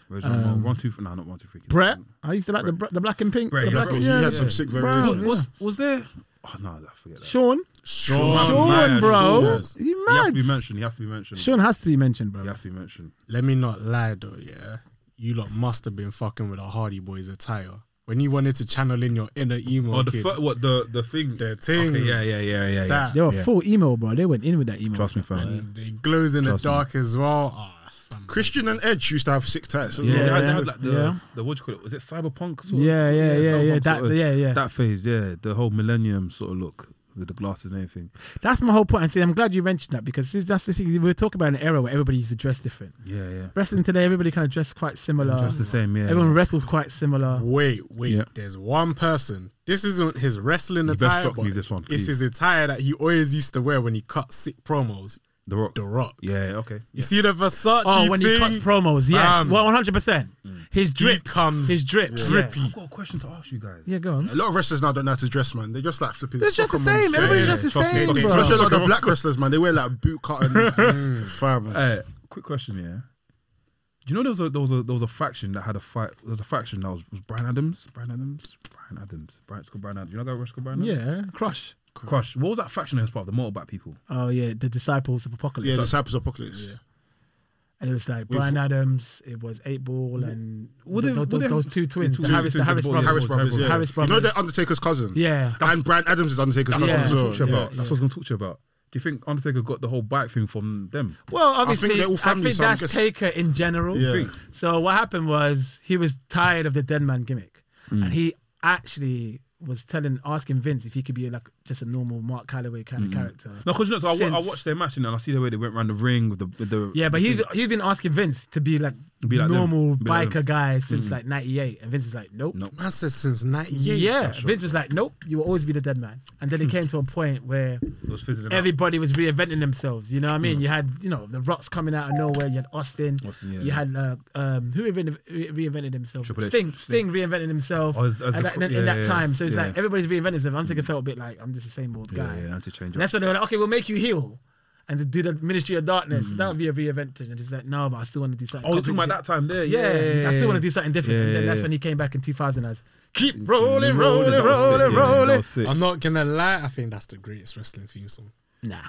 Speaker 1: Razor Ramon.
Speaker 4: Um,
Speaker 1: One, two, three. No, not one, two, three.
Speaker 4: Brett. I used to like the br- the black and pink.
Speaker 1: Brett,
Speaker 4: the
Speaker 1: yeah,
Speaker 4: black
Speaker 1: bro,
Speaker 4: and-
Speaker 3: he had some sick
Speaker 4: Bro,
Speaker 3: variations.
Speaker 4: was-
Speaker 1: Was there? Oh no, I forget that.
Speaker 4: Sean.
Speaker 1: Man,
Speaker 4: Sean,
Speaker 1: Oh, man,
Speaker 4: bro.
Speaker 1: Sean.
Speaker 4: He
Speaker 1: He has to
Speaker 4: mad.
Speaker 1: be mentioned. He has to be mentioned.
Speaker 4: Sean has to be mentioned, bro.
Speaker 1: He has to be mentioned.
Speaker 2: Let me not lie though, yeah. You lot must have been fucking with a Hardy Boys attire when you wanted to channel in your inner emo
Speaker 1: Oh, the
Speaker 2: kid.
Speaker 1: fir- what the the thing?
Speaker 2: The thing.
Speaker 1: Okay, yeah, yeah, yeah, yeah, yeah.
Speaker 2: That.
Speaker 4: They were
Speaker 1: Yeah.
Speaker 4: full emo, bro. They went in with that emo.
Speaker 1: Trust me, fam.
Speaker 2: and it glows in
Speaker 1: Trust me.
Speaker 2: the dark as well. Ah, fam.
Speaker 3: Christian and Edge used to have sick tires.
Speaker 1: Yeah, they had- they
Speaker 4: Yeah.
Speaker 1: had like the,
Speaker 4: Yeah.
Speaker 1: the what do you call it? Was it cyberpunk? Sort
Speaker 4: Yeah,
Speaker 1: of?
Speaker 4: yeah, yeah, yeah.
Speaker 1: cyberpunk
Speaker 4: That,
Speaker 1: sort of-
Speaker 4: yeah, yeah.
Speaker 1: that phase, yeah, the whole millennium sort of look with the glasses and everything.
Speaker 4: That's my whole point. And see, I'm glad you mentioned that because this, that's the thing. We were talking about an era where everybody used to dress different.
Speaker 1: Yeah, yeah.
Speaker 4: Wrestling today, everybody kind of dressed quite similar.
Speaker 1: It's just the same, yeah.
Speaker 4: Everyone wrestles quite similar.
Speaker 2: Wait, wait.
Speaker 1: Yeah.
Speaker 2: There's one person. This isn't his wrestling
Speaker 1: You best
Speaker 2: attire.
Speaker 1: shock me
Speaker 2: but
Speaker 1: with this one,
Speaker 2: It's
Speaker 1: please.
Speaker 2: his attire that he always used to wear when he cut sick promos.
Speaker 1: the rock.
Speaker 2: The Rock.
Speaker 1: Yeah, okay.
Speaker 2: You see the Versace
Speaker 4: Oh, when
Speaker 2: thing.
Speaker 4: he cuts promos, yes,
Speaker 2: Bam.
Speaker 4: well, 100. percent
Speaker 1: Mm.
Speaker 4: His
Speaker 2: he
Speaker 4: drip,
Speaker 2: comes
Speaker 4: his drip,
Speaker 2: drippy.
Speaker 4: Yeah.
Speaker 1: I've got a question to ask you guys.
Speaker 4: Yeah, go on.
Speaker 3: A lot of wrestlers now don't know how to dress, man. They just like flipping.
Speaker 4: It's just the
Speaker 3: soccer
Speaker 4: same.
Speaker 3: moms.
Speaker 4: Everybody's
Speaker 1: yeah,
Speaker 4: just the
Speaker 1: trust me,
Speaker 4: same,
Speaker 1: fucking
Speaker 4: bro.
Speaker 3: Especially a lot of the black wrestlers, man. They wear like boot cut
Speaker 4: Mm.
Speaker 3: and fire, man.
Speaker 1: Hey, quick question here. Do you know there was a there was a there was a faction that had a fight? There was a faction that was, was Brian Adams, Brian Adams, Brian Adams, Brian. It's called Brian Adams. You know that wrestle Brian? Adams?
Speaker 4: Yeah, crush.
Speaker 1: Crush. What was that faction that was part of the motorbike people?
Speaker 4: Oh yeah, the disciples of apocalypse.
Speaker 3: Yeah, Disciples of Apocalypse.
Speaker 4: And it was like Brian Adams, it was Eight Ball, and
Speaker 1: Were
Speaker 4: th-
Speaker 1: they-
Speaker 4: th-
Speaker 1: were they-
Speaker 4: those two twins,
Speaker 1: two
Speaker 4: the Harris,
Speaker 1: twins,
Speaker 4: the Harris
Speaker 1: the
Speaker 4: brothers.
Speaker 3: Harris Brothers, yeah.
Speaker 4: Harris
Speaker 3: You know
Speaker 4: Brothers.
Speaker 3: they're Undertaker's cousins.
Speaker 4: Yeah.
Speaker 3: And Brian Adams is Undertaker's cousin
Speaker 4: Yeah.
Speaker 3: as
Speaker 4: what
Speaker 1: That's
Speaker 3: well.
Speaker 1: what I was gonna talk to you
Speaker 3: Yeah.
Speaker 1: about. That's what I was going to talk to you about. Do you think Undertaker got the whole bike thing from them?
Speaker 4: Well,
Speaker 3: think
Speaker 4: obviously, I
Speaker 3: they're all
Speaker 4: think,
Speaker 3: family, so I'm
Speaker 4: that's
Speaker 3: guessing-
Speaker 4: Taker in general.
Speaker 3: Yeah.
Speaker 4: So what happened was he was tired of the dead man gimmick,
Speaker 1: Mm.
Speaker 4: and he actually was telling, asking Vince if he could be like just a normal Mark Calloway kind
Speaker 1: Mm-hmm.
Speaker 4: of character.
Speaker 1: No, because you know, so I, wa- I
Speaker 4: Since-
Speaker 1: watched their match and I see the way they went around the ring with the with the
Speaker 4: Yeah, but he's he's been asking Vince to be like,
Speaker 1: Mm-hmm. Be like them.
Speaker 4: normal
Speaker 1: Be like
Speaker 4: biker
Speaker 1: them. Mm-hmm.
Speaker 4: guy since like '98, and Vince was like, nope.
Speaker 1: No.
Speaker 2: Man said since 98.
Speaker 4: Yeah, Vince was like, "Nope, you will always be the dead man." And
Speaker 1: Hmm.
Speaker 4: then it came to a point where
Speaker 1: it was fizzling. out.
Speaker 4: everybody was reinventing themselves. You know what I mean? You had, you know, the Rocks coming out of nowhere. You had Austin.
Speaker 1: Austin, yeah.
Speaker 4: You had uh, um, who reinvented, re- reinvented himself?
Speaker 1: Triple H.
Speaker 4: Sting. Sting reinvented himself
Speaker 1: Oh, as- as
Speaker 4: at
Speaker 1: the
Speaker 4: that-
Speaker 1: cro-
Speaker 4: in
Speaker 1: yeah,
Speaker 4: that
Speaker 1: yeah,
Speaker 4: time. So it's
Speaker 1: yeah. Mm-hmm.
Speaker 4: like everybody's reinventing themselves. Undertaker felt a bit like I'm just the same old guy.
Speaker 1: yeah, yeah, anti-change.
Speaker 4: And that's when they were like, "Okay, we'll make you heal." And to do the Ministry of Darkness, that would be a reinvention. And he's like, no, but I still want to do something.
Speaker 1: Mm-hmm. Oh, you're talking about that time there.
Speaker 4: Yeah,
Speaker 1: Yeah,
Speaker 4: he's like, I still want to do something different. and then
Speaker 1: Yeah,
Speaker 4: that's
Speaker 1: yeah.
Speaker 4: when he came back in 2000 as keep
Speaker 1: rolling, rolling, rolling, rolling, rolling.
Speaker 2: I'm not gonna lie, I think that's the greatest wrestling theme song.
Speaker 4: Nah.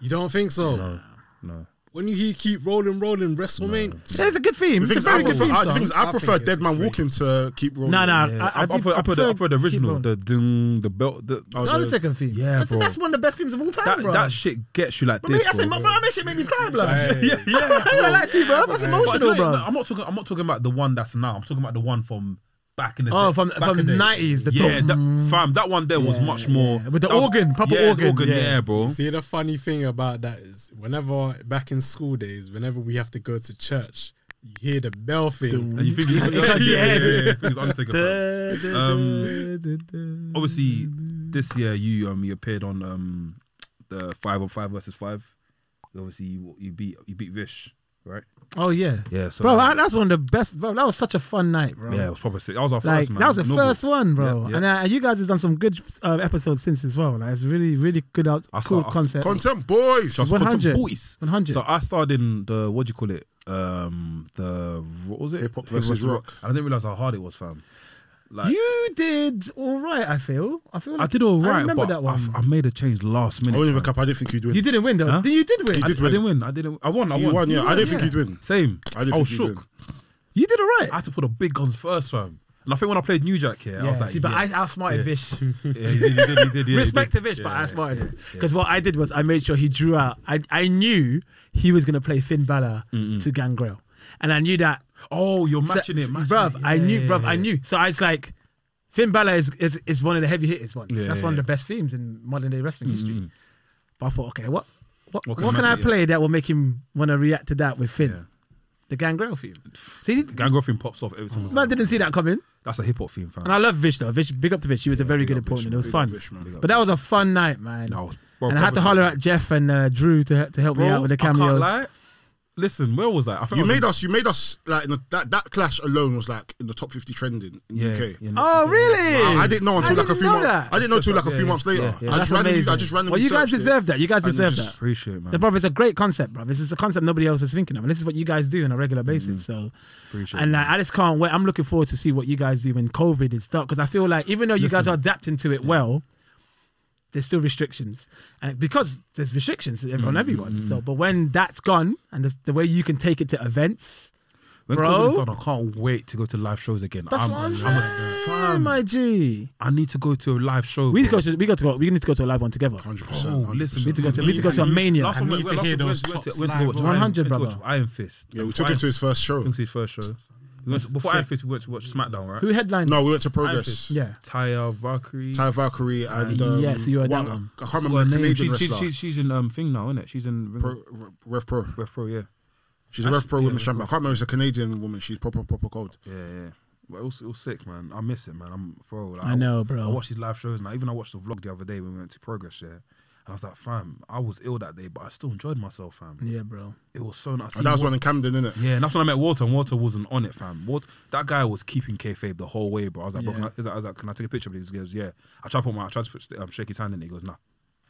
Speaker 2: You don't think so?
Speaker 1: No, no.
Speaker 2: When you hear keep rolling, rolling, WrestleMania,
Speaker 4: That's a good theme.
Speaker 3: The
Speaker 4: It's
Speaker 3: things
Speaker 4: a
Speaker 3: I
Speaker 4: very good
Speaker 3: prefer,
Speaker 4: theme
Speaker 3: I,
Speaker 4: song.
Speaker 3: things I
Speaker 2: I
Speaker 3: prefer
Speaker 2: think it's
Speaker 3: Dead
Speaker 2: a
Speaker 3: Man
Speaker 2: great-
Speaker 3: walking to keep rolling.
Speaker 4: No, no,
Speaker 1: Yeah,
Speaker 4: I, I,
Speaker 1: I,
Speaker 4: did-
Speaker 1: put, I, put the, I put the
Speaker 4: keep
Speaker 1: original,
Speaker 4: going.
Speaker 1: the ding, the belt, the,
Speaker 3: Oh,
Speaker 4: The
Speaker 3: so-
Speaker 4: Undertaker theme.
Speaker 1: Yeah,
Speaker 4: that's,
Speaker 1: bro.
Speaker 4: that's one of the best themes of all time,
Speaker 1: that,
Speaker 4: bro.
Speaker 1: that shit gets you like
Speaker 4: I mean,
Speaker 1: this.
Speaker 4: that's
Speaker 1: bro.
Speaker 4: it, my bro. That shit made me cry, bro.
Speaker 1: yeah, yeah.
Speaker 4: I ain't gonna lie to you, bro. That's
Speaker 1: But do you
Speaker 4: emotional,
Speaker 1: know what, no,
Speaker 4: bro.
Speaker 1: I'm not talking. I'm not talking about the one that's now. I'm talking about the one from back in the
Speaker 4: Oh,
Speaker 1: day-
Speaker 4: from-
Speaker 1: back
Speaker 4: from
Speaker 1: in
Speaker 4: 90s, the
Speaker 1: yeah,
Speaker 4: top.
Speaker 1: that, fam, that one there was
Speaker 4: Yeah,
Speaker 1: much more
Speaker 4: yeah. With the
Speaker 1: that was-
Speaker 4: organ, proper
Speaker 1: yeah,
Speaker 4: organ,
Speaker 1: yeah.
Speaker 4: yeah.
Speaker 1: bro.
Speaker 2: See, the funny thing about that is, whenever back in school days, whenever we have to go to church, you hear the bell thing.
Speaker 1: And you think he's, yeah, yeah, yeah, yeah, yeah. Think he's Undertaker. fam. Um,
Speaker 4: Um,
Speaker 1: Obviously, this year you um you appeared on um the five on five versus five. Obviously, you, you beat you beat Vish, right?
Speaker 4: oh yeah,
Speaker 1: Yeah, so-
Speaker 4: bro, I, that's one of the best, bro. That was such a fun night, bro.
Speaker 1: Yeah, it was proper sick. That was our
Speaker 4: Like
Speaker 1: first man.
Speaker 4: that was the
Speaker 1: Noble.
Speaker 4: first one, bro,
Speaker 1: Yeah, yeah.
Speaker 4: and uh, you guys have done some good uh, episodes since as well. Like it's really, really good, out,
Speaker 1: I
Speaker 4: cool
Speaker 1: saw- I-
Speaker 4: concept.
Speaker 3: Content boys.
Speaker 1: Just
Speaker 4: 100.
Speaker 1: content boys.
Speaker 4: 100.
Speaker 1: So I started in the what do you call it? Um, the what was it?
Speaker 3: Hip hop versus rock.
Speaker 1: And I didn't realize how hard it was, fam. Like
Speaker 4: you did all right. I feel. I feel. Like
Speaker 1: I did all right,
Speaker 4: I remember
Speaker 1: but
Speaker 4: that one.
Speaker 1: I f- I, made a change last
Speaker 3: I
Speaker 1: minute.
Speaker 3: won't
Speaker 1: fam.
Speaker 3: even cap. I didn't think you'd win.
Speaker 4: you didn't win though.
Speaker 1: Huh?
Speaker 4: Did you did win?
Speaker 3: You
Speaker 1: I,
Speaker 3: did
Speaker 1: I didn't
Speaker 3: win.
Speaker 1: win. I didn't. I won. I
Speaker 3: You
Speaker 1: won.
Speaker 3: won. Yeah, I didn't
Speaker 4: yeah.
Speaker 3: think you'd win.
Speaker 1: Same.
Speaker 3: I didn't
Speaker 1: I was
Speaker 3: think you'd
Speaker 1: shook.
Speaker 3: win.
Speaker 4: You did all right.
Speaker 1: I had to put the big guns first, fam. And I think when I played New Jack here, I was like,
Speaker 4: see, but
Speaker 1: yeah,
Speaker 4: I outsmarted
Speaker 1: yeah.
Speaker 4: Vish.
Speaker 1: yeah, he did, he did, he did, yeah, he
Speaker 4: Respect to
Speaker 1: did.
Speaker 4: Vish, but
Speaker 1: Yeah,
Speaker 4: I outsmarted him. Because what I did was I made sure he drew out. I, I knew he was going to play Finn Balor to Gangrel. And I knew that.
Speaker 1: Oh, you're
Speaker 4: so-
Speaker 1: matching it, matching
Speaker 4: bruv,
Speaker 1: it.
Speaker 4: I knew,
Speaker 1: Yeah.
Speaker 4: bruv, I knew. So I was like, Finn Balor is, is, is one of the heavy hitters ones.
Speaker 1: Yeah,
Speaker 4: That's one
Speaker 1: yeah.
Speaker 4: of the best themes in modern day wrestling history. But I thought, okay, what what,
Speaker 1: What
Speaker 4: what,
Speaker 1: can
Speaker 4: can,
Speaker 1: I
Speaker 4: I
Speaker 1: do?
Speaker 4: play that will make him want to react to that with Finn?
Speaker 1: Yeah.
Speaker 4: The Gangrel theme. See, this
Speaker 1: Gangrel thing pops off every time.
Speaker 4: man didn't see that coming.
Speaker 1: That's a hip hop theme, fam.
Speaker 4: And I love Vish though. Vish, big up to Vish. He was a very
Speaker 1: big
Speaker 4: good
Speaker 1: up Vish,
Speaker 4: opponent. It was
Speaker 3: big up
Speaker 4: fun.
Speaker 3: Vish, man. Big up
Speaker 4: But that was a fun night, man.
Speaker 1: No, I was- bro,
Speaker 4: and I had to
Speaker 1: proper
Speaker 4: holler
Speaker 1: sick.
Speaker 4: at Jeff and uh, Drew to to help me out with the
Speaker 1: I can't
Speaker 4: cameos.
Speaker 1: lie. Listen, where was I? I think I
Speaker 3: You
Speaker 1: was
Speaker 3: made
Speaker 1: in-
Speaker 3: us. You made us like in the, that. That clash alone was like in the top fifty trending in
Speaker 1: yeah,
Speaker 3: UK.
Speaker 1: yeah,
Speaker 4: Oh really?
Speaker 3: I, I didn't know until
Speaker 4: I
Speaker 3: like a
Speaker 4: didn't
Speaker 3: few
Speaker 4: know
Speaker 3: months.
Speaker 4: that.
Speaker 3: I didn't know until like a
Speaker 1: Yeah,
Speaker 3: few
Speaker 1: yeah,
Speaker 3: months later.
Speaker 1: yeah, yeah.
Speaker 3: I
Speaker 4: That's
Speaker 3: just randomly.
Speaker 4: amazing.
Speaker 3: I just randomly.
Speaker 4: Well, you guys
Speaker 3: searched it.
Speaker 4: deserve that. You guys
Speaker 3: And
Speaker 4: deserve
Speaker 3: just-
Speaker 4: that.
Speaker 1: Appreciate it, man.
Speaker 4: The brother, it's a great concept, bro. This is a concept nobody else is thinking of, and this is what you guys do on a regular
Speaker 3: Mm.
Speaker 4: basis. So,
Speaker 1: Appreciate
Speaker 4: and
Speaker 1: it,
Speaker 4: like, I just can't wait. I'm looking forward to see what you guys do when COVID is done, because I feel like even though you guys
Speaker 1: Listen.
Speaker 4: are adapting to it well, there's still restrictions, and because there's restrictions on
Speaker 3: Mm.
Speaker 4: everyone. So, but when that's gone, and the, the way you can take it to events,
Speaker 1: when
Speaker 4: bro.
Speaker 1: COVID is done, I can't wait to go to live shows again.
Speaker 4: that's
Speaker 1: I'm,
Speaker 4: what I'm,
Speaker 1: I'm
Speaker 4: saying,
Speaker 1: a fan.
Speaker 4: my G.
Speaker 1: I need to go to a live show.
Speaker 4: We need to
Speaker 1: bro.
Speaker 4: go to we got to go, we need to go to a live one together.
Speaker 3: 100%,
Speaker 1: Oh, listen,
Speaker 4: We need to go to we need to go to a mania.
Speaker 1: Last time
Speaker 2: I
Speaker 1: we
Speaker 2: need
Speaker 1: went-
Speaker 2: to
Speaker 1: last
Speaker 2: hear
Speaker 1: time we
Speaker 2: those
Speaker 1: went- went to-
Speaker 2: chops
Speaker 1: went to
Speaker 2: live,
Speaker 1: watch
Speaker 2: bro.
Speaker 1: Iron-
Speaker 4: 100,
Speaker 1: went to watch
Speaker 4: brother.
Speaker 1: Iron Fist.
Speaker 3: Yeah, we took him to his first show.
Speaker 1: his first show. We went to- Before Iron Fist, we went to watch SmackDown, right?
Speaker 4: Who headlined?
Speaker 3: No, we went to
Speaker 1: Iron
Speaker 3: Progress.
Speaker 1: Fist.
Speaker 4: Yeah.
Speaker 1: Taya Valkyrie.
Speaker 3: Ty Valkyrie and
Speaker 1: Uh,
Speaker 3: um,
Speaker 4: Yeah, so you had that
Speaker 3: one-
Speaker 4: one.
Speaker 3: I can't
Speaker 1: Her
Speaker 3: remember the
Speaker 1: name.
Speaker 3: Canadian
Speaker 1: She's, she's,
Speaker 3: wrestler.
Speaker 1: she's, she's in um, thing now, isn't it? She's in Ring
Speaker 3: Pro- Rev Pro.
Speaker 1: Ref Pro, yeah.
Speaker 3: She's a Rev
Speaker 1: Actually,
Speaker 3: Pro
Speaker 1: yeah,
Speaker 3: women's
Speaker 1: Rev
Speaker 3: champion. I can't remember. She's a Canadian woman. She's proper proper cold.
Speaker 1: Yeah, yeah. But it was, it was sick, man. I miss it, man. I'm for like,
Speaker 4: I know, bro.
Speaker 1: I watch these live shows now. Even I watched the vlog the other day when we went to Progress, yeah. And I was like, fam, I was ill that day, but I still enjoyed myself, fam.
Speaker 4: Yeah, bro.
Speaker 1: It was so nice.
Speaker 3: And that was one in Camden, innit?
Speaker 1: Yeah, and that's when I met Walter, and Walter wasn't on it, fam. Walter, that guy was keeping kayfabe the whole way, bro. I was like, bro,
Speaker 4: Yeah.
Speaker 1: can I, is that- I was like, can I take a picture? But he goes, yeah. I tried to put my, I tried to put, um, shake his hand, and he goes, nah.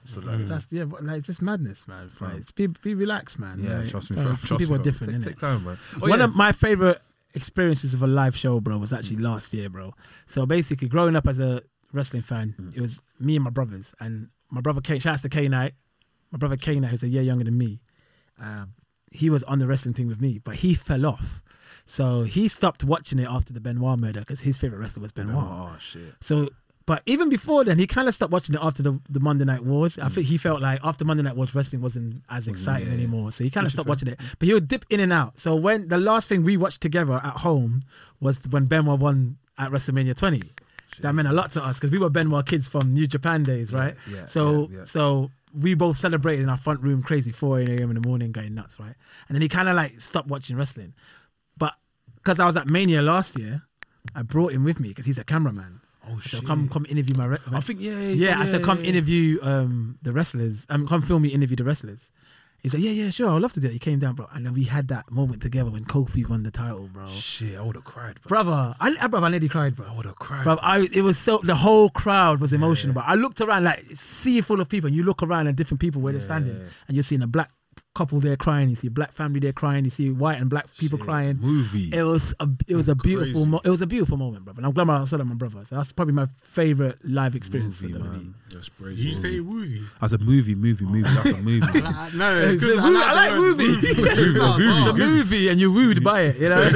Speaker 1: So like, it's-
Speaker 4: That's yeah, but like it's just madness, man. Like, it's be be relaxed, man.
Speaker 1: yeah,
Speaker 4: Like,
Speaker 1: trust me,
Speaker 4: uh,
Speaker 1: fam.
Speaker 4: some
Speaker 1: Trust me,
Speaker 4: people are
Speaker 1: fam.
Speaker 4: different,
Speaker 1: Take,
Speaker 4: innit?
Speaker 1: take time, man. Oh,
Speaker 4: One
Speaker 1: yeah. Mm.
Speaker 4: of my favorite experiences of a live show, bro, was actually last year, bro. So basically, growing up as a wrestling fan,
Speaker 1: Mm.
Speaker 4: it was me and my brothers, and my brother K. Shouts to K Knight, my brother K Knight, who's a year younger than me. Um, he was on the wrestling thing with me, but he fell off. So he stopped watching it after the Benoit murder because his favorite wrestler was Benoit.
Speaker 1: Oh shit.
Speaker 4: So, but even before then, he kind of stopped watching it after the, the Monday Night Wars. I think he felt like after Monday Night Wars, wrestling wasn't
Speaker 1: Mm,
Speaker 4: as exciting anymore. So he kind of stopped watching it. But he would dip in and out. So when the last thing we watched together at home was when Benoit won at WrestleMania 20. That meant a lot to us because we were Benoit kids from New Japan days, right?
Speaker 1: yeah,
Speaker 4: so
Speaker 1: yeah, yeah.
Speaker 4: so we both celebrated in our front room crazy 4 a.m. in the morning going nuts, right? And then he kind of like stopped watching wrestling. But because I was at Mania last year, I brought him with me because he's a cameraman. Oh shit! So come, come interview my. Re- I
Speaker 1: think- yeah, yeah,
Speaker 4: yeah. I
Speaker 1: yeah,
Speaker 4: said come
Speaker 1: yeah.
Speaker 4: interview um the wrestlers. Um, come film me interview the wrestlers. He said, yeah, yeah, sure, I'd love to do it. He came down, bro, and then we had that moment together when Kofi won the title, bro.
Speaker 1: Shit, I would have cried, bro.
Speaker 4: Brother, I, I brother, I nearly cried, bro.
Speaker 1: I would have cried.
Speaker 4: Bro, I it was so the whole crowd was emotional. But I looked around like sea full of people, and you look around and different people where they're standing, and you're seeing a black couple there crying, you see a black family there crying, you see white and black people crying.
Speaker 1: Movie.
Speaker 4: It was a it was a beautiful mo- it was a beautiful moment, brother. And I'm glad I saw that with my brother. So that's probably my favorite live experience. with WWE.
Speaker 3: Mm, That's crazy.
Speaker 2: You say woovie.
Speaker 1: As a movie, movie, movie. That's a movie.
Speaker 2: Uh, no, it's
Speaker 4: It's
Speaker 2: 'cause
Speaker 4: a
Speaker 2: I
Speaker 4: woo-
Speaker 2: like,
Speaker 4: I like movie.
Speaker 2: It's
Speaker 4: It's a movie, and you wooed by it, you know.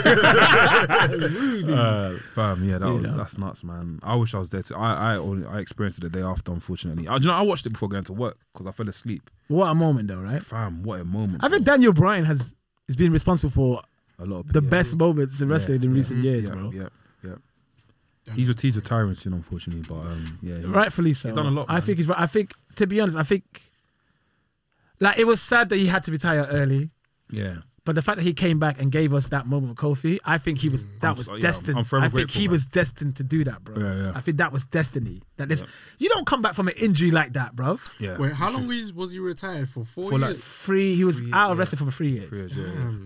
Speaker 1: uh, fam, yeah, that was
Speaker 4: know.
Speaker 1: that's nuts, man. I wish I was there. To, I I only I experienced it the day after, unfortunately. I, do you know, I watched it before going to work because I fell asleep.
Speaker 4: what a moment, though, right?
Speaker 1: Fam, what a moment!
Speaker 4: I think
Speaker 1: bro.
Speaker 4: Daniel Bryan has has been responsible for
Speaker 1: a lot of
Speaker 4: the
Speaker 1: yeah,
Speaker 4: best moments in
Speaker 1: yeah,
Speaker 4: wrestling in
Speaker 1: yeah, Mm-hmm.
Speaker 4: recent years,
Speaker 1: yeah,
Speaker 4: bro.
Speaker 1: Yeah, yeah. He's a he's a tyrant soon, unfortunately, but um, yeah, he's-
Speaker 4: Rightfully so.
Speaker 1: he's done a lot,
Speaker 4: I
Speaker 1: man.
Speaker 4: think he's right. I think to be honest, I think like it was sad that he had to retire early,
Speaker 1: yeah.
Speaker 4: but But the fact that he came back and gave us that moment with Kofi, I think he was that was
Speaker 1: so- yeah,
Speaker 4: destined.
Speaker 1: Mm, I'm forever
Speaker 4: I think
Speaker 1: grateful,
Speaker 4: he
Speaker 1: man.
Speaker 4: was destined to do that, bro.
Speaker 1: Yeah, yeah.
Speaker 4: I think that was destiny. That this you don't come back from an injury like that, bro.
Speaker 1: Yeah.
Speaker 2: Wait, how long was, was he retired for? Four
Speaker 1: For like-
Speaker 2: years.
Speaker 4: Three, he was out of wrestling for three years.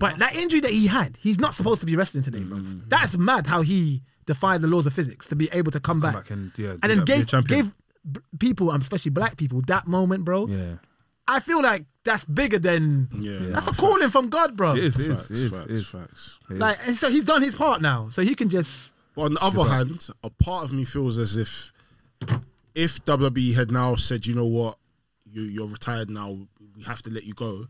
Speaker 4: But that injury that he had, he's not supposed to be wrestling today, bro.
Speaker 1: Mm-hmm.
Speaker 4: That's mad how he defied the laws of physics to be able to come, back.
Speaker 1: back and, yeah, do
Speaker 4: and then
Speaker 1: that, be a
Speaker 4: gave
Speaker 1: champion.
Speaker 4: gave b- people, and especially black people, that moment, bro.
Speaker 1: Yeah.
Speaker 4: I feel like that's bigger than
Speaker 3: Yeah.
Speaker 4: that's a calling from God, bro.
Speaker 1: It is, it is,
Speaker 3: Facts,
Speaker 1: it is,
Speaker 3: facts,
Speaker 1: it is.
Speaker 3: facts.
Speaker 1: It is.
Speaker 4: Like, and so he's done his part now, so he can just
Speaker 3: But on the other hand, a part of me feels as if if WWE had now said, you know what, you you're retired now, we have to let you go.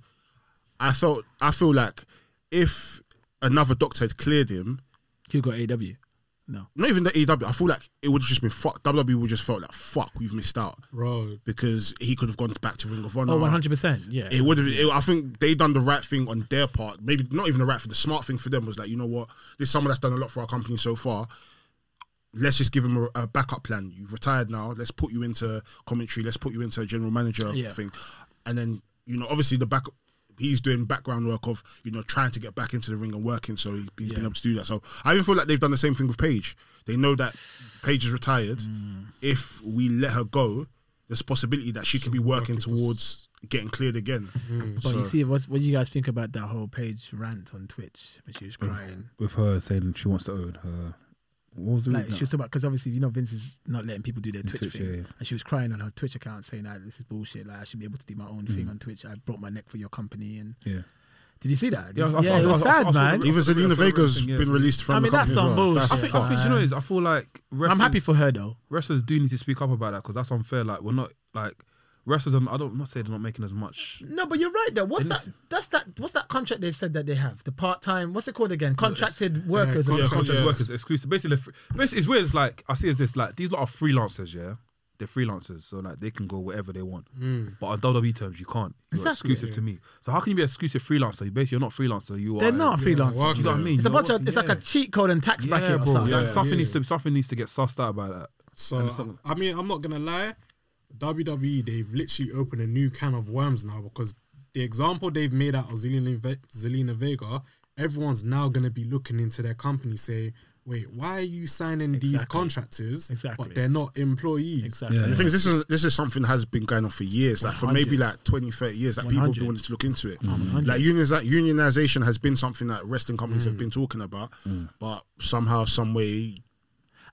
Speaker 3: I felt I feel like if another doctor had cleared him,
Speaker 4: he got AW. No,
Speaker 3: not even the AEW, I feel like it would have just been fuck. WWE E would just felt like fuck, we've missed out
Speaker 2: Bro,
Speaker 3: because he could have gone back to Ring of Honor.
Speaker 4: oh, one hundred percent. Yeah,
Speaker 3: It would have. it- I think they done the right thing on their part. Maybe not even the right thing. The smart thing for them was like, you know what? This is someone that's done a lot for our company so far. Let's just give him a, a backup plan. You've retired now. Let's put you into commentary. Let's put you into a general manager
Speaker 4: Yeah.
Speaker 3: thing, and then you know, obviously the back. He's doing background work of you know trying to get back into the ring and working, so he's, he's been able to do that. So I even feel like they've done the same thing with Paige. They know that Paige is retired.
Speaker 4: Mm.
Speaker 3: If we let her go, there's a possibility that she could be working towards getting cleared again.
Speaker 4: but you see, what's, what do you guys think about that whole page rant on Twitch when she was crying?
Speaker 1: with her saying she wants to own her. What was the
Speaker 4: Like
Speaker 1: reason?
Speaker 4: she was talking about because obviously you know Vince is not letting people do their Twitch,
Speaker 1: Twitch,
Speaker 4: thing,
Speaker 1: yeah, yeah.
Speaker 4: and she was crying on her Twitch account saying that this is bullshit. Like I should be able to do my own thing on Twitch. I broke my neck for your company, and
Speaker 1: yeah.
Speaker 4: did you see that?
Speaker 1: Yeah, I
Speaker 4: Yeah,
Speaker 1: saw- I
Speaker 4: it
Speaker 1: saw- I
Speaker 4: was
Speaker 1: saw- I
Speaker 4: sad,
Speaker 1: saw the
Speaker 4: man.
Speaker 1: re-
Speaker 3: Even Selena
Speaker 1: Favorite
Speaker 3: Vega's
Speaker 1: thing, yes.
Speaker 3: been released from.
Speaker 4: I mean,
Speaker 3: the
Speaker 4: that's
Speaker 3: company as
Speaker 4: some
Speaker 3: well.
Speaker 4: bullshit.
Speaker 1: I think, I think you know is I feel like wrestlers,
Speaker 4: I'm happy for her though.
Speaker 1: wrestlers do need to speak up about that because that's unfair. Like we're not like wrestlers. Are, I don't I'm not say they're not making as much.
Speaker 4: No, but you're right though. What's
Speaker 1: It
Speaker 4: that?
Speaker 1: is.
Speaker 4: That's that. What's that contract they've said that they have? The part time. What's it called again? Contracted workers. or
Speaker 1: Yeah,
Speaker 4: something.
Speaker 1: contract
Speaker 3: yeah.
Speaker 1: workers exclusive. Basically, fr- basically, it's weird. It's like I see it as this like these lot are freelancers. Yeah, they're freelancers, so like they can go wherever they want. But on WWE terms, you can't. You're
Speaker 4: Mm. Exactly.
Speaker 1: exclusive to me. So how can you be an exclusive freelancer? You basically you're not freelancer. You are.
Speaker 4: They're not
Speaker 1: Do
Speaker 4: freelancers.
Speaker 1: you know what I mean?
Speaker 4: It's a
Speaker 1: You're
Speaker 4: bunch of. It's like
Speaker 1: yeah.
Speaker 4: a cheat code and tax bracket
Speaker 1: yeah,
Speaker 4: or
Speaker 1: bro.
Speaker 4: something.
Speaker 1: like,
Speaker 3: Yeah.
Speaker 1: something needs to something needs to get sussed out about that.
Speaker 2: So I I mean, I'm not gonna lie. WWE they've literally opened a new can of worms now because the example they've made out of Zelina, Ve- Zelina Vega, everyone's now gonna be looking into their company saying, "Wait, why are you signing these
Speaker 4: Exactly.
Speaker 2: contractors?
Speaker 4: Exactly.
Speaker 2: But they're not employees."
Speaker 4: Exactly.
Speaker 3: And the thing is, this is this is something that has been going on for years, like for maybe
Speaker 4: 100.
Speaker 3: like 20, 30 years, that people have been
Speaker 4: 100.
Speaker 3: wanting to look into it.
Speaker 1: Mm.
Speaker 3: Mm. Like unions, like unionization has been something that wrestling companies
Speaker 1: Mm.
Speaker 3: have been talking about, but somehow, some way,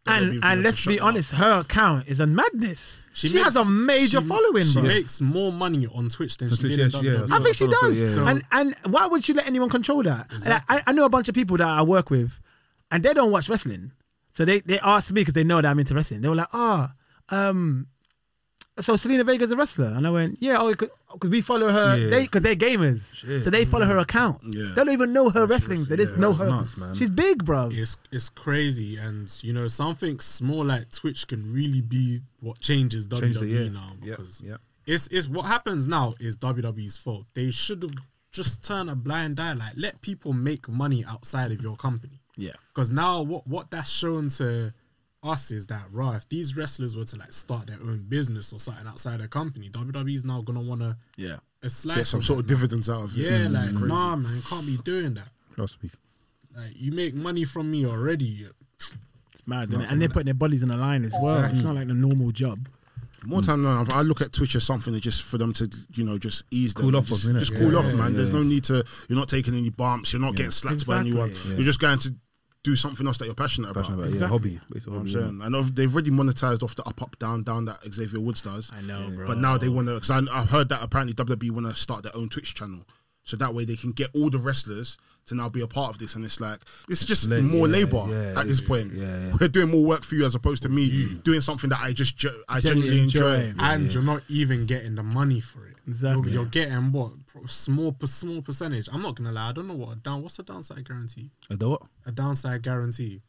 Speaker 3: WWE
Speaker 4: And
Speaker 3: wanted to
Speaker 4: and let's
Speaker 3: shut
Speaker 4: be
Speaker 3: it up.
Speaker 4: honest, her account is a madness. She,
Speaker 2: makes-
Speaker 4: has a major
Speaker 2: she-
Speaker 4: following,
Speaker 2: She
Speaker 4: bro.
Speaker 2: makes more money on Twitch than she
Speaker 1: Twitch,
Speaker 2: did in E.
Speaker 1: yeah, she- yeah.
Speaker 2: WWE.
Speaker 4: I think she
Speaker 1: Yeah,
Speaker 4: does.
Speaker 1: yeah.
Speaker 4: And and why would you let anyone control that? Like, I, I know a bunch of people that I work with, and they don't watch wrestling, so they they asked me because they know that I'm into wrestling. They were like, "Ah, um, so Selena Vega's a wrestler," and I went, "Yeah, oh, because we follow her.
Speaker 1: Yeah.
Speaker 4: They because they're gamers, so they follow her account.
Speaker 3: Yeah.
Speaker 4: They don't even know her wrestling. They just know
Speaker 1: that's
Speaker 4: her.
Speaker 1: nuts, man.
Speaker 4: She's big, bro.
Speaker 2: It's it's crazy, and you know something small like Twitch can really be what changes
Speaker 1: Change the
Speaker 2: WWE
Speaker 1: year.
Speaker 2: now
Speaker 1: Yeah,
Speaker 2: because
Speaker 1: yeah.
Speaker 2: it's it's what happens now is WWE's fault. They should have just turned a blind eye, like let people make money outside of your company.
Speaker 4: Yeah.
Speaker 2: Because now what what that's shown to us is that raw. If these wrestlers were to like start their own business or something outside their company, WWE's now gonna wanna
Speaker 4: Yeah.
Speaker 2: a slice
Speaker 3: get some
Speaker 2: of
Speaker 3: sort of
Speaker 2: that now.
Speaker 3: dividends out of it.
Speaker 2: Yeah, like nah, man, can't be doing that.
Speaker 1: Trust me.
Speaker 2: Like you make money from me already.
Speaker 4: It's mad, isn't it? and they're putting their bodies on the line as well. It's not like the normal job.
Speaker 3: Mm. More time than I look at Twitch as something that just for them to, you know, just ease them
Speaker 1: Cool
Speaker 3: and
Speaker 1: off
Speaker 3: just,
Speaker 1: of, innit?
Speaker 3: just
Speaker 1: Yeah,
Speaker 3: cool
Speaker 1: yeah,
Speaker 3: off,
Speaker 1: yeah,
Speaker 3: man.
Speaker 1: yeah,
Speaker 3: There's
Speaker 1: yeah.
Speaker 3: no need to. You're not taking any bumps. You're not getting slapped by
Speaker 4: Exactly.
Speaker 3: anyone.
Speaker 1: Yeah.
Speaker 3: You're just going to do something else that you're passionate,
Speaker 1: Passionate
Speaker 3: about.
Speaker 1: about it, yeah, hobby. It's a
Speaker 3: You know what I'm
Speaker 1: hobby,
Speaker 3: saying, and of- they've already monetized off the up, up, down, down that Xavier Woods does.
Speaker 4: I know, bro.
Speaker 3: But now they want to, because I, I heard that apparently WWE want to start their own Twitch channel. So that way they can get all the wrestlers to now be a part of this. And it's like, it's just
Speaker 1: Le-
Speaker 3: more
Speaker 1: yeah,
Speaker 3: labor
Speaker 1: yeah,
Speaker 3: at this
Speaker 1: yeah,
Speaker 3: point.
Speaker 1: yeah, yeah.
Speaker 3: We're doing more work for you as opposed to me doing something that I just, ge- I genuinely enjoy.
Speaker 2: and you're not even getting the money for it.
Speaker 4: Exactly.
Speaker 2: You're, you're getting what pro- small per- small percentage. I'm not gonna lie. I don't know what a down. What's a downside guarantee?
Speaker 1: I do what?
Speaker 2: A downside guarantee.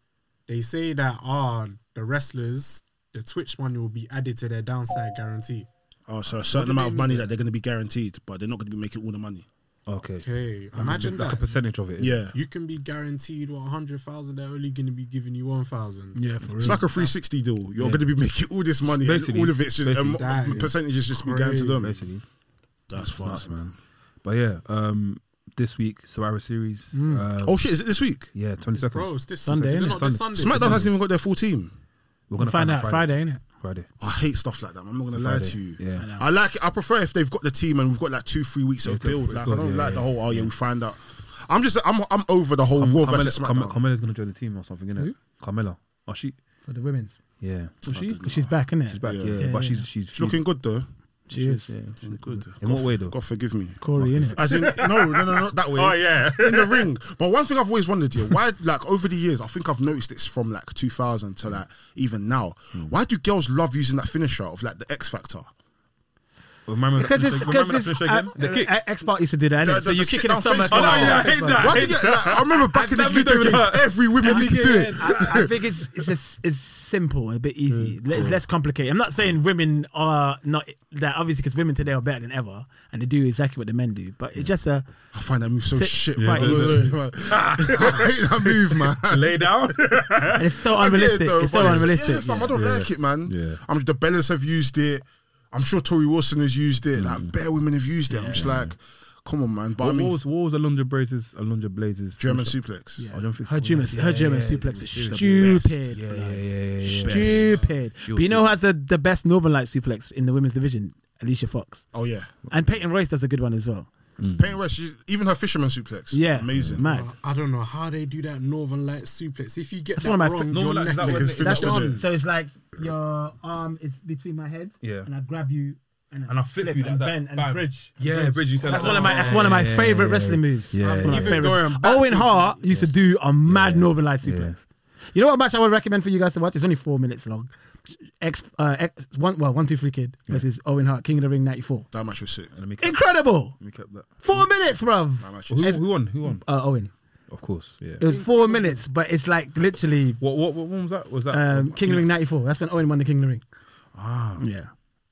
Speaker 2: They say that ah the wrestlers the Twitch money will be added to their downside guarantee.
Speaker 3: Oh, so a certain amount of money that they're going to be guaranteed, but they're not going to be making all the money.
Speaker 1: Okay.
Speaker 2: Okay, imagine
Speaker 1: Like a
Speaker 2: that.
Speaker 1: percentage of it.
Speaker 3: Yeah.
Speaker 2: You can be guaranteed what hundred thousand. They're only gonna be giving you one thousand.
Speaker 4: Yeah, for
Speaker 3: It's like a 360 deal. You're going to be making all this money,
Speaker 1: Basically.
Speaker 3: and all of it's just
Speaker 1: Basically.
Speaker 3: um,
Speaker 2: That is
Speaker 3: percentages just be going to them.
Speaker 1: Basically.
Speaker 3: That's fast, man.
Speaker 1: But yeah, um, this week Survivor Series.
Speaker 4: Hmm.
Speaker 1: Uh,
Speaker 3: Oh shit! Is it this week?
Speaker 1: yeah, twenty second.
Speaker 2: Bro, it's this
Speaker 4: Sunday,
Speaker 2: Sunday. Is it
Speaker 4: innit?
Speaker 2: not this
Speaker 1: Sunday.
Speaker 2: Sunday?
Speaker 3: SmackDown hasn't even got their full team.
Speaker 1: We're
Speaker 4: We'll
Speaker 1: gonna
Speaker 4: find, out Friday, innit?
Speaker 1: Friday.
Speaker 3: I hate stuff like that. I'm not
Speaker 1: It's
Speaker 3: gonna
Speaker 1: a
Speaker 3: lie
Speaker 1: Friday,
Speaker 3: to you.
Speaker 1: yeah.
Speaker 3: I like. It. I prefer if they've got the team and we've got like two, three weeks of
Speaker 1: it's a-
Speaker 3: build.
Speaker 1: it's
Speaker 3: Like
Speaker 1: good,
Speaker 3: I don't
Speaker 1: yeah,
Speaker 3: like the
Speaker 1: yeah.
Speaker 3: whole. Oh yeah, we find out. I'm just. I'm. I'm over the whole Raw versus
Speaker 1: Carmella, Carme-
Speaker 3: SmackDown.
Speaker 1: Carmella's gonna join the team or something, innit?
Speaker 4: Who?
Speaker 1: Carmella. Oh, she.
Speaker 4: For the women's.
Speaker 1: Yeah,
Speaker 4: Was she? 'Cause she's back, innit?
Speaker 1: she's back. Yeah,
Speaker 3: Yeah.
Speaker 4: Yeah,
Speaker 1: but
Speaker 4: yeah.
Speaker 1: she's she's
Speaker 3: She's looking good though.
Speaker 4: She is.
Speaker 1: Yeah.
Speaker 3: She's good.
Speaker 1: In what way though?
Speaker 3: God forgive me.
Speaker 4: Corey, innit?
Speaker 3: As in, no, no, no, not that way.
Speaker 1: Oh yeah.
Speaker 3: in the ring. But one thing I've always wondered here, why like over the years, I think I've noticed it's from like 2000 to like even now.
Speaker 1: Hmm.
Speaker 3: Why do girls love using that finisher of like the X Factor?
Speaker 1: Remind me-
Speaker 4: Because it's
Speaker 1: remind me
Speaker 4: because
Speaker 1: that
Speaker 4: it's
Speaker 1: finisher again? The kick.
Speaker 4: X part used to do that,
Speaker 3: The-
Speaker 4: innit?
Speaker 3: the-
Speaker 4: So you
Speaker 3: the
Speaker 4: kick in the
Speaker 3: sit-down face
Speaker 4: stomach.
Speaker 3: Oh,
Speaker 1: yeah, I
Speaker 4: Yeah.
Speaker 1: hate that.
Speaker 3: Why do you, like, I remember back in the
Speaker 1: never
Speaker 3: video
Speaker 1: do
Speaker 3: games,
Speaker 1: that.
Speaker 3: every woman used to do it.
Speaker 4: I, I think it's it's just, it's simple, a bit easy, Le- it's less complicated. I'm not saying women are not that obviously because women today are better than ever, and they do exactly what the men do. But it's just a
Speaker 3: I find that move so
Speaker 4: Sit-
Speaker 3: shit.
Speaker 4: Yeah,
Speaker 3: man.
Speaker 4: it is.
Speaker 3: I hate that move, man.
Speaker 1: Lay down.
Speaker 4: and it's so
Speaker 3: I get it,
Speaker 4: unrealistic.
Speaker 3: though,
Speaker 4: it's
Speaker 3: but
Speaker 4: so
Speaker 3: Yeah,
Speaker 4: unrealistic.
Speaker 3: fam, I don't
Speaker 1: Yeah.
Speaker 3: like it, man.
Speaker 1: Yeah.
Speaker 3: I'm the Bellas have used it. I'm sure Tori Wilson has used it.
Speaker 4: Mm.
Speaker 3: Like bare women have used it. I'm just like, come on, man. But I
Speaker 1: What
Speaker 3: mean,
Speaker 1: was what was Alundra Blazes? Alundra Blazes.
Speaker 3: German suplex.
Speaker 1: I don't think
Speaker 4: Her German, her German suplex was
Speaker 3: was the
Speaker 4: stupid.
Speaker 3: best.
Speaker 1: Yeah,
Speaker 4: blood.
Speaker 1: yeah, yeah, yeah.
Speaker 4: Stupid.
Speaker 1: She
Speaker 4: But
Speaker 1: was
Speaker 4: you know who
Speaker 1: sick.
Speaker 4: has the, the best Northern Light suplex in the women's division? Alicia Fox.
Speaker 3: Oh yeah.
Speaker 4: And Peyton Royce does a good one as well.
Speaker 3: Peyton Rush, she's- even her fisherman suplex.
Speaker 4: Mm. Yeah.
Speaker 3: Amazing.
Speaker 4: Mad.
Speaker 2: I don't know how they do that Northern Light suplex. If you get
Speaker 4: That's
Speaker 2: that
Speaker 4: one of my
Speaker 2: wrong,
Speaker 4: fa-
Speaker 1: Northern
Speaker 2: your
Speaker 1: Light,
Speaker 2: neck
Speaker 1: that
Speaker 2: is
Speaker 1: was-
Speaker 2: finished.
Speaker 3: that's
Speaker 2: Done.
Speaker 3: the-
Speaker 4: So it's like your arm is between my head,
Speaker 1: Yeah.
Speaker 4: and I grab you, and I,
Speaker 1: And I flip you
Speaker 4: and
Speaker 1: like that.
Speaker 4: bend and
Speaker 1: Bam.
Speaker 4: bridge.
Speaker 1: Yeah, Bridge. You said
Speaker 4: That's
Speaker 1: that.
Speaker 4: one of my that's one of my
Speaker 1: Yeah,
Speaker 4: favorite
Speaker 1: yeah,
Speaker 4: wrestling moves.
Speaker 1: Yeah,
Speaker 4: That's one of my
Speaker 1: Even
Speaker 4: favorite-
Speaker 2: going back-
Speaker 4: Owen Hart used to do a mad Northern Light suplex. You know what match I would recommend for you guys to watch? It's only four minutes long. X, uh, X one well one two three kid versus Owen Hart King of the Ring ninety four.
Speaker 3: That match was sick.
Speaker 1: Let me cap-
Speaker 4: Incredible.
Speaker 1: let me cap that.
Speaker 4: Four minutes, bruv.
Speaker 3: That match was
Speaker 1: Who, who won? Who won?
Speaker 4: Uh, Owen.
Speaker 1: Of course. Yeah.
Speaker 4: It was four minutes, but it's like literally
Speaker 1: What what what one was that? Was that
Speaker 4: um, King of the Ring '94. That's when Owen won the King of the Ring.
Speaker 1: Ah,
Speaker 4: Yeah,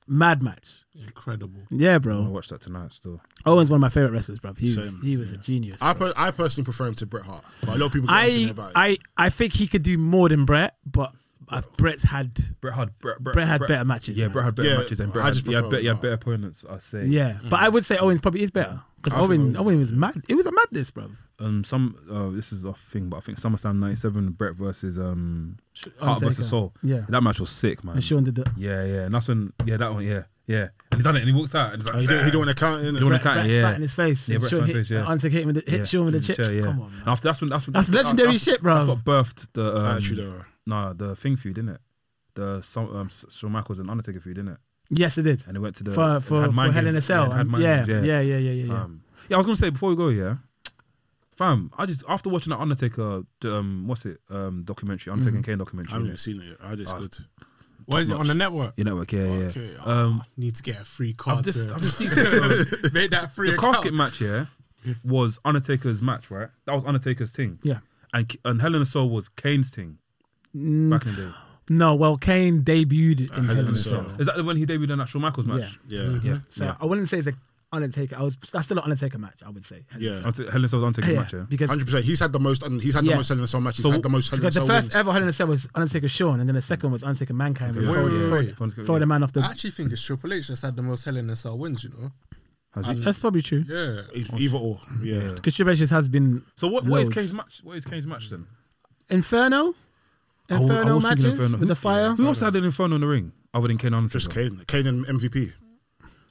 Speaker 4: mad match.
Speaker 2: Incredible.
Speaker 4: Yeah,
Speaker 1: I
Speaker 4: bro.
Speaker 1: watched that tonight still.
Speaker 4: Owen's one of my favorite wrestlers, bro. He was
Speaker 3: Same.
Speaker 4: he was a genius.
Speaker 3: I, per- I personally prefer him to Bret Hart, but a lot of people get into me
Speaker 4: I
Speaker 3: about it.
Speaker 4: I I think he could do more than Brett, but uh, Brett's had
Speaker 1: Bret had Bret, Bret,
Speaker 4: Bret had better matches,
Speaker 1: Yeah,
Speaker 4: man.
Speaker 1: Bret had better
Speaker 3: Yeah,
Speaker 1: matches and Bret
Speaker 3: I
Speaker 1: had,
Speaker 3: just
Speaker 1: he had
Speaker 3: prefer
Speaker 1: better, he had
Speaker 3: Bret.
Speaker 1: better opponents. I say.
Speaker 4: yeah. But I would say Owen probably is better because
Speaker 3: I think
Speaker 4: Owen
Speaker 3: Owen-
Speaker 4: Owen was mad. It was a madness, bro.
Speaker 1: Um, some uh, this is off thing, but I think SummerSlam '97, Bret versus um Hart
Speaker 4: Undertaker.
Speaker 1: versus Soul.
Speaker 4: Yeah.
Speaker 1: that match was sick, man.
Speaker 4: And Sean did the
Speaker 1: Yeah, yeah, and that's when yeah that one yeah yeah and he done it and he walked out and he's
Speaker 3: Uh,
Speaker 1: like
Speaker 3: he, don't, he don't want to count in.
Speaker 1: He don't wanna
Speaker 4: Brett,
Speaker 1: count,
Speaker 4: Brett
Speaker 1: yeah.
Speaker 4: spat in his face.
Speaker 1: Yeah,
Speaker 4: and
Speaker 1: Brett
Speaker 4: Sean
Speaker 1: spat
Speaker 4: hit,
Speaker 1: in his face, yeah.
Speaker 4: Undertaker hit, him with the, hit
Speaker 1: yeah,
Speaker 4: Sean with the
Speaker 1: in
Speaker 4: chips.
Speaker 1: chair, yeah.
Speaker 4: Come on, man.
Speaker 1: And after that's when that's when
Speaker 4: That's
Speaker 1: that's-
Speaker 4: legendary
Speaker 1: that's-
Speaker 4: shit, bro.
Speaker 1: That's what birthed the um,
Speaker 3: Attitude Era.
Speaker 1: Nah, the thing feud, didn't it? The some um, S- Shawn Michaels and Undertaker feud, didn't it?
Speaker 4: Yes, it did.
Speaker 1: And it went to the
Speaker 4: for
Speaker 1: and
Speaker 4: for,
Speaker 1: uh, had
Speaker 4: for
Speaker 1: mind
Speaker 4: Hell
Speaker 1: games.
Speaker 4: in a Cell.
Speaker 1: and had
Speaker 4: and-
Speaker 1: mind
Speaker 4: Yeah,
Speaker 1: games,
Speaker 4: yeah, yeah, yeah, yeah. yeah.
Speaker 1: Fam. Yeah, I was gonna say before we go, yeah, fam. I just after watching that Undertaker, d- um, what's it, um,
Speaker 4: Mm-hmm.
Speaker 1: documentary, Undertaker and Kane
Speaker 3: I
Speaker 1: documentary.
Speaker 3: haven't
Speaker 1: innit?
Speaker 3: even seen it yet. I heard it's
Speaker 1: Ah.
Speaker 3: good.
Speaker 2: Why is it on the network?
Speaker 1: You know, okay,
Speaker 2: Okay,
Speaker 1: yeah.
Speaker 2: oh,
Speaker 1: Um,
Speaker 2: need to get a free
Speaker 1: I'm
Speaker 2: card
Speaker 1: just,
Speaker 2: to
Speaker 1: I'm just thinking, um,
Speaker 2: make that free
Speaker 1: the
Speaker 2: account.
Speaker 1: casket match, yeah, was Undertaker's match, right? That was Undertaker's thing.
Speaker 4: Yeah. Mm.
Speaker 1: And K- and Hell in a Cell was Kane's thing. Back in the day,
Speaker 4: No, well, Kane debuted in Hell in a
Speaker 3: So,
Speaker 4: Cell.
Speaker 1: is that when he debuted in that Shawn Michaels match?
Speaker 3: yeah.
Speaker 1: Yeah,
Speaker 4: Mm-hmm. So
Speaker 1: yeah.
Speaker 4: I wouldn't say it's an Undertaker. I was that's still an Undertaker match. I would say.
Speaker 3: Yeah.
Speaker 1: Unta- Hell in a Cell was Undertaker's match, yeah.
Speaker 4: because
Speaker 3: Hundred percent. He's had the most. And he's had
Speaker 4: Yeah.
Speaker 3: the most selling song matches.
Speaker 1: So-
Speaker 3: He's had the most selling
Speaker 4: because the
Speaker 3: song
Speaker 4: first
Speaker 3: wins.
Speaker 4: ever Hell in a Cell was Undertaker Shawn, and then the second was Undertaker Mankind.
Speaker 3: Yeah.
Speaker 4: Throw,
Speaker 2: Wait, wait,
Speaker 4: throw-
Speaker 2: wait.
Speaker 4: throw the man off
Speaker 2: I
Speaker 4: the.
Speaker 2: actually think it's Triple H that's had the most Hell in a Cell wins. You know.
Speaker 1: Has he?
Speaker 4: That's probably true.
Speaker 2: Yeah.
Speaker 3: It's E-, Either or. Yeah.
Speaker 4: Because Triple H just has been
Speaker 1: So what, what is
Speaker 4: Loads.
Speaker 1: Kane's match? What is Kane's match then?
Speaker 4: Inferno,
Speaker 1: I was- I
Speaker 4: Inferno
Speaker 1: was thinking
Speaker 4: matches
Speaker 1: Inferno.
Speaker 4: with the fire.
Speaker 1: Who else had an Inferno in the ring other than Kane? Undertaker?
Speaker 3: Just Kane. Kane and MVP.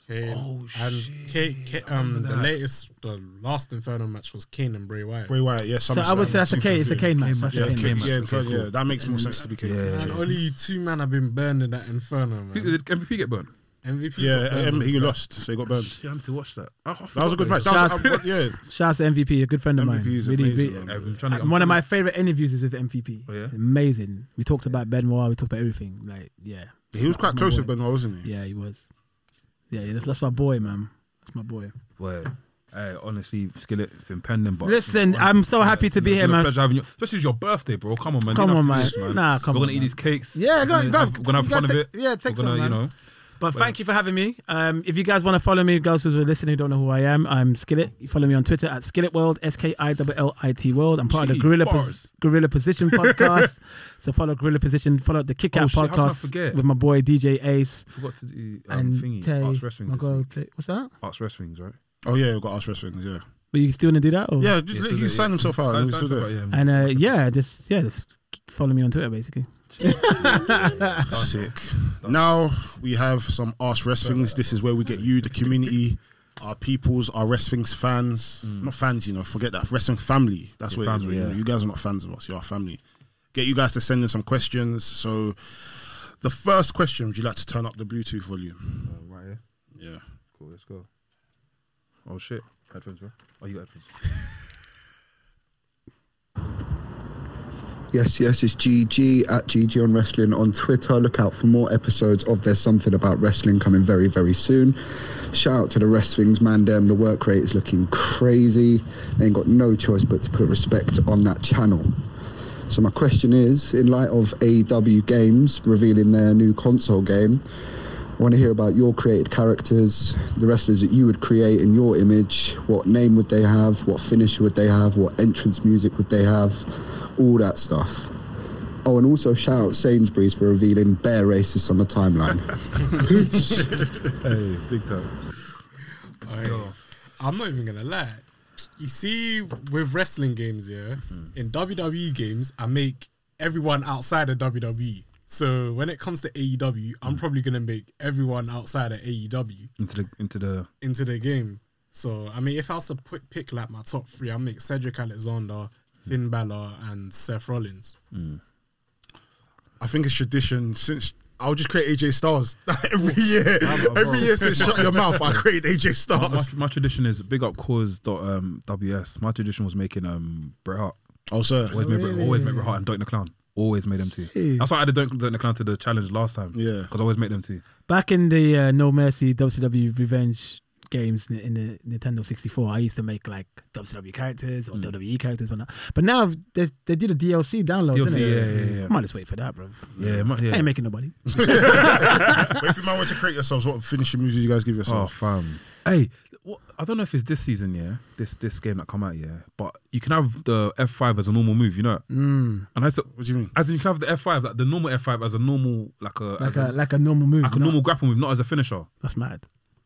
Speaker 2: Kane oh shit! Kane, Kane, um, the latest, the last Inferno match was Kane and Bray Wyatt.
Speaker 3: Bray Wyatt. Yeah.
Speaker 4: So I would say that's a Kane. It's a Kane match. That's
Speaker 3: Yeah,
Speaker 4: a
Speaker 3: it's
Speaker 4: Kane
Speaker 3: Kane,
Speaker 4: match.
Speaker 3: yeah, Inferno, yeah, that makes more sense to be Kane.
Speaker 1: Yeah.
Speaker 3: Yeah,
Speaker 2: Man, only you two man have been burned in that Inferno man.
Speaker 1: Who- Did MVP get burned?
Speaker 2: MVP. got
Speaker 3: yeah
Speaker 2: burned.
Speaker 3: um, he lost, so he got burned.
Speaker 1: I need to watch that.
Speaker 3: That was a good match. That was, uh, yeah,
Speaker 4: Shout out to MVP, a good friend of mine.
Speaker 3: MVP is
Speaker 4: Really,
Speaker 3: amazing,
Speaker 4: really-
Speaker 3: man.
Speaker 1: I'm trying to
Speaker 4: Uh, one of my favorite interviews is with MVP.
Speaker 1: Oh, yeah?
Speaker 4: Amazing. We talked about Benoit. We talked about everything. Like, yeah,
Speaker 3: He was quite close with Benoit, wasn't he?
Speaker 4: yeah, he was. Yeah, yeah that's, that's my boy, man. That's my boy.
Speaker 1: Word. Hey, honestly, Skillet, it's been pending, but
Speaker 4: Listen, I'm so happy to be
Speaker 1: It's
Speaker 4: here,
Speaker 1: been a
Speaker 4: man.
Speaker 1: pleasure having you. Especially it's your birthday, bro. Come on, man.
Speaker 4: Come
Speaker 1: You don't
Speaker 4: on,
Speaker 1: have to do
Speaker 4: man.
Speaker 1: this,
Speaker 4: Nah, come
Speaker 1: We're
Speaker 4: on,
Speaker 1: gonna eat
Speaker 4: man.
Speaker 1: these cakes.
Speaker 4: Yeah, go
Speaker 1: We're
Speaker 4: on,
Speaker 1: gonna have,
Speaker 4: bruv.
Speaker 1: we're gonna have
Speaker 4: You
Speaker 1: fun
Speaker 4: guys
Speaker 1: of it.
Speaker 4: take- yeah, take
Speaker 1: we're gonna,
Speaker 4: some,
Speaker 1: you
Speaker 4: man.
Speaker 1: know.
Speaker 4: But thank you for having me. Um, if you guys want to follow me, girls who are listening who don't know who I am, I'm Skillet. You follow me on Twitter at Skillet World, S K I L L I T World. I'm part of
Speaker 1: Jeez,
Speaker 4: the Gorilla Pos-
Speaker 1: bars.
Speaker 4: Gorilla Position podcast. so follow Gorilla Position, follow the Kick
Speaker 1: Oh,
Speaker 4: Out
Speaker 1: shit, how can I
Speaker 4: podcast
Speaker 1: forget?
Speaker 4: with my boy DJ Ace
Speaker 1: Forgot to do um,
Speaker 4: and
Speaker 1: thingy.
Speaker 4: Tay.
Speaker 1: Arts wrestlings.
Speaker 4: my
Speaker 1: this
Speaker 4: girl
Speaker 1: week.
Speaker 4: Tay- What's that?
Speaker 1: Arts wrestlings, right?
Speaker 3: Oh yeah, we got us wrestling. Yeah,
Speaker 4: But you still want to do that? Or?
Speaker 3: Yeah, just let- he signed himself out.
Speaker 1: Sign-
Speaker 3: and
Speaker 1: sign
Speaker 3: he's still
Speaker 1: stuff
Speaker 3: there.
Speaker 1: out, yeah.
Speaker 4: And uh, yeah, just yeah, just follow me on Twitter basically.
Speaker 3: Sick. Now we have some Ask Wrestlings. This is where we get you, the community, our peoples, our Wrestlings fans. Not fans, you know, forget that. Wrestling family. That's what it is.
Speaker 1: Mm. family,
Speaker 3: you know.
Speaker 1: yeah.
Speaker 3: You guys are not fans of us, you're our family. Get you guys to send in some questions. So the first question, would you like to turn up the Bluetooth volume?
Speaker 1: Uh, Right here.
Speaker 3: Yeah.
Speaker 1: Cool, let's go. Oh shit. Headphones, bro. Oh, you got headphones.
Speaker 7: Yes, yes, it's GG at GG on Wrestling on Twitter. Look out for more episodes of There's Something About Wrestling coming very, very soon. Shout out to the Wrestlings, man. Damn, the work rate is looking crazy. They ain't got no choice but to put respect on that channel. So, my question is in light of AEW Games revealing their new console game, I want to hear about your created characters, the wrestlers that you would create in your image. What name would they have? What finisher would they have? What entrance music would they have? All that stuff. Oh, and also shout out Sainsbury's for revealing bear racists on the timeline. Peace.
Speaker 1: Hey, big time.
Speaker 2: Aye. I'm not even gonna lie. You see, with wrestling games, yeah,
Speaker 4: Hmm.
Speaker 2: in WWE games, I make everyone outside of WWE. So when it comes to AEW,
Speaker 4: Hmm.
Speaker 2: I'm probably gonna make everyone outside of AEW
Speaker 1: Into the into the
Speaker 2: into the game. So I mean, if I was to put, pick like my top three, I make Cedric Alexander,
Speaker 4: Hmm.
Speaker 2: Finn Balor, and Seth Rollins.
Speaker 3: I think it's tradition since I'll just create AJ Styles every year. Every year since Shut Your Mouth, I create AJ
Speaker 1: my,
Speaker 3: Styles.
Speaker 1: my tradition is big up cause dot um WS. My tradition was making um Bret Hart.
Speaker 3: Oh, sir.
Speaker 1: Always made Bret, always made Bret Hart and Doink the Clown. Always made them two. That's why I added Doink, Doink the Clown to the challenge last time.
Speaker 3: Yeah.
Speaker 1: Because I always make them two.
Speaker 4: Back in the uh, No Mercy WCW Revenge games in the, in the Nintendo 64, I used to make like WCW characters or WWE characters, whatnot. But now they, they did a DLC download,
Speaker 1: DLC,
Speaker 4: didn't it?
Speaker 1: yeah, yeah, yeah.
Speaker 4: I might just wait for that, bro.
Speaker 1: Yeah, my, yeah.
Speaker 4: I ain't making nobody.
Speaker 3: But if you might want to create yourselves, what finishing music you guys give
Speaker 1: Oh
Speaker 3: yourself?
Speaker 1: fam. Hey, what, I don't know if it's this season, yeah. This this game that come out, yeah. But you can have the F five as a normal move, you know. Mm. And I said,
Speaker 3: What do you mean?
Speaker 1: as in you can have the F five, like the normal F five, as a normal like a
Speaker 4: Like
Speaker 1: as a,
Speaker 4: a like a normal move.
Speaker 1: like a
Speaker 4: not-
Speaker 1: normal grapple move, not as a finisher.
Speaker 4: That's mad.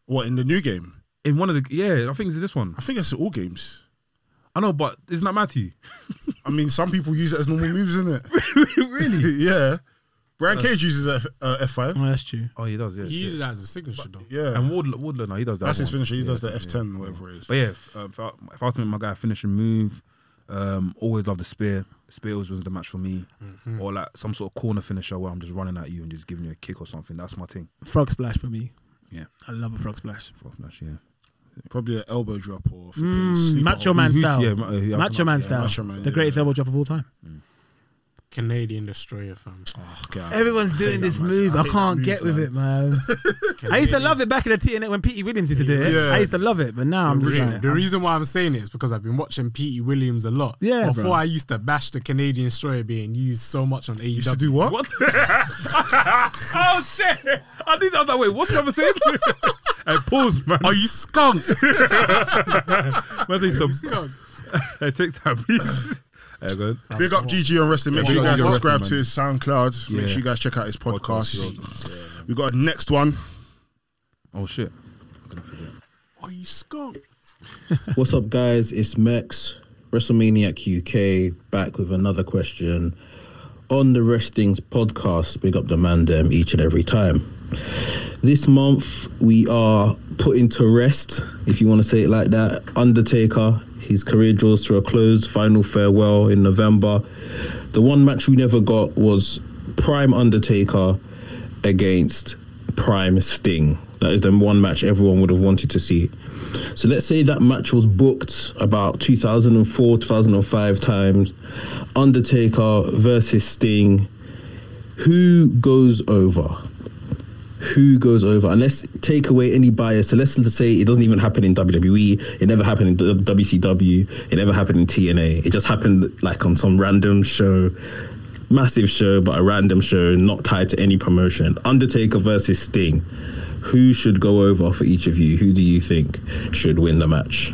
Speaker 3: What in the new game?
Speaker 1: In one of the yeah, I think it's this one.
Speaker 3: I think that's all games.
Speaker 1: I know, but isn't that mad to you?
Speaker 3: I mean, some people use it as normal moves, isn't it? really? yeah. Brian Cage uses F, uh, F5.
Speaker 4: Oh, that's true.
Speaker 1: Oh, he does, yeah.
Speaker 2: He
Speaker 1: shit.
Speaker 2: uses that as a signature though.
Speaker 3: Yeah.
Speaker 1: And Wardlow, Wardlow, no, he does that.
Speaker 3: that's his
Speaker 1: one.
Speaker 3: finisher. He
Speaker 1: Yeah,
Speaker 3: does the
Speaker 1: that's-
Speaker 3: F10, whatever it is.
Speaker 1: But yeah, if, um, if, I, if I was to make my guy a finishing move, um, always love the spear. Spear always wins the match for me. Or like some sort of corner finisher where I'm just running at you and just giving you a kick or something. That's my thing.
Speaker 4: Frog splash for me.
Speaker 1: Yeah.
Speaker 4: I love a frog splash.
Speaker 1: Frog Splash, yeah.
Speaker 3: Probably an elbow drop or flipping
Speaker 4: Mm,
Speaker 3: sleeper
Speaker 4: macho
Speaker 3: hold.
Speaker 4: man
Speaker 1: Who's-
Speaker 4: style.
Speaker 1: yeah, ma- uh, yeah,
Speaker 4: macho man
Speaker 1: yeah,
Speaker 4: style.
Speaker 3: Macho Man,
Speaker 4: the
Speaker 3: yeah.
Speaker 4: greatest elbow drop of all time.
Speaker 2: Canadian Destroyer, fam.
Speaker 3: Oh, God.
Speaker 4: Everyone's doing this move. I, can't get with it, man. I used to love it back in the TNA when Petey Williams used to do it.
Speaker 3: Yeah.
Speaker 4: I used to love it, but now I'm just
Speaker 3: Really?
Speaker 4: like,
Speaker 2: The reason why I'm saying it is because I've been watching Petey Williams a lot.
Speaker 4: Yeah,
Speaker 2: Before
Speaker 4: bro.
Speaker 2: I used to bash the Canadian Destroyer being used so much on E AEW.
Speaker 3: used to do what?
Speaker 1: oh shit! I did. I was like, wait, what's the conversation? hey, pause, man.
Speaker 2: Are you skunked?
Speaker 1: Man, say some.
Speaker 2: Skunk.
Speaker 1: Hey, take time, please. Hey, go. ahead.
Speaker 3: Big up GG on wrestling. Make
Speaker 1: Yeah,
Speaker 3: sure you
Speaker 1: big up
Speaker 3: guys
Speaker 1: GG on
Speaker 3: subscribe
Speaker 1: wrestling,
Speaker 3: to his SoundCloud. Make
Speaker 1: Yeah.
Speaker 3: sure you guys check out his podcast.
Speaker 1: Podcast,
Speaker 3: we got a next one.
Speaker 1: Oh shit! I'm gonna forget.
Speaker 2: Are you skunked?
Speaker 8: What's up, guys? It's Mex, WrestleManiac UK, back with another question on the Wrestling's podcast. Big up the man, them each and every time. This month, we are putting to rest, if you want to say it like that, Undertaker. His career draws to a close, final farewell in November. The one match we never got was Prime Undertaker against Prime Sting. That is the one match everyone would have wanted to see. So let's say that match was booked about 2004, 2005 times. Undertaker versus Sting. Who goes over? Who goes over? And let's take away any bias. So let's say it doesn't even happen in WWE. It never happened in W- WCW. It never happened in TNA. It just happened like on some random show, massive show, but a random show not tied to any promotion. Undertaker versus Sting. Who should go over for each of you? Who do you think should win the match?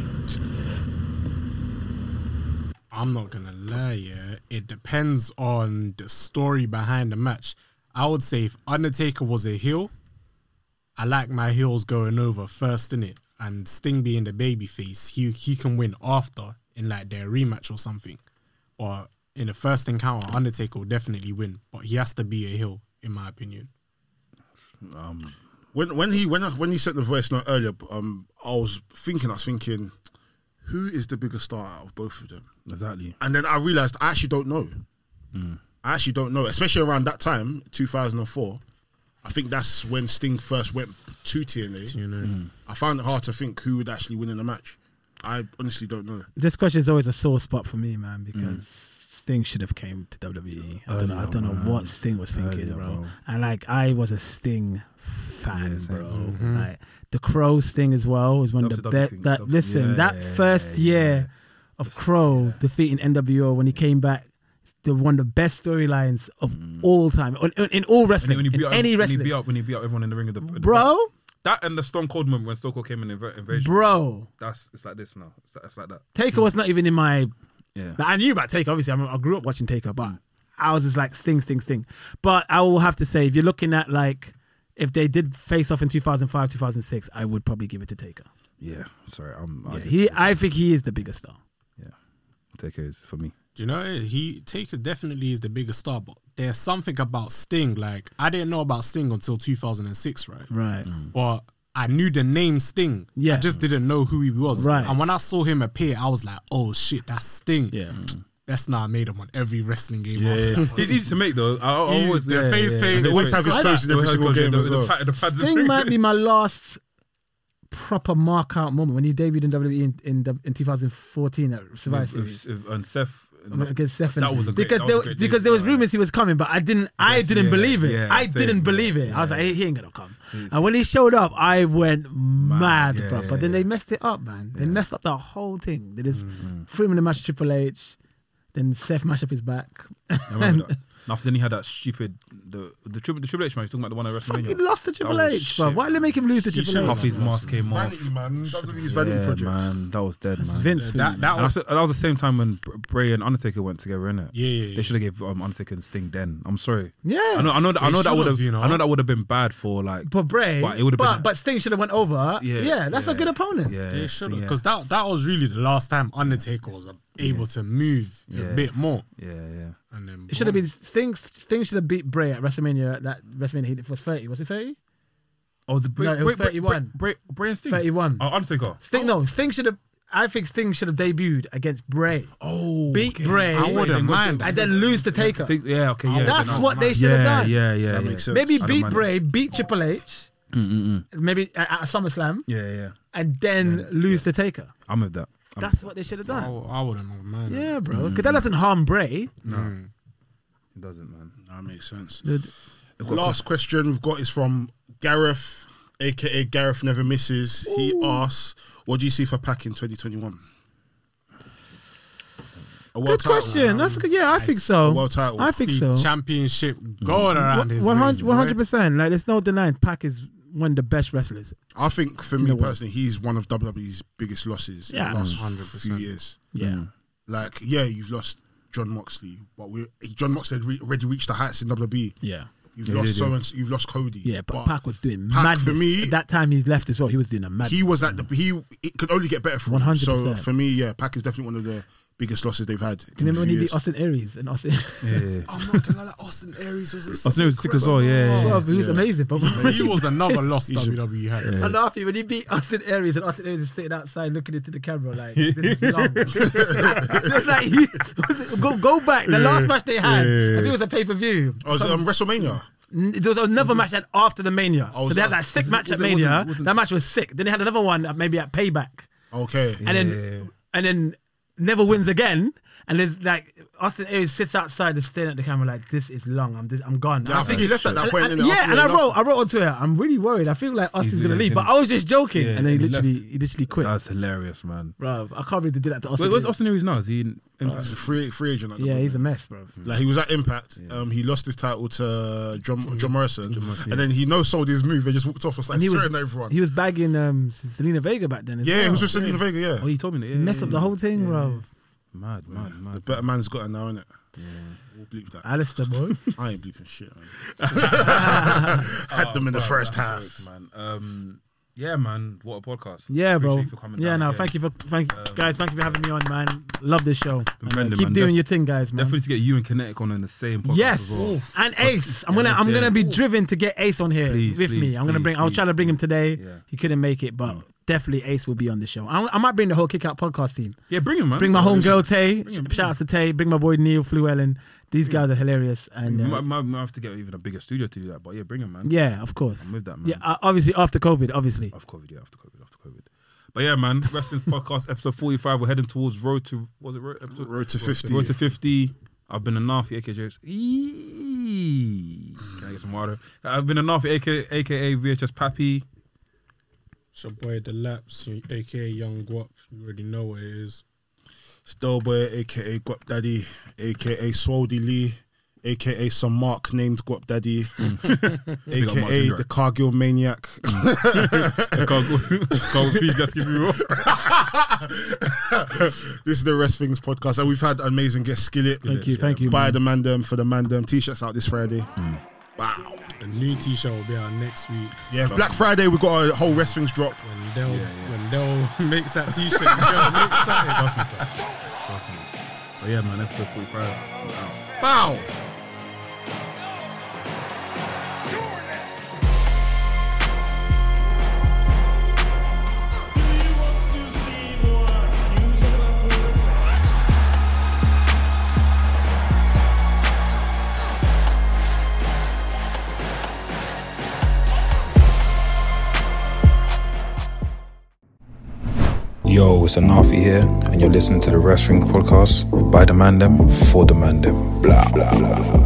Speaker 2: I'm not gonna lie, yeah. It depends on the story behind the match. I would say if Undertaker was a heel, I like my heels going over first in it. and Sting being the baby face, he he can win after in like their rematch or something. Or in the first encounter, Undertaker will definitely win, but he has to be a heel, in my opinion.
Speaker 3: When when he when I, when he sent the voice note earlier, um, I was thinking, I was thinking, who is the biggest star out of both of them?
Speaker 1: Exactly.
Speaker 3: And then I realized I actually don't know. I actually don't know, especially around that time, 2004. I think that's when Sting first went to TNA.
Speaker 2: You know,
Speaker 3: Mm. I found it hard to think who would actually win in the match. I honestly don't know.
Speaker 4: This question is always a sore spot for me,
Speaker 1: Mm.
Speaker 4: man, because Sting should have came to WWE. I don't know. I don't know what Sting was thinking,
Speaker 1: Earlier,
Speaker 4: bro.
Speaker 1: bro.
Speaker 4: And like, I was a Sting fan, bro. Like the Crow Sting as well is one of the
Speaker 1: WCW
Speaker 4: best.
Speaker 1: King,
Speaker 4: That
Speaker 1: Mm-hmm. W- E.
Speaker 4: listen,
Speaker 1: yeah,
Speaker 4: that
Speaker 1: yeah,
Speaker 4: first
Speaker 1: yeah,
Speaker 4: year
Speaker 1: yeah.
Speaker 4: of Crow defeating NWO when he came back. The one of the best storylines of
Speaker 1: Mm.
Speaker 4: all time on- on- in all
Speaker 1: And
Speaker 4: wrestling,
Speaker 1: when he beat
Speaker 4: in
Speaker 1: up,
Speaker 4: any
Speaker 1: when he
Speaker 4: wrestling,
Speaker 1: beat up, when he beat up everyone in the ring of the
Speaker 4: bro,
Speaker 1: That and the Stone Cold moment when Stone Cold came in inv- invasion.
Speaker 4: bro.
Speaker 1: That's it's like this now. It's, like- it's like that.
Speaker 4: Taker was not even in my.
Speaker 1: Yeah.
Speaker 4: Like, I knew about Taker. Obviously, I, mean, I grew up watching Taker, but I was just like Sting, Sting, Sting. But I will have to say, if you're looking at like, if they did face off in 2005, 2006, I would probably give it to Taker.
Speaker 1: Yeah. Sorry, I'm.
Speaker 4: Yeah, he, I think he is the biggest star.
Speaker 1: take it for me.
Speaker 2: Do you know eh, he Taker definitely is the biggest star, but there's something about Sting. Like I didn't know about Sting until 2006, right?
Speaker 4: Right.
Speaker 2: But I knew the name Sting.
Speaker 4: Yeah.
Speaker 2: I just didn't know who he was.
Speaker 4: Right.
Speaker 2: And when I saw him appear, I was like, oh shit, that's Sting.
Speaker 4: Yeah.
Speaker 2: That's now I made him on every wrestling game.
Speaker 1: Yeah,
Speaker 2: after
Speaker 1: yeah.
Speaker 2: that.
Speaker 1: he's easy to make though. I, I
Speaker 2: He's-
Speaker 1: always
Speaker 2: their
Speaker 1: yeah,
Speaker 2: face
Speaker 1: yeah,
Speaker 2: paint.
Speaker 1: yeah.
Speaker 3: They always
Speaker 2: wait,
Speaker 3: have his
Speaker 4: I-
Speaker 3: coach in every
Speaker 1: Always
Speaker 3: single
Speaker 1: coach,
Speaker 3: game
Speaker 1: the-
Speaker 3: as
Speaker 1: the
Speaker 3: well.
Speaker 1: pad- the pads in the
Speaker 4: Sting
Speaker 1: ring.
Speaker 4: might be my last proper mark out moment when he debuted in WWE in, in, the- in 2014 at Survivor
Speaker 1: If-
Speaker 4: Series.
Speaker 1: if- if- and Seth.
Speaker 4: against Seth. and-
Speaker 1: That was a great,
Speaker 4: because
Speaker 1: that
Speaker 4: there
Speaker 1: was a great
Speaker 4: because
Speaker 1: debut,
Speaker 4: there was
Speaker 1: right.
Speaker 4: rumors he was coming, but I didn't I
Speaker 1: Yes,
Speaker 4: didn't
Speaker 1: yeah,
Speaker 4: believe it.
Speaker 1: yeah,
Speaker 4: I
Speaker 1: same,
Speaker 4: didn't believe it. I was like, hey, he ain't gonna come. and when he showed up, I went mad,
Speaker 1: yeah,
Speaker 4: bro.
Speaker 1: yeah,
Speaker 4: but then
Speaker 1: yeah. Mm-hmm.
Speaker 4: they messed it up, man. They messed up the whole thing. They just threw him in the match Triple H. Then Seth mashed up his back.
Speaker 1: I remember that. And after then he had that stupid the the Triple the Triple H man. He's talking about the one at WrestleMania.
Speaker 4: Fucking lost to
Speaker 1: That
Speaker 4: Triple
Speaker 1: was
Speaker 4: H, bro.
Speaker 1: shit,
Speaker 4: Why did they make him lose to
Speaker 3: He
Speaker 4: Triple
Speaker 3: shouldn't
Speaker 4: H?
Speaker 1: Half his mask came off.
Speaker 3: Vanity, man. WWE's vanity
Speaker 1: Yeah,
Speaker 3: projects.
Speaker 1: man, that was dead,
Speaker 4: It's
Speaker 1: man.
Speaker 4: Vince. for me,
Speaker 2: that
Speaker 4: man.
Speaker 2: that
Speaker 1: And
Speaker 2: was
Speaker 1: that's- that was the same time when Br- Bray and Undertaker went together, innit?
Speaker 2: yeah, yeah,
Speaker 1: They should have gave um, Undertaker and Sting then. I'm sorry.
Speaker 4: Yeah.
Speaker 1: I know. I know. That, I
Speaker 2: They
Speaker 1: know that
Speaker 2: should've,
Speaker 1: would have.
Speaker 2: you know.
Speaker 1: I know that would have been bad for like.
Speaker 4: But Bray,
Speaker 1: But
Speaker 4: but,
Speaker 1: it would've
Speaker 4: but,
Speaker 1: been-
Speaker 4: Sting should have went over. Yeah,
Speaker 1: Yeah,
Speaker 4: that's a
Speaker 1: yeah.
Speaker 4: good opponent.
Speaker 1: yeah,
Speaker 2: They should have,
Speaker 1: yeah.
Speaker 2: because that that was really the last time Undertaker was able to move
Speaker 1: Yeah.
Speaker 2: a bit more.
Speaker 1: Yeah, yeah.
Speaker 2: And then
Speaker 4: It should have been Sting. Sting should have beat Bray at WrestleMania. That WrestleMania he was thirty. Was it thirty?
Speaker 1: Oh, the Bray,
Speaker 4: No, it was
Speaker 1: Bray- Bray-
Speaker 4: 31.
Speaker 1: Bray, Bray, Bray and Sting.
Speaker 4: 31.
Speaker 1: Oh, Undertaker.
Speaker 4: Sting. No, Sting should have. I think Sting should have debuted against Bray,
Speaker 1: Oh,
Speaker 4: beat Bray,
Speaker 2: I wouldn't mind.
Speaker 4: and then lose to Taker.
Speaker 1: Think- yeah, okay, yeah.
Speaker 4: That's
Speaker 1: then
Speaker 4: what
Speaker 1: I'll-
Speaker 4: they should have
Speaker 1: yeah,
Speaker 4: done.
Speaker 1: Yeah, yeah,
Speaker 3: That
Speaker 1: yeah.
Speaker 3: makes sense.
Speaker 4: Maybe
Speaker 1: I'd
Speaker 4: beat
Speaker 1: imagine.
Speaker 4: Bray, beat Triple H, maybe at, at SummerSlam,
Speaker 1: Yeah, yeah.
Speaker 4: and then lose to Taker.
Speaker 1: I'm with that. I'm
Speaker 4: That's what they should have
Speaker 2: I,
Speaker 4: done.
Speaker 2: w- I wouldn't have mind.
Speaker 4: Yeah, bro. Because that doesn't harm Bray.
Speaker 1: It doesn't, man.
Speaker 3: That makes sense.
Speaker 4: The-
Speaker 3: Last question we've got is from Gareth, aka Gareth Never Misses. He asks, "What do you see for Pack in 2021?" A world
Speaker 4: Good
Speaker 3: title.
Speaker 4: question. That's a good. Yeah, I think
Speaker 3: A
Speaker 4: so.
Speaker 3: world title.
Speaker 4: I think
Speaker 2: See
Speaker 4: so.
Speaker 2: championship gold around his
Speaker 4: One
Speaker 2: waist,
Speaker 4: hundred,
Speaker 2: boy.
Speaker 4: one hundred percent. Like, there's no denying. Pac is one of the best wrestlers.
Speaker 3: I think for me personally, he's one of WWE's biggest losses
Speaker 4: Yeah.
Speaker 3: in the last
Speaker 2: 100%.
Speaker 3: few years.
Speaker 4: Yeah.
Speaker 3: Like, yeah, you've lost John Moxley, but we John Moxley had re- already reached the heights in WWE.
Speaker 4: Yeah.
Speaker 3: You've
Speaker 1: Yeah,
Speaker 3: lost
Speaker 1: they do.
Speaker 3: so and you've lost Cody.
Speaker 4: Yeah, but, Pac was doing
Speaker 3: Pac,
Speaker 4: madness.
Speaker 3: for me-
Speaker 4: At that time he's left as well. He was doing a madness.
Speaker 3: he was at the he it could only get better for him. So
Speaker 4: 100%.
Speaker 3: for me, yeah, Pack is definitely one of the biggest losses they've had.
Speaker 4: Do you remember when he beat
Speaker 3: us?
Speaker 4: Austin Aries and Austin?
Speaker 1: Yeah, yeah. yeah.
Speaker 2: I'm not gonna lie, Austin Aries was a
Speaker 1: Austin was sick as well. Yeah, yeah.
Speaker 4: Bro, he was amazing, but
Speaker 2: He was another loss WWE had.
Speaker 4: I laugh when he beat Austin Aries and Austin Aries is sitting outside looking into the camera like this is long. It's like he- go go back. The last match they had, I think it was a pay per view.
Speaker 3: Oh, was it, um, WrestleMania.
Speaker 4: N- There was another match that after the Mania.
Speaker 3: Oh,
Speaker 4: So
Speaker 3: was
Speaker 4: they had
Speaker 3: that-
Speaker 4: that sick match at
Speaker 1: was it-
Speaker 4: Mania.
Speaker 1: wasn't- wasn't-
Speaker 4: that match was sick. Then they had another one at maybe at Payback.
Speaker 3: Okay.
Speaker 4: and then and then never wins again. And there's like Austin Aries sits outside and staring at the camera like, "This is long. I'm this, I'm gone."
Speaker 3: Yeah, I
Speaker 4: And
Speaker 3: think he left at that point,
Speaker 4: and-
Speaker 3: innit,
Speaker 4: yeah,
Speaker 3: after
Speaker 4: and
Speaker 3: they
Speaker 4: I
Speaker 3: lost.
Speaker 4: wrote, I wrote on Twitter, "I'm really worried. I feel like Austin's
Speaker 1: He's-
Speaker 4: gonna
Speaker 1: yeah,
Speaker 4: leave." But
Speaker 1: yeah.
Speaker 4: I was just joking,
Speaker 1: Yeah,
Speaker 4: and then he
Speaker 1: and he
Speaker 4: literally,
Speaker 1: left.
Speaker 4: he literally quit.
Speaker 1: That's hilarious, man.
Speaker 4: Bro, I can't believe they did that to Austin.
Speaker 1: Wait, where's
Speaker 4: Aries.
Speaker 1: Austin Aries now? Is he in Impact?
Speaker 3: He's a free free agent. At the
Speaker 4: Yeah,
Speaker 3: moment.
Speaker 4: he's a mess, bro.
Speaker 1: Hmm.
Speaker 3: like he was at Impact. Um, he lost his title to John, John Morrison, and then he no sold his move and just walked off. and started
Speaker 4: he was
Speaker 3: swearing at everyone.
Speaker 4: he was bagging um Selena Vega back then. As
Speaker 3: yeah,
Speaker 4: well.
Speaker 3: he was with Selena Vega. Yeah,
Speaker 1: Oh, he told me that. Yeah,
Speaker 4: Mess
Speaker 1: yeah,
Speaker 4: up the
Speaker 1: yeah.
Speaker 4: whole thing, bro.
Speaker 1: Mad, mad, mad.
Speaker 3: the better man's got it now, innit? We'll bleep that.
Speaker 4: Alistair, boy.
Speaker 3: I Oh, ain't bleeping shit. Man. Had them in the first half.
Speaker 1: man. Um, Yeah, man. What a podcast.
Speaker 4: Yeah,
Speaker 1: Appreciate
Speaker 4: bro.
Speaker 1: you for coming
Speaker 4: yeah,
Speaker 1: down
Speaker 4: no,
Speaker 1: again.
Speaker 4: thank you for thank guys, thank you for having me on, man. Love this show. And, uh,
Speaker 1: friendly,
Speaker 4: keep
Speaker 1: man.
Speaker 4: doing
Speaker 1: Def-
Speaker 4: your thing, guys, man.
Speaker 1: Definitely to get you and Kinetic on in the same podcast.
Speaker 4: Yes,
Speaker 1: As well.
Speaker 4: and Ace. I'm
Speaker 1: Yeah,
Speaker 4: gonna
Speaker 1: let's
Speaker 4: I'm
Speaker 1: hear
Speaker 4: gonna
Speaker 1: it.
Speaker 4: be driven to get Ace on here
Speaker 1: Please,
Speaker 4: with me.
Speaker 1: please,
Speaker 4: I'm gonna
Speaker 1: please,
Speaker 4: bring. I was trying to
Speaker 1: please,
Speaker 4: bring him today.
Speaker 1: Yeah.
Speaker 4: He couldn't make it, but definitely Ace will be on the show. I, I might bring the whole Kick Out podcast team.
Speaker 1: Yeah, bring him, man.
Speaker 4: Bring my
Speaker 1: Bro,
Speaker 4: home
Speaker 1: Oh, this-
Speaker 4: girl Tay.
Speaker 1: bring him, bring
Speaker 4: Shout out to Tay. Bring my boy Neil Fluellen. These guys are hilarious, and
Speaker 1: We
Speaker 4: uh,
Speaker 1: might, might- might have to get even a bigger studio to do that, but yeah, bring him, man.
Speaker 4: yeah, of course.
Speaker 1: I'm with that, man.
Speaker 4: Yeah, uh, obviously after COVID, obviously.
Speaker 1: After COVID, yeah, after COVID, after COVID. But yeah, man, Wrestling's podcast episode 45. We're heading towards road to was it road, episode,
Speaker 3: Road to 50.
Speaker 1: Road to 50. I've been enough, aka James. Eee. Can I get some water? I've been enough, aka, aka VHS Pappy.
Speaker 2: It's your boy The Laps, aka Young Guap. You already know what it is.
Speaker 3: Stowboy, aka Guap Daddy, aka Swaldy Lee, aka some mark named Guap Daddy,
Speaker 1: up Mark
Speaker 3: aka
Speaker 1: Ginger.
Speaker 3: the Cargill Maniac,
Speaker 1: I can't go. can't- please just give me more.
Speaker 3: This is the Rest Things podcast, and we've had amazing guest Skillet.
Speaker 4: Thank you, thank you.
Speaker 3: Buy
Speaker 4: man.
Speaker 3: the Mandem for the Mandem. T-shirts out this Friday. Wow.
Speaker 2: The new t shirt will be out next week.
Speaker 3: Yeah, Black Friday we got a whole Rest Things drop.
Speaker 2: When Dell when Dell makes that t shirt, Dell makes something.
Speaker 1: But yeah, man, episode 45.
Speaker 3: Bow.
Speaker 5: Yo, it's Anafi here, and you're listening to the Wrestling Podcast by the Mandem for the Mandem. Blah, blah, blah.